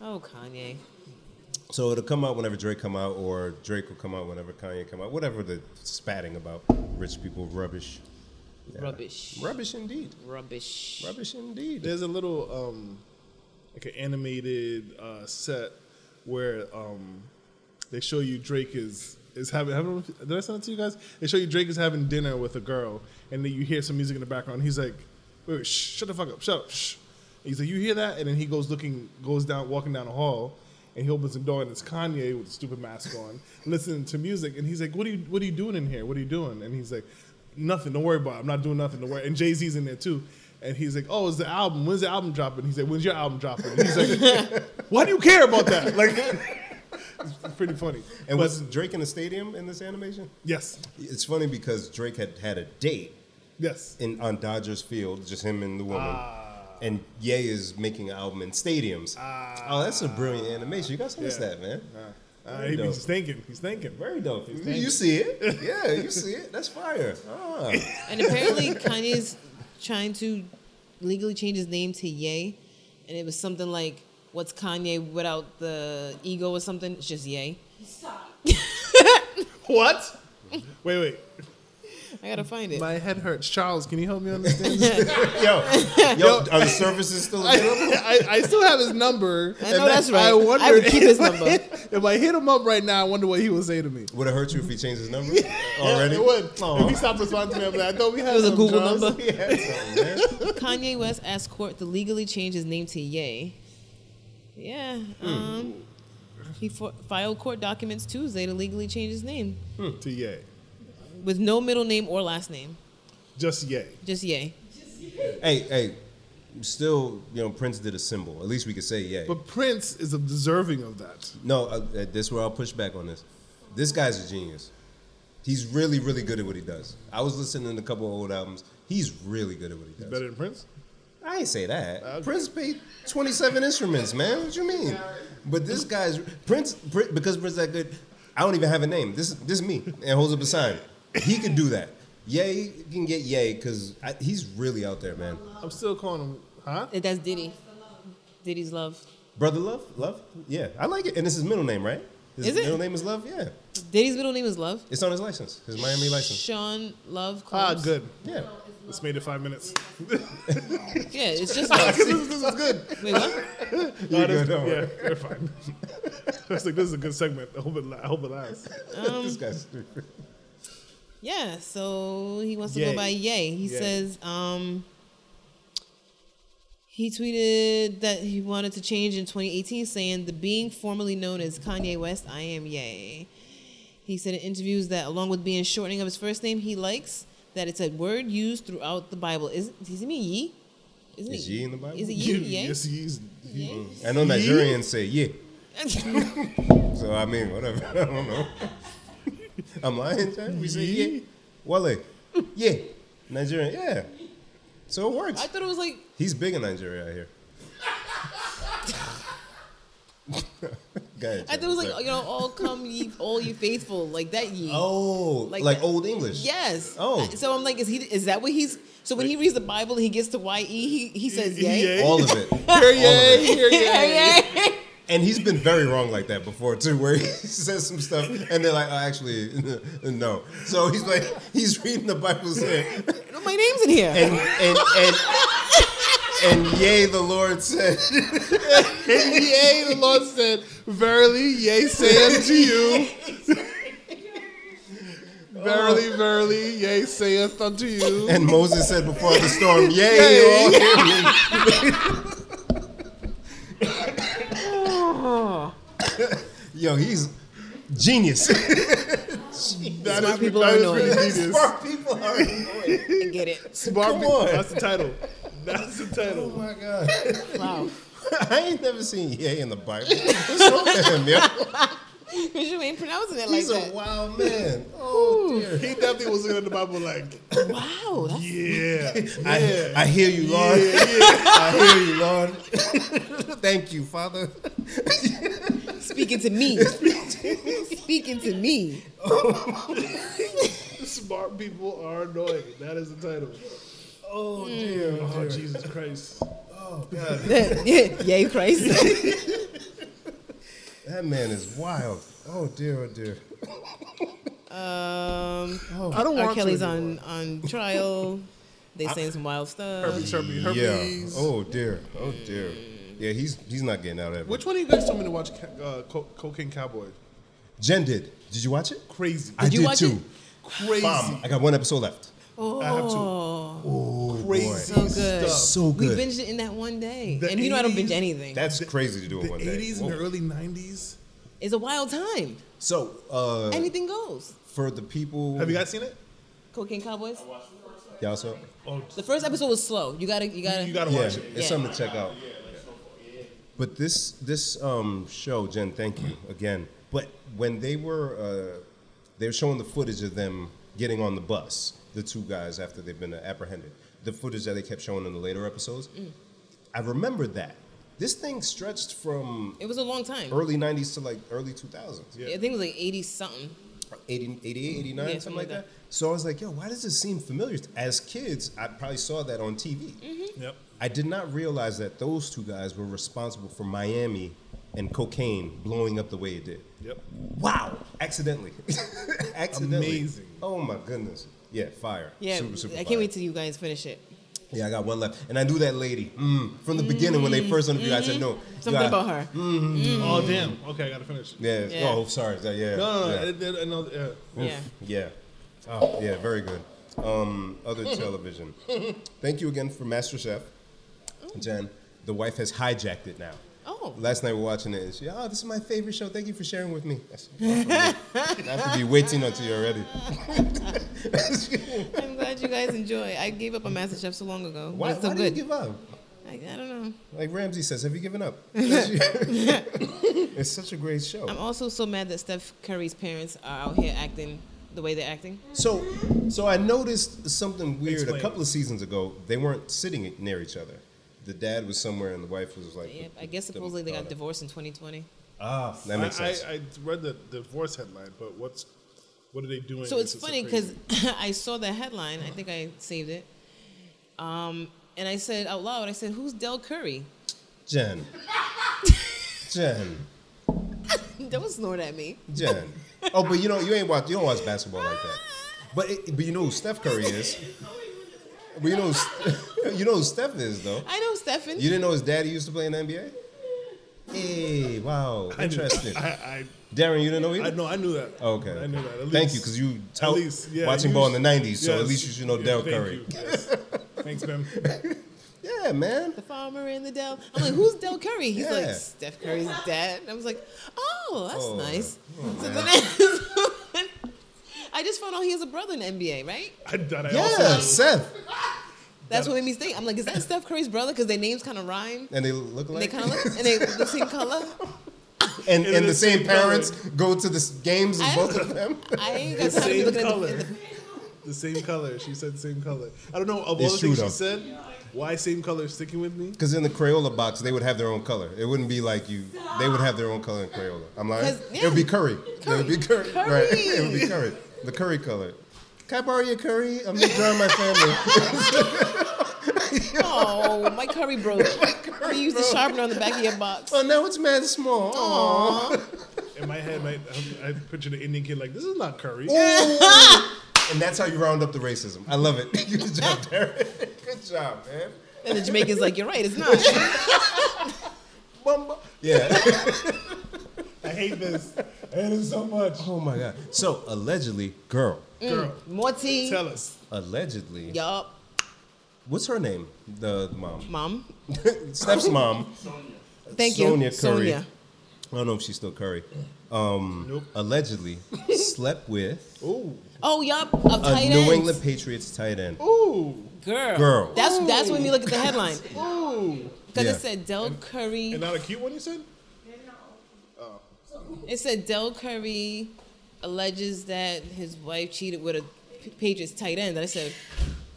Speaker 3: Oh, Kanye.
Speaker 1: So it'll come out whenever Drake come out, or Drake will come out whenever Kanye come out. Whatever the spatting about rich people rubbish. Yeah.
Speaker 3: Rubbish.
Speaker 1: Rubbish indeed.
Speaker 3: Rubbish.
Speaker 1: Rubbish indeed.
Speaker 2: There's a little um, like an animated uh, set where um, they show you Drake is is having. I don't know if- Did I send it to you guys? They show you Drake is having dinner with a girl, and then you hear some music in the background. He's like, "Wait, wait, shh, shut the fuck up, shut up." Shh. He's like, "You hear that?" And then he goes looking, goes down, walking down the hall. And he opens the door and it's Kanye with a stupid mask on, listening to music. And he's like, "What are you? What are you doing in here? What are you doing?" And he's like, nothing. Don't worry about it. I'm not doing nothing. Don't worry. And Jay Z's in there too. And he's like, oh, it's the album. When's the album dropping? He's like, when's your album dropping? And he's like, why do you care about that? Like, it's pretty funny.
Speaker 1: and was Drake in the stadium in this animation?
Speaker 2: Yes.
Speaker 1: It's funny because Drake had had a date
Speaker 2: Yes.
Speaker 1: in on Dodgers Field, just him and the woman. and Ye is making an album in stadiums. oh, that's a brilliant animation. You guys missed
Speaker 2: Yeah.
Speaker 1: that, man.
Speaker 2: Uh,
Speaker 1: Very
Speaker 2: he-
Speaker 1: dope.
Speaker 2: he's thinking. He's thinking.
Speaker 1: Very dope. You, you see it? Yeah, you see it. That's fire. Ah.
Speaker 3: And apparently Kanye's trying to legally change his name to Ye, and it was something like, "What's Kanye without the ego or something?" It's just Ye.
Speaker 2: What? Wait, wait.
Speaker 3: I gotta find it.
Speaker 2: My head hurts. Charles, can you help me understand this?
Speaker 1: yo, yo, are the services still available?
Speaker 2: I, I, I still have his number.
Speaker 3: I
Speaker 2: and
Speaker 3: know that's right.
Speaker 2: I
Speaker 3: I
Speaker 2: wonder
Speaker 3: would keep
Speaker 2: if
Speaker 3: his
Speaker 2: I-
Speaker 3: number.
Speaker 2: if I hit him up right now, I wonder what he would say to me.
Speaker 1: Would it hurt you if he changed his number already?
Speaker 2: It would.
Speaker 1: Aw.
Speaker 2: If he stopped responding to me, I'd be like, I thought we had
Speaker 3: It was a
Speaker 2: some,
Speaker 3: Google
Speaker 2: Charles.
Speaker 3: number.
Speaker 1: Yeah, so, man.
Speaker 3: Kanye West asked court to legally change his name to Ye. Yeah. Um, he for- filed court documents Tuesday to legally change his name
Speaker 2: Hmm. To yay.
Speaker 3: with no middle name or last name,
Speaker 2: Just yay.
Speaker 3: just Ye.
Speaker 1: Hey, hey. Still, you know, Prince did a symbol. At least we could say yeah.
Speaker 2: But Prince is deserving of that.
Speaker 1: No, uh, uh, this is where I'll push back on this. This guy's a genius. He's really, really good at what he does. I was listening to a couple of old albums. He's really good at what he does.
Speaker 2: Better than Prince?
Speaker 1: I ain't say that.
Speaker 2: Okay.
Speaker 1: Prince played 27 instruments, man. What you mean? But this guy's Prince, Prince because Prince that good. I don't even have a name. This this is me and holds up a sign. He could do that. Yay you can get yay because he's really out there, man.
Speaker 2: I'm still calling him, huh?
Speaker 3: Uh, That's Diddy. Diddy's love.
Speaker 1: Brother Love, Love, yeah, I like it. And it's his middle name, right? His
Speaker 3: Is it?
Speaker 1: middle name is Love. Yeah,
Speaker 3: Diddy's middle name is Love.
Speaker 1: it's on his license, his Miami license.
Speaker 3: Sean Love.
Speaker 2: Ah,
Speaker 3: Combs.
Speaker 2: good.
Speaker 1: Yeah,
Speaker 2: Let's made it five minutes.
Speaker 3: Yeah, it's just Love.
Speaker 2: this, this is good.
Speaker 3: Wait, what?
Speaker 1: You're good,
Speaker 2: this-
Speaker 1: don't
Speaker 2: yeah,
Speaker 1: worry.
Speaker 2: we're fine. I was like, this is a good segment. I hope it, la- I hope it lasts.
Speaker 3: Um,
Speaker 1: this guy's stupid.
Speaker 3: Yeah, so he wants to
Speaker 2: Yay.
Speaker 3: go by Yay. He
Speaker 2: Yay.
Speaker 3: says um, he tweeted that he wanted to change in 2018, saying, The being formerly known as Kanye West, I am Yay. He said in interviews that, along with being shortening of his first name, he likes that it's a word used throughout the Bible. Is, does he mean Ye? Isn't
Speaker 1: Is
Speaker 3: it-
Speaker 1: Ye in the Bible?
Speaker 3: Is it Ye?
Speaker 2: You-
Speaker 3: Ye?
Speaker 2: Yes, he's. he-
Speaker 3: Ye?
Speaker 1: I know Nigerians say yeah, so I mean whatever. I don't know. I'm lying, Jack. We say yeah. Wale, yeah, Nigerian, yeah. So it
Speaker 3: I
Speaker 1: works.
Speaker 3: thought it was like
Speaker 1: He's big in Nigeria out here. Go ahead, Jack.
Speaker 3: I thought it was
Speaker 1: Sorry.
Speaker 3: like you know all come ye all ye faithful like that ye.
Speaker 1: oh, like,
Speaker 3: like that.
Speaker 1: old English.
Speaker 3: Yes.
Speaker 1: Oh.
Speaker 3: So I'm like, is he? Is that what he's? So when he reads the Bible, he gets to YE. He he
Speaker 1: E,
Speaker 3: says
Speaker 2: Ye.
Speaker 3: yay.
Speaker 1: all of it.
Speaker 2: Here, yay, here,
Speaker 3: Yeah,
Speaker 2: yay.
Speaker 3: yeah.
Speaker 1: And he's been very wrong like that before too, where he says some stuff and they're like, oh, actually, no. So he's like, he's reading the Bible saying,
Speaker 3: No, My name's in here.
Speaker 1: and and and and yea, the Lord said,
Speaker 2: Yea, the Lord said, Verily, yea, say unto you. verily, verily, yea, saith unto you.
Speaker 1: and Moses said before the storm, yea,
Speaker 2: Yea.
Speaker 1: all hear me. Yo, he's genius.
Speaker 2: That
Speaker 3: Smart
Speaker 2: is-
Speaker 3: people
Speaker 2: that
Speaker 3: are
Speaker 2: is
Speaker 3: annoying.
Speaker 2: really genius.
Speaker 1: Smart people are annoying.
Speaker 3: I get it.
Speaker 2: Smart
Speaker 1: Come
Speaker 2: people.
Speaker 1: on.
Speaker 2: That's the title. That's the
Speaker 1: Oh
Speaker 2: title.
Speaker 1: my god.
Speaker 3: Wow.
Speaker 1: I ain't never seen yea in the Bible. What's wrong with him,
Speaker 2: Oh
Speaker 1: yo?
Speaker 3: Because you ain't pronouncing it like
Speaker 1: He's a
Speaker 3: that.
Speaker 1: wild man. Oh dear.
Speaker 2: He definitely was looking at the Bible like,
Speaker 3: Wow. That's,
Speaker 2: yeah,
Speaker 1: I, I hear you, Lord. I hear you, Lord. Thank you, Father.
Speaker 3: Speaking to me. Speaking to me.
Speaker 2: Smart people are annoying. That is the title.
Speaker 4: Oh,
Speaker 3: Hmm.
Speaker 4: dear.
Speaker 2: Oh Jesus Christ!
Speaker 1: Oh God,
Speaker 3: Yay, Christ.
Speaker 1: that man is wild. Oh dear, oh dear.
Speaker 3: Um,
Speaker 4: Oh,
Speaker 2: I don't want
Speaker 3: R. Kelly's
Speaker 2: to
Speaker 3: on, on trial. They saying some wild
Speaker 2: Herbie,
Speaker 3: stuff.
Speaker 2: Sherpy,
Speaker 1: Yeah.
Speaker 2: herpes.
Speaker 1: Oh dear, oh dear. Yeah, he's he's not getting out of it.
Speaker 2: Which one of you guys told me to watch Ca- uh, Co- Cocaine Cowboy?
Speaker 1: Jen did. Did you watch it?
Speaker 2: Crazy,
Speaker 1: I
Speaker 3: you
Speaker 1: did
Speaker 3: watch
Speaker 1: too.
Speaker 3: it?
Speaker 2: crazy,
Speaker 1: Bomb. I got one episode left.
Speaker 3: Oh,
Speaker 2: I have
Speaker 1: Oh
Speaker 2: crazy
Speaker 3: so good.
Speaker 2: stuff.
Speaker 1: so
Speaker 3: we
Speaker 1: good.
Speaker 3: binged it in that one day.
Speaker 2: The
Speaker 3: and you know I don't binge
Speaker 2: 80s
Speaker 3: anything.
Speaker 1: That's crazy to do
Speaker 2: The
Speaker 1: in one day.
Speaker 2: '80s and the
Speaker 1: Whoa.
Speaker 2: early '90s.
Speaker 3: It's a wild time.
Speaker 1: So, uh,
Speaker 3: Anything goes.
Speaker 1: for the people,
Speaker 2: Have you guys seen it?
Speaker 3: Cocaine Cowboys.
Speaker 1: y'all saw?
Speaker 2: Oh,
Speaker 3: The first episode was slow. You gotta, you gotta.
Speaker 2: you gotta
Speaker 1: Yeah, it's
Speaker 2: watch it.
Speaker 3: Yeah.
Speaker 1: something to check out. But this this um, show, Jen, thank you again. But when they were uh, they were showing the footage of them getting on the bus, the two guys after they've been uh, apprehended, the footage that they kept showing in the later episodes, I remember that. This thing stretched from
Speaker 3: It was a long time.
Speaker 1: early 90s to like early 2000s.
Speaker 3: I think it was like eighty something.
Speaker 1: 80, 88, 89,
Speaker 3: Yeah,
Speaker 1: something, like that. So I was like, yo, why does this seem familiar? As kids, I probably saw that on TV.
Speaker 2: Yep.
Speaker 1: I did not realize that those two guys were responsible for Miami and cocaine blowing up the way it did.
Speaker 2: Yep.
Speaker 1: Wow! Accidentally. Accidentally.
Speaker 2: Amazing.
Speaker 1: Oh my goodness. Yeah, fire.
Speaker 3: Yeah,
Speaker 1: Super, super
Speaker 3: I can't
Speaker 1: fire.
Speaker 3: wait till you guys finish it.
Speaker 1: Yeah, I got one left. And I knew that lady mm, from the beginning when they first interviewed. I said, no. you
Speaker 3: Mm-hmm. Something
Speaker 1: gotta- Mm.
Speaker 3: about her. Mm.
Speaker 2: Oh damn. Okay, I gotta finish.
Speaker 1: Yeah.
Speaker 3: Yeah.
Speaker 1: Oh, sorry. Yeah. yeah.
Speaker 2: No, no, no.
Speaker 1: yeah.
Speaker 2: it- it- another- yeah.
Speaker 3: Yeah.
Speaker 1: Yeah. Oh, yeah, very good. Um, other television. Thank you again for Master Chef,
Speaker 3: Mm-hmm.
Speaker 1: Jen. The wife has hijacked it now.
Speaker 3: Oh.
Speaker 1: Last night we were watching it, and she, oh, this is my favorite show. Thank you for sharing with me. I said, "Oh, for me. I have to be waiting until you're ready.
Speaker 3: I'm glad you guys enjoy. I gave up on MasterChef so long ago.
Speaker 1: Why,
Speaker 3: Why,
Speaker 1: why
Speaker 3: so
Speaker 1: do you
Speaker 3: good.
Speaker 1: give up?
Speaker 3: I, I don't know.
Speaker 1: Like Ramsey says, have you given up? it's such a great show.
Speaker 3: I'm also so mad that Steph Curry's parents are out here acting the way they're acting.
Speaker 1: So, so I noticed something weird
Speaker 2: Explain.
Speaker 1: a couple of seasons ago. They weren't sitting near each other. The dad was somewhere, and the wife was like,
Speaker 3: Yeah, I guess supposedly they got divorced in 2020.
Speaker 1: Ah, that makes
Speaker 2: I,
Speaker 1: sense.
Speaker 2: I, I read the divorce headline, but what's what are they doing?
Speaker 3: So it's
Speaker 2: This is
Speaker 3: funny because
Speaker 2: crazy.
Speaker 3: I saw the headline. I think I saved it. Um, and I said out loud, I said, "Who's Del Curry?"
Speaker 1: Jen, Jen,
Speaker 3: Don't snort at me.
Speaker 1: Jen. Oh, but you know you ain't watch you don't watch basketball like that. But it, but you know who Steph Curry is. But you know who- you know who Steph is though.
Speaker 3: I know Stefan.
Speaker 1: You didn't know his daddy used to play in the NBA. Hey, wow,
Speaker 2: I knew-
Speaker 1: interesting.
Speaker 2: I,
Speaker 1: Darren, you didn't know
Speaker 2: I, I
Speaker 1: either. Oh,
Speaker 2: know, I knew that.
Speaker 1: Okay.
Speaker 2: I knew that. At least,
Speaker 1: Thank you, because you tout
Speaker 2: least, yeah,
Speaker 1: watching
Speaker 2: you
Speaker 1: ball in
Speaker 2: sh-
Speaker 1: the '90s, so at
Speaker 2: yes.
Speaker 1: least you should know
Speaker 2: Yeah,
Speaker 1: Del
Speaker 2: thank
Speaker 1: Curry.
Speaker 2: you, yes. Thanks, man.
Speaker 1: Yeah, man.
Speaker 3: the farmer and the Del. I'm like, who's Del Curry? He's
Speaker 1: Yeah.
Speaker 3: like Steph Curry's dad. And I was like, oh, that's
Speaker 1: Oh,
Speaker 3: nice. so then I just found out he has a brother in the NBA, right?
Speaker 2: I, that I
Speaker 1: Yeah,
Speaker 2: also uh,
Speaker 1: Seth.
Speaker 3: That's what made me think. I'm like, is that Steph Curry's brother? Because their names kind of rhyme.
Speaker 1: And they look
Speaker 3: And they
Speaker 1: like
Speaker 3: kind of look, and they the same color.
Speaker 1: and,
Speaker 2: And
Speaker 1: and
Speaker 2: the
Speaker 1: the same
Speaker 2: same color.
Speaker 1: parents go to the s- games of
Speaker 3: I-
Speaker 1: both of them.
Speaker 3: I ain't got
Speaker 2: The
Speaker 3: time to be
Speaker 2: same
Speaker 3: looking at the-
Speaker 2: color.
Speaker 3: at the,
Speaker 2: the same color. She said same color. I don't know of all
Speaker 1: It's
Speaker 2: the
Speaker 1: true,
Speaker 2: things
Speaker 1: though.
Speaker 2: she said. Why same color is sticking with me?
Speaker 1: Because in the Crayola box, they would have their own color. It wouldn't be like you. They would have their own color in Crayola. I'm lying.
Speaker 3: 'Cause, yeah.
Speaker 1: It would be curry. It would be curry.
Speaker 3: Curry.
Speaker 1: Right. It would be curry. The curry color. Can I borrow your curry? I'm just drawing my family.
Speaker 3: Oh, my curry broke. you used the sharpener on the back of your box.
Speaker 1: oh, now it's mad small. Aw.
Speaker 2: In my head, my, I, I picture the Indian kid like, this is not curry.
Speaker 1: And that's how you round up the racism. I love it. Good job, Derek. Good job, man.
Speaker 3: And the Jamaican's like, you're right, it's not.
Speaker 1: Bumba. Yeah.
Speaker 2: I hate this. I hate it so much.
Speaker 1: oh my God. So allegedly, girl.
Speaker 2: Girl,
Speaker 3: More tea.
Speaker 2: tell us.
Speaker 1: Allegedly.
Speaker 3: Yup.
Speaker 1: What's her name? The, the mom.
Speaker 3: Mom.
Speaker 1: Steph's mom.
Speaker 3: Thank
Speaker 1: Sonia Curry.
Speaker 3: you. Sonia.
Speaker 1: I don't know if she's still Curry.
Speaker 2: Nope.
Speaker 1: Allegedly slept with
Speaker 2: Ooh.
Speaker 3: Oh, yup. Of
Speaker 1: a
Speaker 3: tight
Speaker 1: New
Speaker 3: ends.
Speaker 1: England Patriots tight end.
Speaker 2: Ooh.
Speaker 3: Girl.
Speaker 1: Girl.
Speaker 3: That's that's when we look at the headline.
Speaker 2: Ooh.
Speaker 3: Because
Speaker 1: Yeah.
Speaker 3: it said Del Curry.
Speaker 2: And not a cute one, you said?
Speaker 3: It said Del Curry alleges that his wife cheated with a P- Patriots tight end. And I said,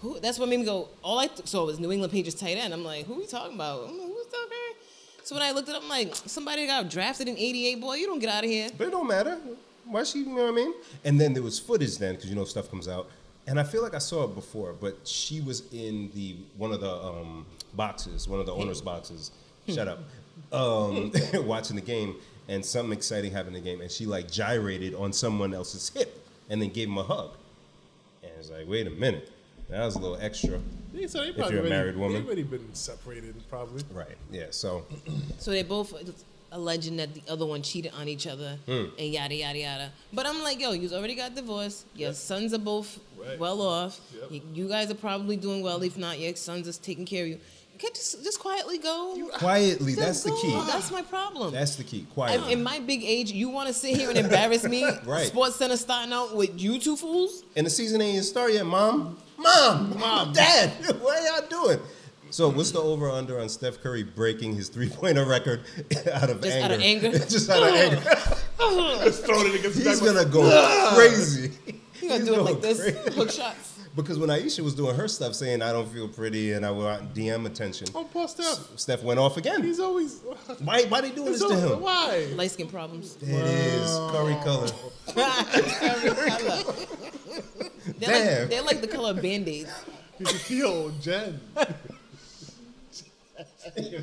Speaker 3: who? That's what made me go. All I th- saw was New England Patriots tight end. I'm like, who we talking about? I'm like, Who's Del Curry? So when I looked it up, I'm like, somebody got drafted in '88, boy. You don't get out of here.
Speaker 1: But it don't matter. Why she, you know what I mean? And then there was footage then, because you know stuff comes out. And I feel like I saw it before, but she was in the one of the um, boxes, one of the owners' boxes. Shut up. Um, watching the game, and something exciting happened in the game, and she like gyrated on someone else's hip, and then gave him a hug. And it's like, wait a minute, that was a little extra.
Speaker 2: They- So they
Speaker 1: you're
Speaker 2: probably
Speaker 1: a
Speaker 2: already,
Speaker 1: married woman.
Speaker 2: they've already been separated, probably.
Speaker 1: Right. Yeah. So
Speaker 3: So they both alleging that the other one cheated on each other
Speaker 1: Hmm.
Speaker 3: and yada yada yada. But I'm like, yo, you already got divorced. Your sons are both
Speaker 2: Right.
Speaker 3: well off.
Speaker 2: Yep.
Speaker 3: Y- You, guys are probably doing well. If not, your sons is taking care of you. Can't just just quietly go.
Speaker 1: quietly,
Speaker 3: Just
Speaker 1: that's the
Speaker 3: go.
Speaker 1: key.
Speaker 3: That's my problem.
Speaker 1: That's the key.
Speaker 3: I-
Speaker 1: Quietly.
Speaker 3: in my big age, you want to sit here and embarrass me?
Speaker 1: Right.
Speaker 3: Sports Center starting out with you two fools.
Speaker 1: And the season ain't even started yet, mom. Mom, mom, dad, what y'all doing? So, what's the over under on Steph Curry breaking his three pointer record out of
Speaker 3: Just out
Speaker 1: anger?
Speaker 3: of anger?
Speaker 1: Just out of anger.
Speaker 2: Just throwing it against the
Speaker 1: He's
Speaker 2: back.
Speaker 1: gonna go crazy.
Speaker 3: You gonna
Speaker 1: He's
Speaker 3: do it like this?
Speaker 1: crazy.
Speaker 3: Hook shots.
Speaker 1: Because when Aisha was doing her stuff, saying I don't feel pretty and I want DM attention,
Speaker 2: Oh, poor Steph.
Speaker 1: Steph went off again.
Speaker 2: He's always.
Speaker 1: Why? Why they doing
Speaker 2: He's
Speaker 1: this to
Speaker 2: always
Speaker 1: him?
Speaker 2: why?
Speaker 3: Light skin problems.
Speaker 1: It is curry color.
Speaker 3: They're
Speaker 1: Damn.
Speaker 3: like, they're like the color of band aids.
Speaker 2: Yo, Jen.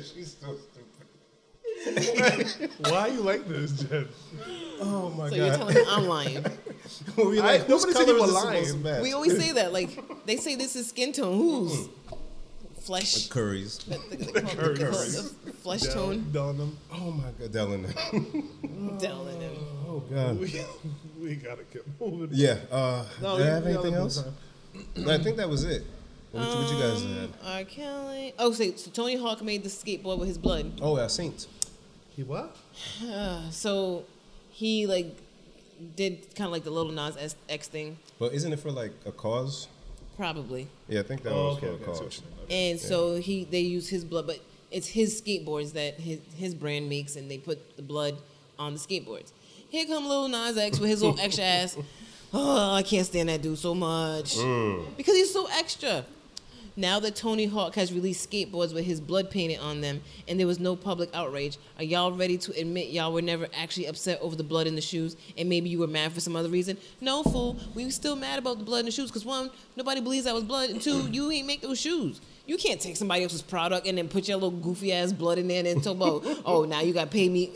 Speaker 1: She's so stupid.
Speaker 2: Why you like this, Jen?
Speaker 1: Oh my
Speaker 3: So you're
Speaker 1: god.
Speaker 3: telling me I'm lying.
Speaker 1: Were we like,
Speaker 2: I-
Speaker 1: whose
Speaker 2: nobody said
Speaker 1: color
Speaker 2: you
Speaker 1: is
Speaker 2: were
Speaker 1: this supposed to
Speaker 2: lying.
Speaker 1: match?
Speaker 3: We always say that. Like they say this is skin tone. Who's flesh?
Speaker 1: Curry's.
Speaker 3: The, the, the, the, the flesh tone.
Speaker 2: Down them.
Speaker 1: Oh my god, Dylan.
Speaker 3: Down in them.
Speaker 1: Oh god.
Speaker 2: We, we gotta keep moving.
Speaker 1: Yeah. Uh,
Speaker 2: No,
Speaker 1: did I
Speaker 2: we-
Speaker 1: have
Speaker 2: we all
Speaker 1: anything
Speaker 2: have
Speaker 1: else?
Speaker 2: time. Um,
Speaker 1: I think that was it. What, you- what you guys had?
Speaker 3: Um, R. Kelly. Oh, so, so Tony Hawk made the skateboard with his blood. Uh,
Speaker 1: Oh, yeah, Saints.
Speaker 2: He what?
Speaker 3: So he like did kind of like the little Nas X- X thing,
Speaker 1: But isn't it for like a cause?
Speaker 3: probably.
Speaker 1: Yeah, I think that
Speaker 2: Oh,
Speaker 1: was
Speaker 2: okay,
Speaker 1: for
Speaker 2: okay, I
Speaker 1: a
Speaker 2: see what
Speaker 1: cause.
Speaker 2: you mean.
Speaker 3: And so he they use his blood, but it's his skateboards that his his brand makes, and they put the blood on the skateboards. Here come little Nas X with his little extra ass. Oh, I can't stand that dude so much because he's so extra. Now that Tony Hawk has released skateboards with his blood painted on them, and there was no public outrage, are y'all ready to admit y'all were never actually upset over the blood in the shoes, and maybe you were mad for some other reason? No, fool, we were still mad about the blood in the shoes because one, nobody believes that was blood, and two, you ain't make those shoes. You can't take somebody else's product and then put your little goofy ass blood in there and then talk about, oh, now you got to pay me.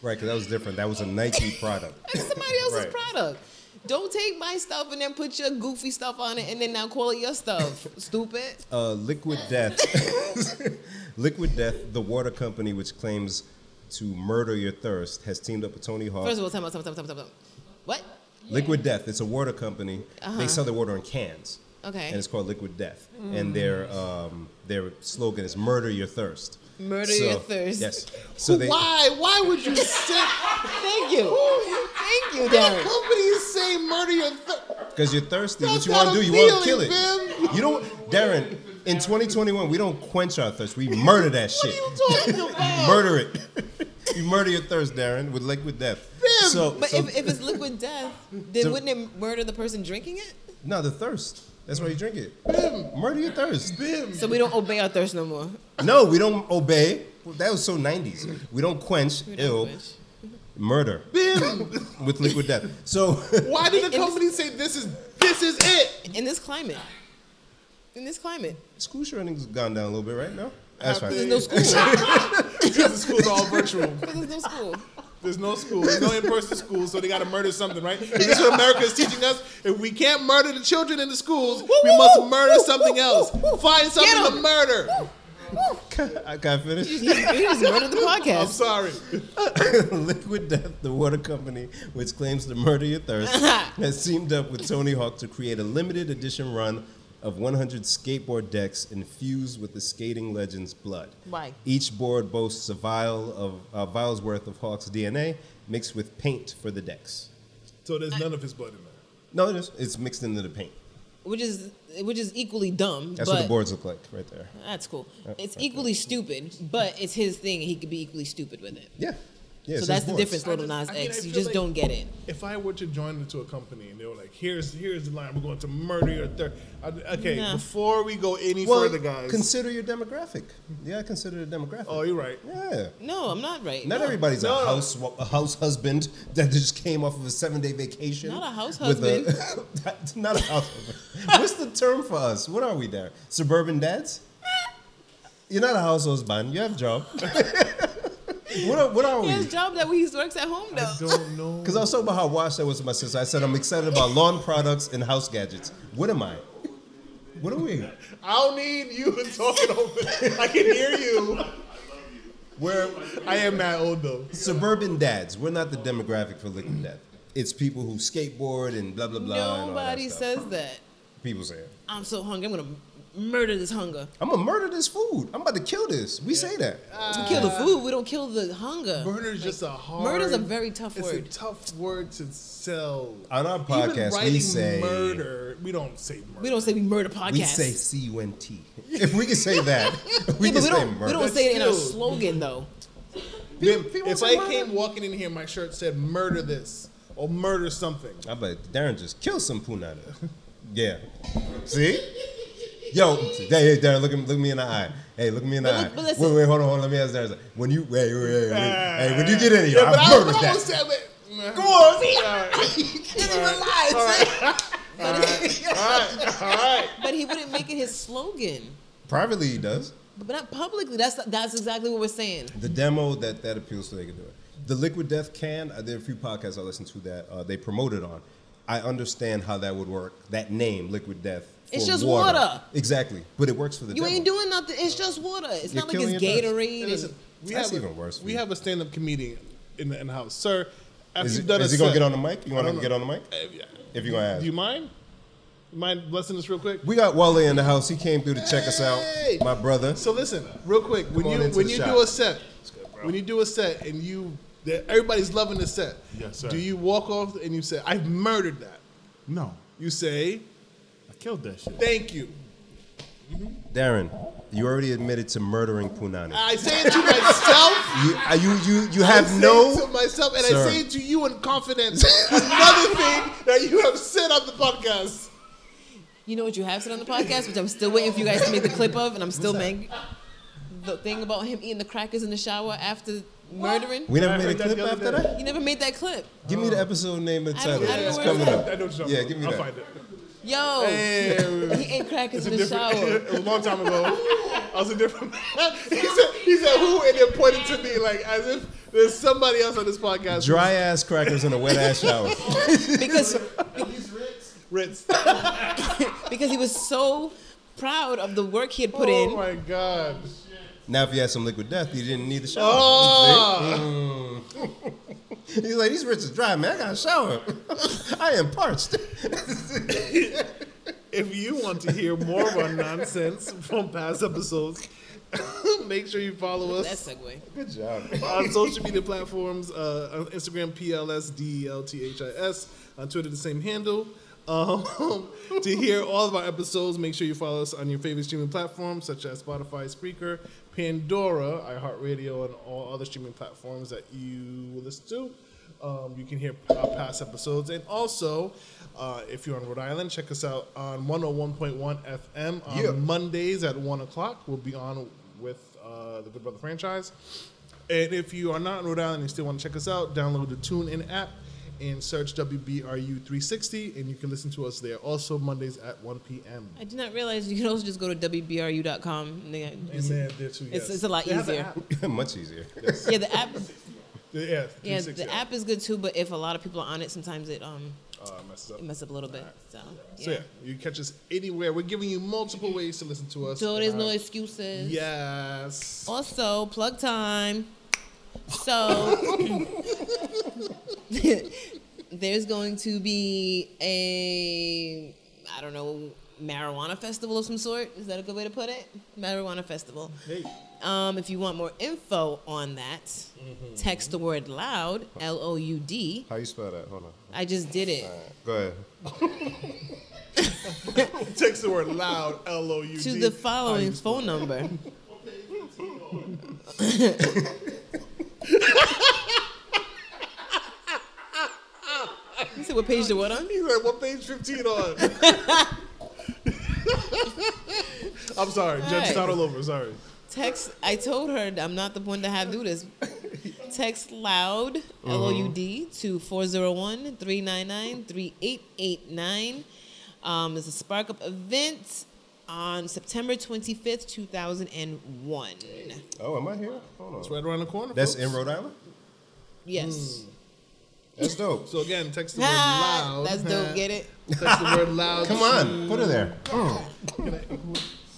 Speaker 1: Right, because that was different. That was a Nike product.
Speaker 3: That's somebody else's
Speaker 1: Right.
Speaker 3: product. Don't take my stuff and then put your goofy stuff on it and then now call it your stuff. Stupid.
Speaker 1: Uh, Liquid Death. Liquid Death, the water company which claims to murder your thirst, has teamed up with Tony Hawk.
Speaker 3: First of all, time out, time out, time out, time out. What?
Speaker 1: Liquid Death. It's a water company. They sell their water in cans.
Speaker 3: Uh-huh. Okay. Mm.
Speaker 1: And it's called Liquid Death. And their um, their slogan is "Murder Your Thirst."
Speaker 3: Murder
Speaker 1: So-
Speaker 3: your thirst.
Speaker 1: Yes. So they.
Speaker 2: Why? Why would you say?
Speaker 3: Thank you. Thank you,
Speaker 2: What
Speaker 3: Darren.
Speaker 2: company say murder your? Th-
Speaker 1: Because you're thirsty. What
Speaker 2: That's
Speaker 1: you want
Speaker 2: not
Speaker 1: to
Speaker 2: a
Speaker 1: do? You want to
Speaker 2: feeling,
Speaker 1: kill it.
Speaker 2: man.
Speaker 1: You don't, Darren. In 2021, we don't quench our thirst. We murder that shit.
Speaker 2: what are you talking about?
Speaker 1: Murder it. you murder your thirst, Darren, with liquid death.
Speaker 2: Fam,
Speaker 1: so,
Speaker 3: But
Speaker 1: so-
Speaker 3: if, if it's liquid death, then
Speaker 1: So-
Speaker 3: wouldn't it murder the person drinking it?
Speaker 1: no, the thirst. That's why you drink it. Murder your thirst.
Speaker 3: So we don't obey our thirst no more.
Speaker 1: No, we don't obey. That was so 90s. We don't quench.
Speaker 3: We don't
Speaker 1: ill.
Speaker 3: wish.
Speaker 1: murder
Speaker 2: Bim.
Speaker 1: with liquid death. So
Speaker 2: Why did the company say this is this is it?
Speaker 3: In this climate. In this climate.
Speaker 1: school shooting's gone down a little bit right now. That's
Speaker 2: Have
Speaker 1: fine.
Speaker 3: There's no school.
Speaker 2: Because the school's all virtual.
Speaker 3: There's no school.
Speaker 2: There's no school. There's no in-person school, so they got to murder something, right? Is this what America is teaching us? If we can't murder the children in the schools, we
Speaker 3: woo,
Speaker 2: must
Speaker 3: woo,
Speaker 2: murder
Speaker 3: woo,
Speaker 2: something
Speaker 3: woo,
Speaker 2: else.
Speaker 3: woo, woo.
Speaker 2: Find something to
Speaker 3: him.
Speaker 2: murder.
Speaker 1: I got finished.
Speaker 3: You just murdered the
Speaker 2: I'm
Speaker 3: podcast.
Speaker 2: sorry.
Speaker 1: Liquid Death, the water company which claims to murder your thirst, has teamed up with Tony Hawk to create a limited edition run of 100 skateboard decks infused with the skating legend's blood.
Speaker 3: Why?
Speaker 1: Each board boasts a vial of a vial's worth of Hawk's DNA mixed with paint for the decks.
Speaker 2: So there's none of his blood in there.
Speaker 1: No, it is, it's mixed into the paint.
Speaker 3: Which is which is equally dumb.
Speaker 1: That's
Speaker 3: but
Speaker 1: what the Uh, boards look like right there.
Speaker 3: That's cool. It's equally stupid, but it's his thing. He could be equally stupid with it.
Speaker 1: Yeah. Yeah,
Speaker 3: so
Speaker 1: it's
Speaker 3: that's
Speaker 1: his
Speaker 3: the
Speaker 1: voice.
Speaker 3: difference,
Speaker 2: I
Speaker 3: Little
Speaker 2: just-
Speaker 3: Nas
Speaker 2: I mean, I
Speaker 3: X. You
Speaker 2: feel
Speaker 3: just
Speaker 2: like-
Speaker 3: don't get it.
Speaker 2: If I were to join into a company and they were like, "Here's here's the line. We're going to murder your third. Okay,
Speaker 3: Nah.
Speaker 2: before we go any further, guys.
Speaker 1: consider your demographic. Yeah, consider the demographic.
Speaker 2: oh, you're right.
Speaker 1: yeah.
Speaker 3: No, I'm not right.
Speaker 1: Not
Speaker 3: No.
Speaker 1: everybody's
Speaker 2: No,
Speaker 1: a
Speaker 2: no.
Speaker 1: house a house husband that just came off of a seven day vacation.
Speaker 3: Not a house
Speaker 1: with A, not a house husband. What's the term for us? What are we there? Suburban dads? You're not a house husband. You have job. what are, what are
Speaker 3: He has
Speaker 1: we?
Speaker 3: a job that he works at home
Speaker 2: I
Speaker 3: though.
Speaker 2: don't know.
Speaker 1: Because I was talking about how washed I was with my sister. I said I'm excited about lawn products and house gadgets. What am I? What are we?
Speaker 2: I don't need you talking over. I can hear you.
Speaker 1: We're
Speaker 2: I am mad old though.
Speaker 1: suburban dads. We're not the demographic for liquid death. It's people who skateboard and blah blah blah. and all that
Speaker 3: Nobody
Speaker 1: stuff.
Speaker 3: says that.
Speaker 1: people say it.
Speaker 3: I'm so hungry. I'm gonna murder this hunger.
Speaker 1: I'm gonna murder this food. I'm about to kill this. We say that.
Speaker 3: we kill the food. We don't kill the hunger.
Speaker 2: Murder is just a hard.
Speaker 3: murder's a very tough
Speaker 2: it's
Speaker 3: word.
Speaker 2: a tough word to sell.
Speaker 1: On our
Speaker 2: Even
Speaker 1: podcast,
Speaker 2: writing
Speaker 1: we say
Speaker 2: murder. We don't say murder.
Speaker 3: we don't say we murder podcasts.
Speaker 1: we say C U N T. If we can say that, we
Speaker 3: Yeah,
Speaker 1: can
Speaker 3: but we
Speaker 1: say
Speaker 3: don't. We
Speaker 1: murder.
Speaker 3: don't say it in our
Speaker 2: Still.
Speaker 3: slogan though.
Speaker 2: Bim,
Speaker 1: people
Speaker 2: if
Speaker 1: say
Speaker 2: I
Speaker 1: murder.
Speaker 2: came walking in here, my shirt said "murder this" or "murder something."
Speaker 1: I bet Darren just killed some punana. Yeah. See? Yo, hey, hey, Darren, look, at- look me in the eye. Hey, look me in the
Speaker 3: But
Speaker 1: eye.
Speaker 3: look- but listen-
Speaker 1: wait, wait, hold on, hold on. Let me ask Darren. When you, wait, wait, wait, wait. hey, when you get in here,
Speaker 2: but
Speaker 1: I murdered
Speaker 2: but I
Speaker 1: that.
Speaker 2: was saying that.
Speaker 1: Go on. See?
Speaker 3: Didn't even lie.
Speaker 2: All right.
Speaker 3: But he wouldn't make it his slogan.
Speaker 1: Privately, he does.
Speaker 3: But not publicly. That's that's exactly what we're saying.
Speaker 1: The demo that that appeals to, they can do it. The Liquid Death can. Uh, there are a few podcasts I listen to that uh, they promote it on. I understand how that would work. That name, Liquid Death.
Speaker 3: It's
Speaker 1: for
Speaker 3: just water.
Speaker 1: Exactly, but it works for the.
Speaker 3: You
Speaker 1: demo.
Speaker 3: ain't doing nothing. It's just water. It's
Speaker 1: You're
Speaker 3: not like it's
Speaker 1: killing your thirst.
Speaker 3: Gatorade.
Speaker 2: Hey,
Speaker 3: and-
Speaker 2: listen, we
Speaker 1: That's
Speaker 2: have a-
Speaker 1: even worse for
Speaker 2: We
Speaker 1: you.
Speaker 2: have a stand-up comedian in the, in the house, sir. After
Speaker 1: Is,
Speaker 2: you've
Speaker 1: it,
Speaker 2: done
Speaker 1: is
Speaker 2: a
Speaker 1: he gonna
Speaker 2: set-
Speaker 1: get on the mic? You want
Speaker 2: I
Speaker 1: him
Speaker 2: don't
Speaker 1: to get on the mic? If you gonna ask,
Speaker 2: Do you mind? Mind blessing this real quick?
Speaker 1: we got Wale in the house. He came through to check us out.
Speaker 2: Hey!
Speaker 1: My brother.
Speaker 2: So listen, real quick, when
Speaker 1: Come on
Speaker 2: you
Speaker 1: into
Speaker 2: when
Speaker 1: the
Speaker 2: you
Speaker 1: shop.
Speaker 2: do a set, when you do a set and you that everybody's loving the set,
Speaker 4: Yes, sir.
Speaker 2: do you walk off and you say, "I've murdered that"?
Speaker 4: No,
Speaker 2: You say,
Speaker 4: I killed that shit.
Speaker 2: "Thank you."
Speaker 1: Darren, you already admitted to murdering Punani.
Speaker 2: I say it to myself.
Speaker 1: you, uh, you, you, you
Speaker 2: I
Speaker 1: have
Speaker 2: Ah! say it
Speaker 1: no.
Speaker 2: to myself, and
Speaker 1: Sir.
Speaker 2: I say it to you in confidence. Another thing that you have said on the podcast.
Speaker 3: You know what you have said on the podcast, which I'm still waiting for you guys to make the clip of, and I'm still making the thing about him eating the crackers in the shower after murdering.
Speaker 1: We never
Speaker 4: I
Speaker 1: made a
Speaker 4: heard that
Speaker 1: clip
Speaker 4: the other
Speaker 1: after
Speaker 4: day.
Speaker 1: that.
Speaker 3: You never made that clip.
Speaker 1: Give
Speaker 2: Uh-huh.
Speaker 1: me the episode name and
Speaker 3: I don't-
Speaker 1: title.
Speaker 3: I don't
Speaker 1: It's
Speaker 3: know
Speaker 1: coming
Speaker 3: where
Speaker 1: up.
Speaker 2: I know what you're talking
Speaker 1: Yeah,
Speaker 2: about.
Speaker 1: give me
Speaker 2: I'll
Speaker 1: that.
Speaker 2: find it.
Speaker 3: Yo, he ate crackers in the shower.
Speaker 2: Different- it was a long time ago. I was a different. he said, "He said who?" and then pointed to me like as if there's somebody else on this podcast.
Speaker 1: Dry ass crackers in a wet ass shower.
Speaker 3: Because
Speaker 2: Ritz.
Speaker 3: because he was so proud of the work he had put
Speaker 2: oh
Speaker 3: in.
Speaker 2: my god.
Speaker 1: now, if you had some liquid death, you didn't need the shower.
Speaker 2: Oh.
Speaker 1: See? He's like, these rich is dry, man. I got to shower. I am parched.
Speaker 2: If you want to hear more of our nonsense from past episodes, make sure you follow
Speaker 3: That
Speaker 2: us
Speaker 3: segue.
Speaker 1: Good job.
Speaker 2: on Uh, social media platforms. Uh, on Instagram, E PLSDELTHIS. On Uh, Twitter, the same handle. Um, to hear all of our episodes, make sure you follow us on your favorite streaming platforms such as Spotify, Spreaker, Pandora, iHeartRadio, and all other streaming platforms that you will listen to. Um, you can hear our past episodes. And also, uh, if you're on Rhode Island, check us out on 101.1 FM on
Speaker 1: Yeah.
Speaker 2: Mondays at 1 o'clock. We'll be on with uh, the Good Brother franchise. And if you are not in Rhode Island and you still want to check us out, download the TuneIn app and search WBRU360, and you can listen to us there. Also, Mondays at 1 p.m.
Speaker 3: I did not realize you can also just go to wbru.com. And then
Speaker 2: And
Speaker 3: just,
Speaker 2: they're there too,
Speaker 3: It's-
Speaker 2: yes.
Speaker 3: it's a lot
Speaker 2: They have an
Speaker 3: easier.
Speaker 2: app.
Speaker 1: Much easier.
Speaker 3: yeah, the app.
Speaker 2: Yeah,
Speaker 3: Yeah,
Speaker 2: 360,
Speaker 3: the app is good too. But if a lot of people are on it, sometimes it um
Speaker 2: Uh, messes up.
Speaker 3: it messes up a little bit. So
Speaker 2: So, yeah, you can catch us anywhere. We're giving you multiple ways to listen to us.
Speaker 3: So there's
Speaker 2: Uh,
Speaker 3: no excuses.
Speaker 2: Yes.
Speaker 3: Also, plug time. So there's going to be a I don't know marijuana festival of some sort. Is that a good way to put it? Marijuana festival.
Speaker 2: Hey.
Speaker 3: Um, if you want more info on that, text the word loud L O U D.
Speaker 1: How you spell that? Hold on.
Speaker 3: I just did it
Speaker 1: Go ahead.
Speaker 2: Text the word loud, L O U D.
Speaker 3: to the following phone number. What page do what on?
Speaker 2: He's like, what page 15 on? I'm sorry. Judge,
Speaker 3: Right.
Speaker 2: start all over. Sorry.
Speaker 3: Text. I told her that I'm not the one to have do this. Text loud L O U D
Speaker 2: Uh-huh.
Speaker 3: to 401-399-3889. Um, it's a Spark Up event on September 25th, 2001.
Speaker 1: Oh, am I here? Hold
Speaker 2: It's
Speaker 1: on.
Speaker 2: right around the corner.
Speaker 1: That's
Speaker 2: folks.
Speaker 1: in Rhode Island.
Speaker 3: Yes.
Speaker 1: That's dope.
Speaker 2: So again, text Mm. the word
Speaker 3: Ah,
Speaker 2: loud.
Speaker 3: That's dope. Get it?
Speaker 2: Text the word loud.
Speaker 1: Come on, put it there.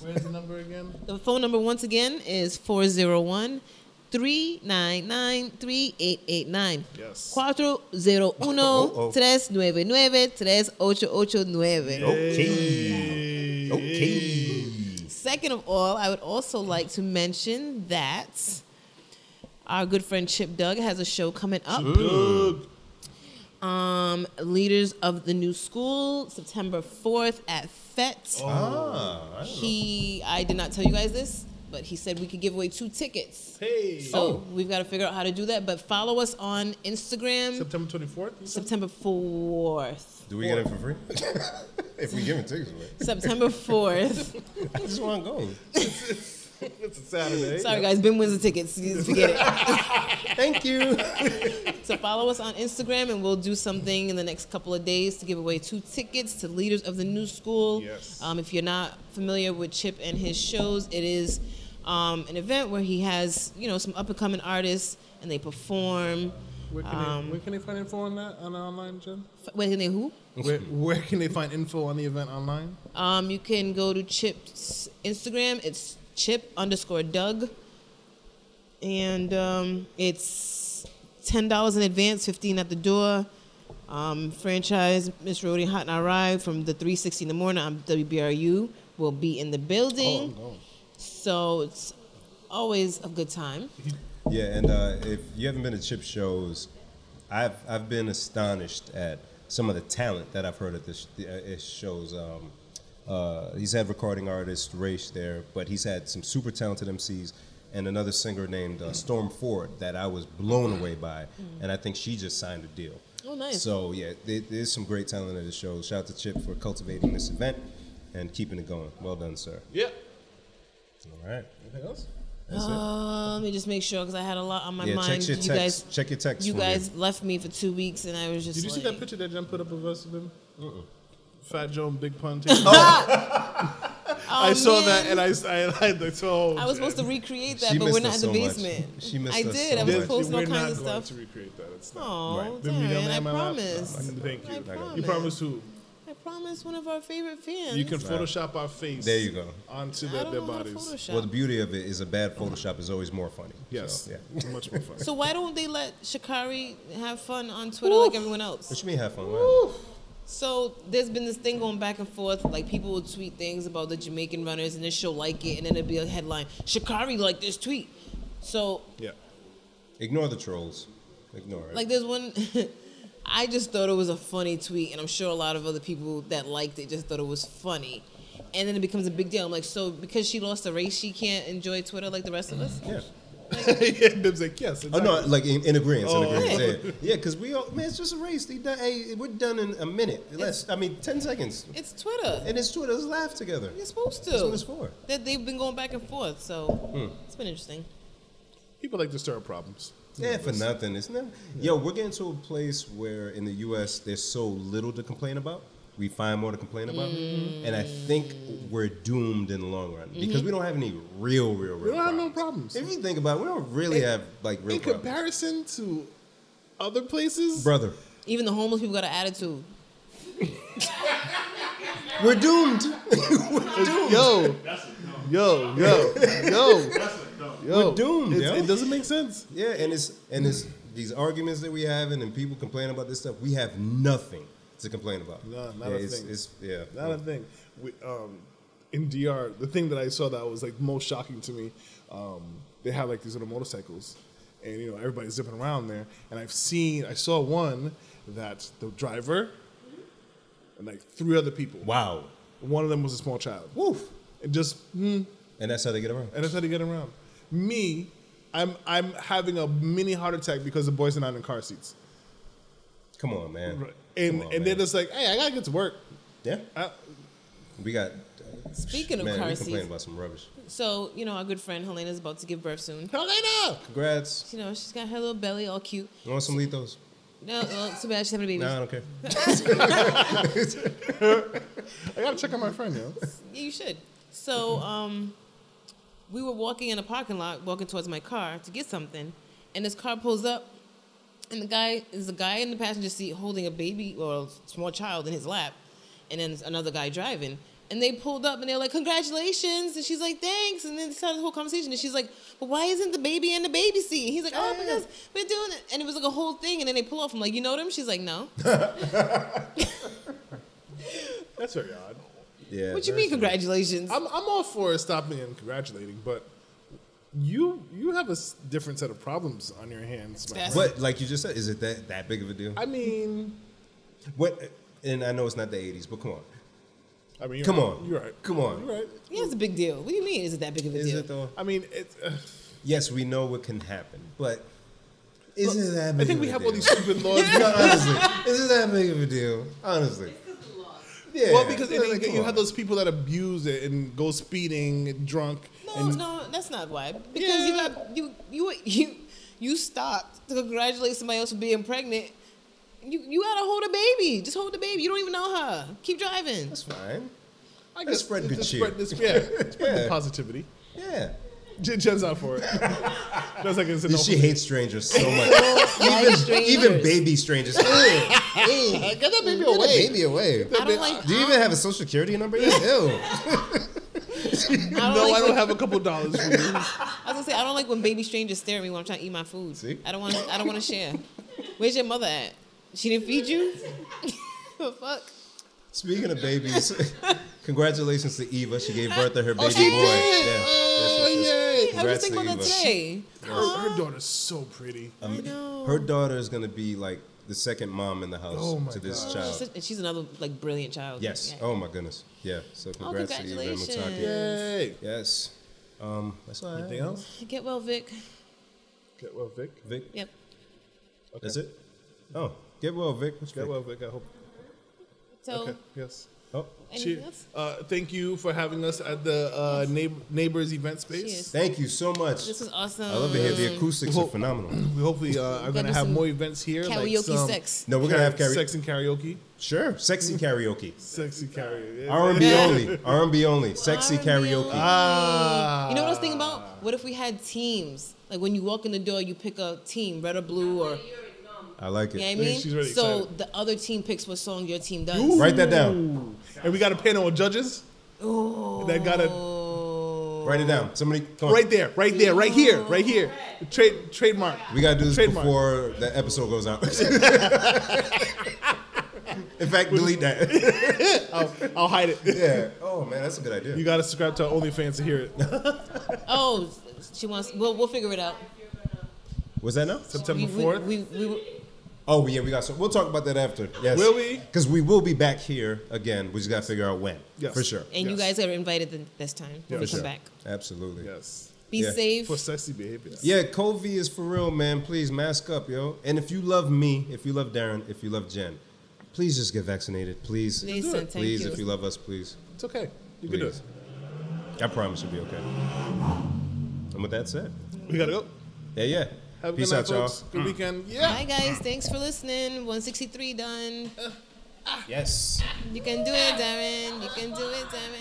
Speaker 2: Where's the number again?
Speaker 3: The phone number once again is 401 399 3889.
Speaker 2: Yes.
Speaker 3: 401 399 3889.
Speaker 1: Okay. Okay.
Speaker 3: Second of all, I would also like to mention that our good friend Chip Doug has a show coming up. Um, Leaders of the New School, September 4th at FET.
Speaker 1: Ah,
Speaker 3: He, I did not tell you guys this, but he said we could give away two tickets.
Speaker 2: Hey.
Speaker 3: So we've got to figure out how to do that. But follow us on Instagram
Speaker 2: September 24th. you said?
Speaker 3: September 4th.
Speaker 1: do we get it for free? if we give it tickets away,
Speaker 3: September 4th.
Speaker 1: I just want to go.
Speaker 2: It's a Saturday.
Speaker 3: Sorry, guys. Ben wins the tickets. You Forget it.
Speaker 1: Thank you.
Speaker 3: So follow us on Instagram, and we'll do something in the next couple of days to give away two tickets to Leaders of the New School.
Speaker 2: Yes.
Speaker 3: Um, if you're not familiar with Chip and his shows, it is um, an event where he has, you know, some up and coming artists, and they perform.
Speaker 2: Where can,
Speaker 3: Um,
Speaker 2: they, where can they find info on that on online, Jen?
Speaker 3: F- Wait, they who?
Speaker 2: Where, where can they find info on the event online?
Speaker 3: Um, you can go to Chip's Instagram. It's Chip underscore Doug, and um, it's ten dollars in advance, fifteen at the door. Um, franchise Miss Rody Hot and I Ride from the three sixty in the morning. I'm WBRU. Will be in the building, so it's always a good time.
Speaker 1: Yeah, and uh, if you haven't been to Chip shows, I've I've been astonished at some of the talent that I've heard at this uh, his shows. Um, uh, he's had recording artist Raish there, but he's had some super talented MCs and another singer named uh, Storm Ford that I was blown away by, and I think she just signed a deal.
Speaker 3: Mm. Oh, nice.
Speaker 1: So yeah, there, there's some great talent at the show. Shout out to Chip for cultivating this event and keeping it going. Well done, sir.
Speaker 2: Yeah.
Speaker 1: All right.
Speaker 2: Anything else?
Speaker 1: That's it.
Speaker 3: Uh, let me just make sure because I had a lot on my
Speaker 1: yeah,
Speaker 3: mind.
Speaker 1: check your
Speaker 3: you
Speaker 1: text.
Speaker 3: guys,
Speaker 1: check your text.
Speaker 3: you
Speaker 1: for me.
Speaker 3: guys left me for two weeks, and I was just.
Speaker 2: Did you see
Speaker 3: like-
Speaker 2: that picture that Jen put up of us of him? Fat Joe and Big Pun. taking- I
Speaker 3: Oh,
Speaker 2: saw
Speaker 3: man.
Speaker 2: that and I I, I, I saw.
Speaker 3: I was supposed to recreate that,
Speaker 1: She
Speaker 3: but
Speaker 1: missed
Speaker 3: we're not
Speaker 1: us
Speaker 3: in the
Speaker 1: so much.
Speaker 3: basement.
Speaker 1: She missed
Speaker 3: I
Speaker 1: us
Speaker 3: did.
Speaker 1: so
Speaker 3: I was
Speaker 1: much.
Speaker 3: posting all
Speaker 2: We're
Speaker 3: kinds
Speaker 2: not going
Speaker 3: of stuff.
Speaker 2: to recreate that. It's not.
Speaker 3: Oh,
Speaker 1: Right.
Speaker 2: Then we don't
Speaker 3: Darren, I
Speaker 2: have my laptop.
Speaker 3: promise.
Speaker 2: Thank you.
Speaker 3: I
Speaker 2: You
Speaker 3: promise.
Speaker 2: promised who?
Speaker 3: I promise one of our favorite fans.
Speaker 2: You can Photoshop our face.
Speaker 1: There you go.
Speaker 2: Onto
Speaker 3: I
Speaker 2: their,
Speaker 3: don't
Speaker 2: their
Speaker 3: know how to
Speaker 2: bodies.
Speaker 3: Photoshop.
Speaker 1: Well, the beauty of it is a bad Photoshop is always more funny.
Speaker 2: Yes.
Speaker 1: So, yeah.
Speaker 2: Much more fun.
Speaker 3: so why don't they let Shakari have fun on Twitter like everyone else?
Speaker 1: What you mean have fun? Why?
Speaker 3: So there's been this thing going back and forth. Like people will tweet things about the Jamaican runners, and then she'll like it, and then it'll be a headline: Shakari liked this tweet. So
Speaker 2: yeah.
Speaker 1: Ignore the trolls. Ignore it.
Speaker 3: Like there's one I just thought it was a funny tweet and I'm sure a lot of other people that liked it just thought it was funny. And then it becomes a big deal. I'm like, so because she lost the race, she can't enjoy Twitter like the rest of us?
Speaker 1: yeah.
Speaker 2: yeah. Bib's like, yes.
Speaker 1: Oh
Speaker 2: Exactly.
Speaker 1: no! Like in, in agreement,
Speaker 2: Oh.
Speaker 1: in agreement. Yeah, yeah. Because we all man, it's just a race. They done. Hey, we're done in a minute. Less. I mean, ten seconds.
Speaker 3: It's Twitter.
Speaker 1: And it's true. Let's laugh together.
Speaker 3: You're supposed
Speaker 1: That's what it's Hmm.
Speaker 3: to.
Speaker 1: for.
Speaker 3: That they've been going back and forth, so it's been interesting.
Speaker 2: People like to stir up problems.
Speaker 1: Yeah, for nothing. It's never. Yo, we're getting to a place where in the U.S. there's so little to complain about. We find more to complain about,
Speaker 2: Mm-hmm.
Speaker 1: and I think we're doomed in the long run because we don't have any real, real, real.
Speaker 2: We Mm-hmm. don't have
Speaker 1: problems.
Speaker 2: no problems.
Speaker 1: If you think about it, we don't really have like real
Speaker 2: In
Speaker 1: problems.
Speaker 2: comparison to other places,
Speaker 1: Brother,
Speaker 3: Even the homeless people got an attitude.
Speaker 1: we're doomed.
Speaker 2: yo, yo, yo, yo, yo,
Speaker 1: We're doomed,
Speaker 2: It's-
Speaker 1: yo.
Speaker 2: It doesn't make sense.
Speaker 1: yeah, and it's and it's these arguments that we having and people complain about this stuff. We have nothing to complain about.
Speaker 2: No, not
Speaker 1: yeah,
Speaker 2: a
Speaker 1: it's,
Speaker 2: thing.
Speaker 1: It's, yeah.
Speaker 2: Not a thing. We, um, in DR, the thing that I saw that was like most shocking to me, um, they have like these little motorcycles, and you know everybody's zipping around there. And I've seen, I saw one that the driver and like three other people.
Speaker 1: wow.
Speaker 2: One of them was a small child.
Speaker 1: Woof.
Speaker 2: And just mm,
Speaker 1: And that's how they get around.
Speaker 2: and that's how they get around. Me, I'm I'm having a mini heart attack because the boys are not in car seats.
Speaker 1: Come on, man.
Speaker 2: and
Speaker 1: Come on,
Speaker 2: and they're
Speaker 1: man.
Speaker 2: just like, hey, I gotta get to work.
Speaker 1: Yeah.
Speaker 2: I,
Speaker 1: We got.
Speaker 3: Speaking of
Speaker 1: man,
Speaker 3: car
Speaker 1: we
Speaker 3: seats.
Speaker 1: complaining about some rubbish.
Speaker 3: So, you know, our good friend Helena's about to give birth soon.
Speaker 2: Helena,
Speaker 1: Congrats.
Speaker 3: You know, she's got her little belly all cute.
Speaker 1: You want some lethos?
Speaker 3: No, well, too bad she's having a baby.
Speaker 1: Nah, I don't care.
Speaker 2: I gotta check on my friend, yo.
Speaker 3: Yeah, you should. So, um, we were walking in a parking lot, walking towards my car to get something, and this car pulls up, and the guy is a guy in the passenger seat holding a baby or a small child in his lap, and then there's another guy driving. And they pulled up and they're like, "Congratulations!" And she's like, "Thanks!" And then they started the whole conversation. And she's like, "But why isn't the baby in the baby seat?" And he's like, "Oh, because we're doing it." And it was like a whole thing. And then they pull off. I'm like, "You know them?" She's like, "No."
Speaker 2: That's very odd.
Speaker 1: Yeah.
Speaker 3: What you
Speaker 1: very
Speaker 3: mean, congratulations?
Speaker 2: I'm I'm all for stopping and congratulating, but you you have a s- different set of problems on your hands. My
Speaker 3: That's-
Speaker 2: friend.
Speaker 1: similar. But like you just said, is it that that big of a deal?
Speaker 2: I mean,
Speaker 1: What? And I know it's not the '80s, but come on.
Speaker 2: I mean, you're
Speaker 1: Come
Speaker 2: right.
Speaker 1: on.
Speaker 2: you're right.
Speaker 1: Come on.
Speaker 2: you're right.
Speaker 3: Yeah, it's a big deal. What do you mean? Is it that big of a
Speaker 1: Is
Speaker 3: deal?
Speaker 1: it though?
Speaker 2: I mean, it's. Uh,
Speaker 1: Yes, we know what can happen, but is it that
Speaker 2: I
Speaker 1: big
Speaker 2: think
Speaker 1: of
Speaker 2: we
Speaker 1: a
Speaker 2: have
Speaker 1: deal?
Speaker 2: all these stupid laws.
Speaker 1: No, honestly, is it that big of a deal? Honestly. Yeah.
Speaker 2: Well, because and
Speaker 1: Like,
Speaker 2: then
Speaker 1: come
Speaker 2: you
Speaker 1: on.
Speaker 2: have those people that abuse it and go speeding, and drunk.
Speaker 3: No,
Speaker 2: and
Speaker 3: no, that's not why. Because you
Speaker 2: Yeah.
Speaker 3: got you you you you stopped to congratulate somebody else for being pregnant. You you gotta hold a baby. Just hold the baby. You don't even know her. Keep driving.
Speaker 1: That's fine.
Speaker 2: I
Speaker 1: Let's spread
Speaker 2: it's
Speaker 1: good
Speaker 2: just
Speaker 1: cheer.
Speaker 2: spread this- yeah, spread the
Speaker 1: Yeah.
Speaker 2: positivity.
Speaker 1: Yeah.
Speaker 2: Jen- Jen's out for it. That's like it's a no.
Speaker 1: She hates strangers so much.
Speaker 3: Even,
Speaker 1: Even baby strangers. Ew, ew.
Speaker 2: Get that
Speaker 1: Get
Speaker 2: baby
Speaker 1: the
Speaker 2: away.
Speaker 1: baby away.
Speaker 3: I don't like.
Speaker 1: Do you even have a social security number? yet? Ew.
Speaker 3: I don't
Speaker 2: No,
Speaker 3: like
Speaker 2: I don't
Speaker 3: when-
Speaker 2: have a couple dollars for you.
Speaker 3: I was gonna say I don't like when baby strangers stare at me when I'm trying to eat my food.
Speaker 1: See?
Speaker 3: I don't want. to I don't want to share. Where's your mother at? She didn't feed you. The Fuck.
Speaker 1: Speaking of babies, congratulations to Eva. She gave birth to her baby boy.
Speaker 3: Oh, she
Speaker 2: did.
Speaker 1: Yeah.
Speaker 2: Oh,
Speaker 1: Yes, yes, yes.
Speaker 2: yay.
Speaker 3: I was
Speaker 1: Congrats
Speaker 3: thinking
Speaker 1: to
Speaker 3: about that
Speaker 1: Eva.
Speaker 3: today.
Speaker 2: Her, her daughter's so pretty.
Speaker 1: Um,
Speaker 3: know.
Speaker 1: Her daughter is gonna be like the second mom in the house
Speaker 2: Oh my
Speaker 1: to this
Speaker 2: God.
Speaker 1: child.
Speaker 3: She's such- and she's another like brilliant child.
Speaker 1: yes.
Speaker 3: Yeah.
Speaker 1: Oh my goodness. Yeah. So congrats to Eva and Mutaki.
Speaker 3: congratulations.
Speaker 2: Yay.
Speaker 1: Yes. Um, that's all. I
Speaker 2: Anything
Speaker 1: have.
Speaker 2: else?
Speaker 3: Get well, Vic.
Speaker 2: Get well, Vic.
Speaker 1: Vic.
Speaker 3: Yep.
Speaker 1: That's it. Oh, get well, Vic. What's
Speaker 2: Get
Speaker 1: Vic?
Speaker 2: well, Vic. I hope.
Speaker 3: So
Speaker 2: Okay. Yes.
Speaker 1: Oh,
Speaker 3: anything
Speaker 2: Cheer-
Speaker 3: else?
Speaker 2: Uh, thank you for having us at the uh, neighbor, neighbors event space.
Speaker 3: Cheers.
Speaker 1: thank you so much.
Speaker 3: This was awesome.
Speaker 1: I love to hear the acoustics are
Speaker 2: Well-
Speaker 1: phenomenal.
Speaker 2: We hopefully uh, are going
Speaker 3: do
Speaker 2: to have
Speaker 3: some
Speaker 2: more events here. like
Speaker 3: Karaoke
Speaker 2: some
Speaker 3: sex.
Speaker 1: No, we're gonna have karaoke.
Speaker 2: sex and karaoke.
Speaker 1: Sure, sexy karaoke.
Speaker 2: Sexy karaoke. Yeah.
Speaker 1: R and B only. R and B only. Sexy
Speaker 3: R&B only.
Speaker 1: karaoke.
Speaker 2: Ah.
Speaker 3: You know what I was thinking about? What if we had teams? Like when you walk in the door, you pick a team, red or blue, or
Speaker 1: I like it.
Speaker 3: you know what I mean.
Speaker 2: She's really
Speaker 3: so
Speaker 2: excited.
Speaker 3: the other team picks what song your team does.
Speaker 1: Write that down.
Speaker 2: Ooh. And we got a panel of judges
Speaker 3: Ooh.
Speaker 2: that got to
Speaker 3: Oh.
Speaker 1: Write it down. Somebody, come on.
Speaker 2: right there, right there, right here, right here. Trade trademark.
Speaker 1: We gotta do this
Speaker 2: Trademark.
Speaker 1: before the episode goes out. In fact, delete that.
Speaker 2: I'll, I'll hide it.
Speaker 1: yeah. Oh man, that's a good idea.
Speaker 2: You got to subscribe to our OnlyFans to hear it.
Speaker 3: Oh, she wants. We'll we'll figure it out.
Speaker 1: Was that now?
Speaker 2: September
Speaker 3: We- we-
Speaker 2: fourth.
Speaker 3: We, we, we-
Speaker 1: Oh yeah, we got. So we'll talk about that after. Yes.
Speaker 2: Will we?
Speaker 1: Because we will be back here again. We just gotta figure out when.
Speaker 2: Yes.
Speaker 1: For sure.
Speaker 3: and you
Speaker 2: Yes.
Speaker 3: guys are invited the, this time when
Speaker 2: Yeah,
Speaker 3: we
Speaker 2: for
Speaker 3: come
Speaker 2: sure.
Speaker 3: back.
Speaker 1: Absolutely.
Speaker 2: Yes.
Speaker 3: Be
Speaker 1: Yeah.
Speaker 3: safe.
Speaker 2: For sexy behavior.
Speaker 1: Yeah, COVID is for real, man. Please mask up, yo. And if you love me, if you love Darren, if you love Jen, please just get vaccinated. Please.
Speaker 3: Listen, thank
Speaker 1: please,
Speaker 3: you.
Speaker 1: if you love us, please.
Speaker 2: It's okay. You can do
Speaker 1: Please.
Speaker 2: it.
Speaker 1: I promise you'll be okay. And with that said,
Speaker 2: We gotta go.
Speaker 1: yeah, yeah.
Speaker 2: Have a
Speaker 1: Peace
Speaker 2: good night,
Speaker 1: out,
Speaker 2: folks.
Speaker 1: y'all. Mm.
Speaker 2: Good weekend. Yeah.
Speaker 3: Bye guys, thanks for listening. 163 done.
Speaker 1: Yes.
Speaker 3: You can do it, Darren. You can do it, Darren.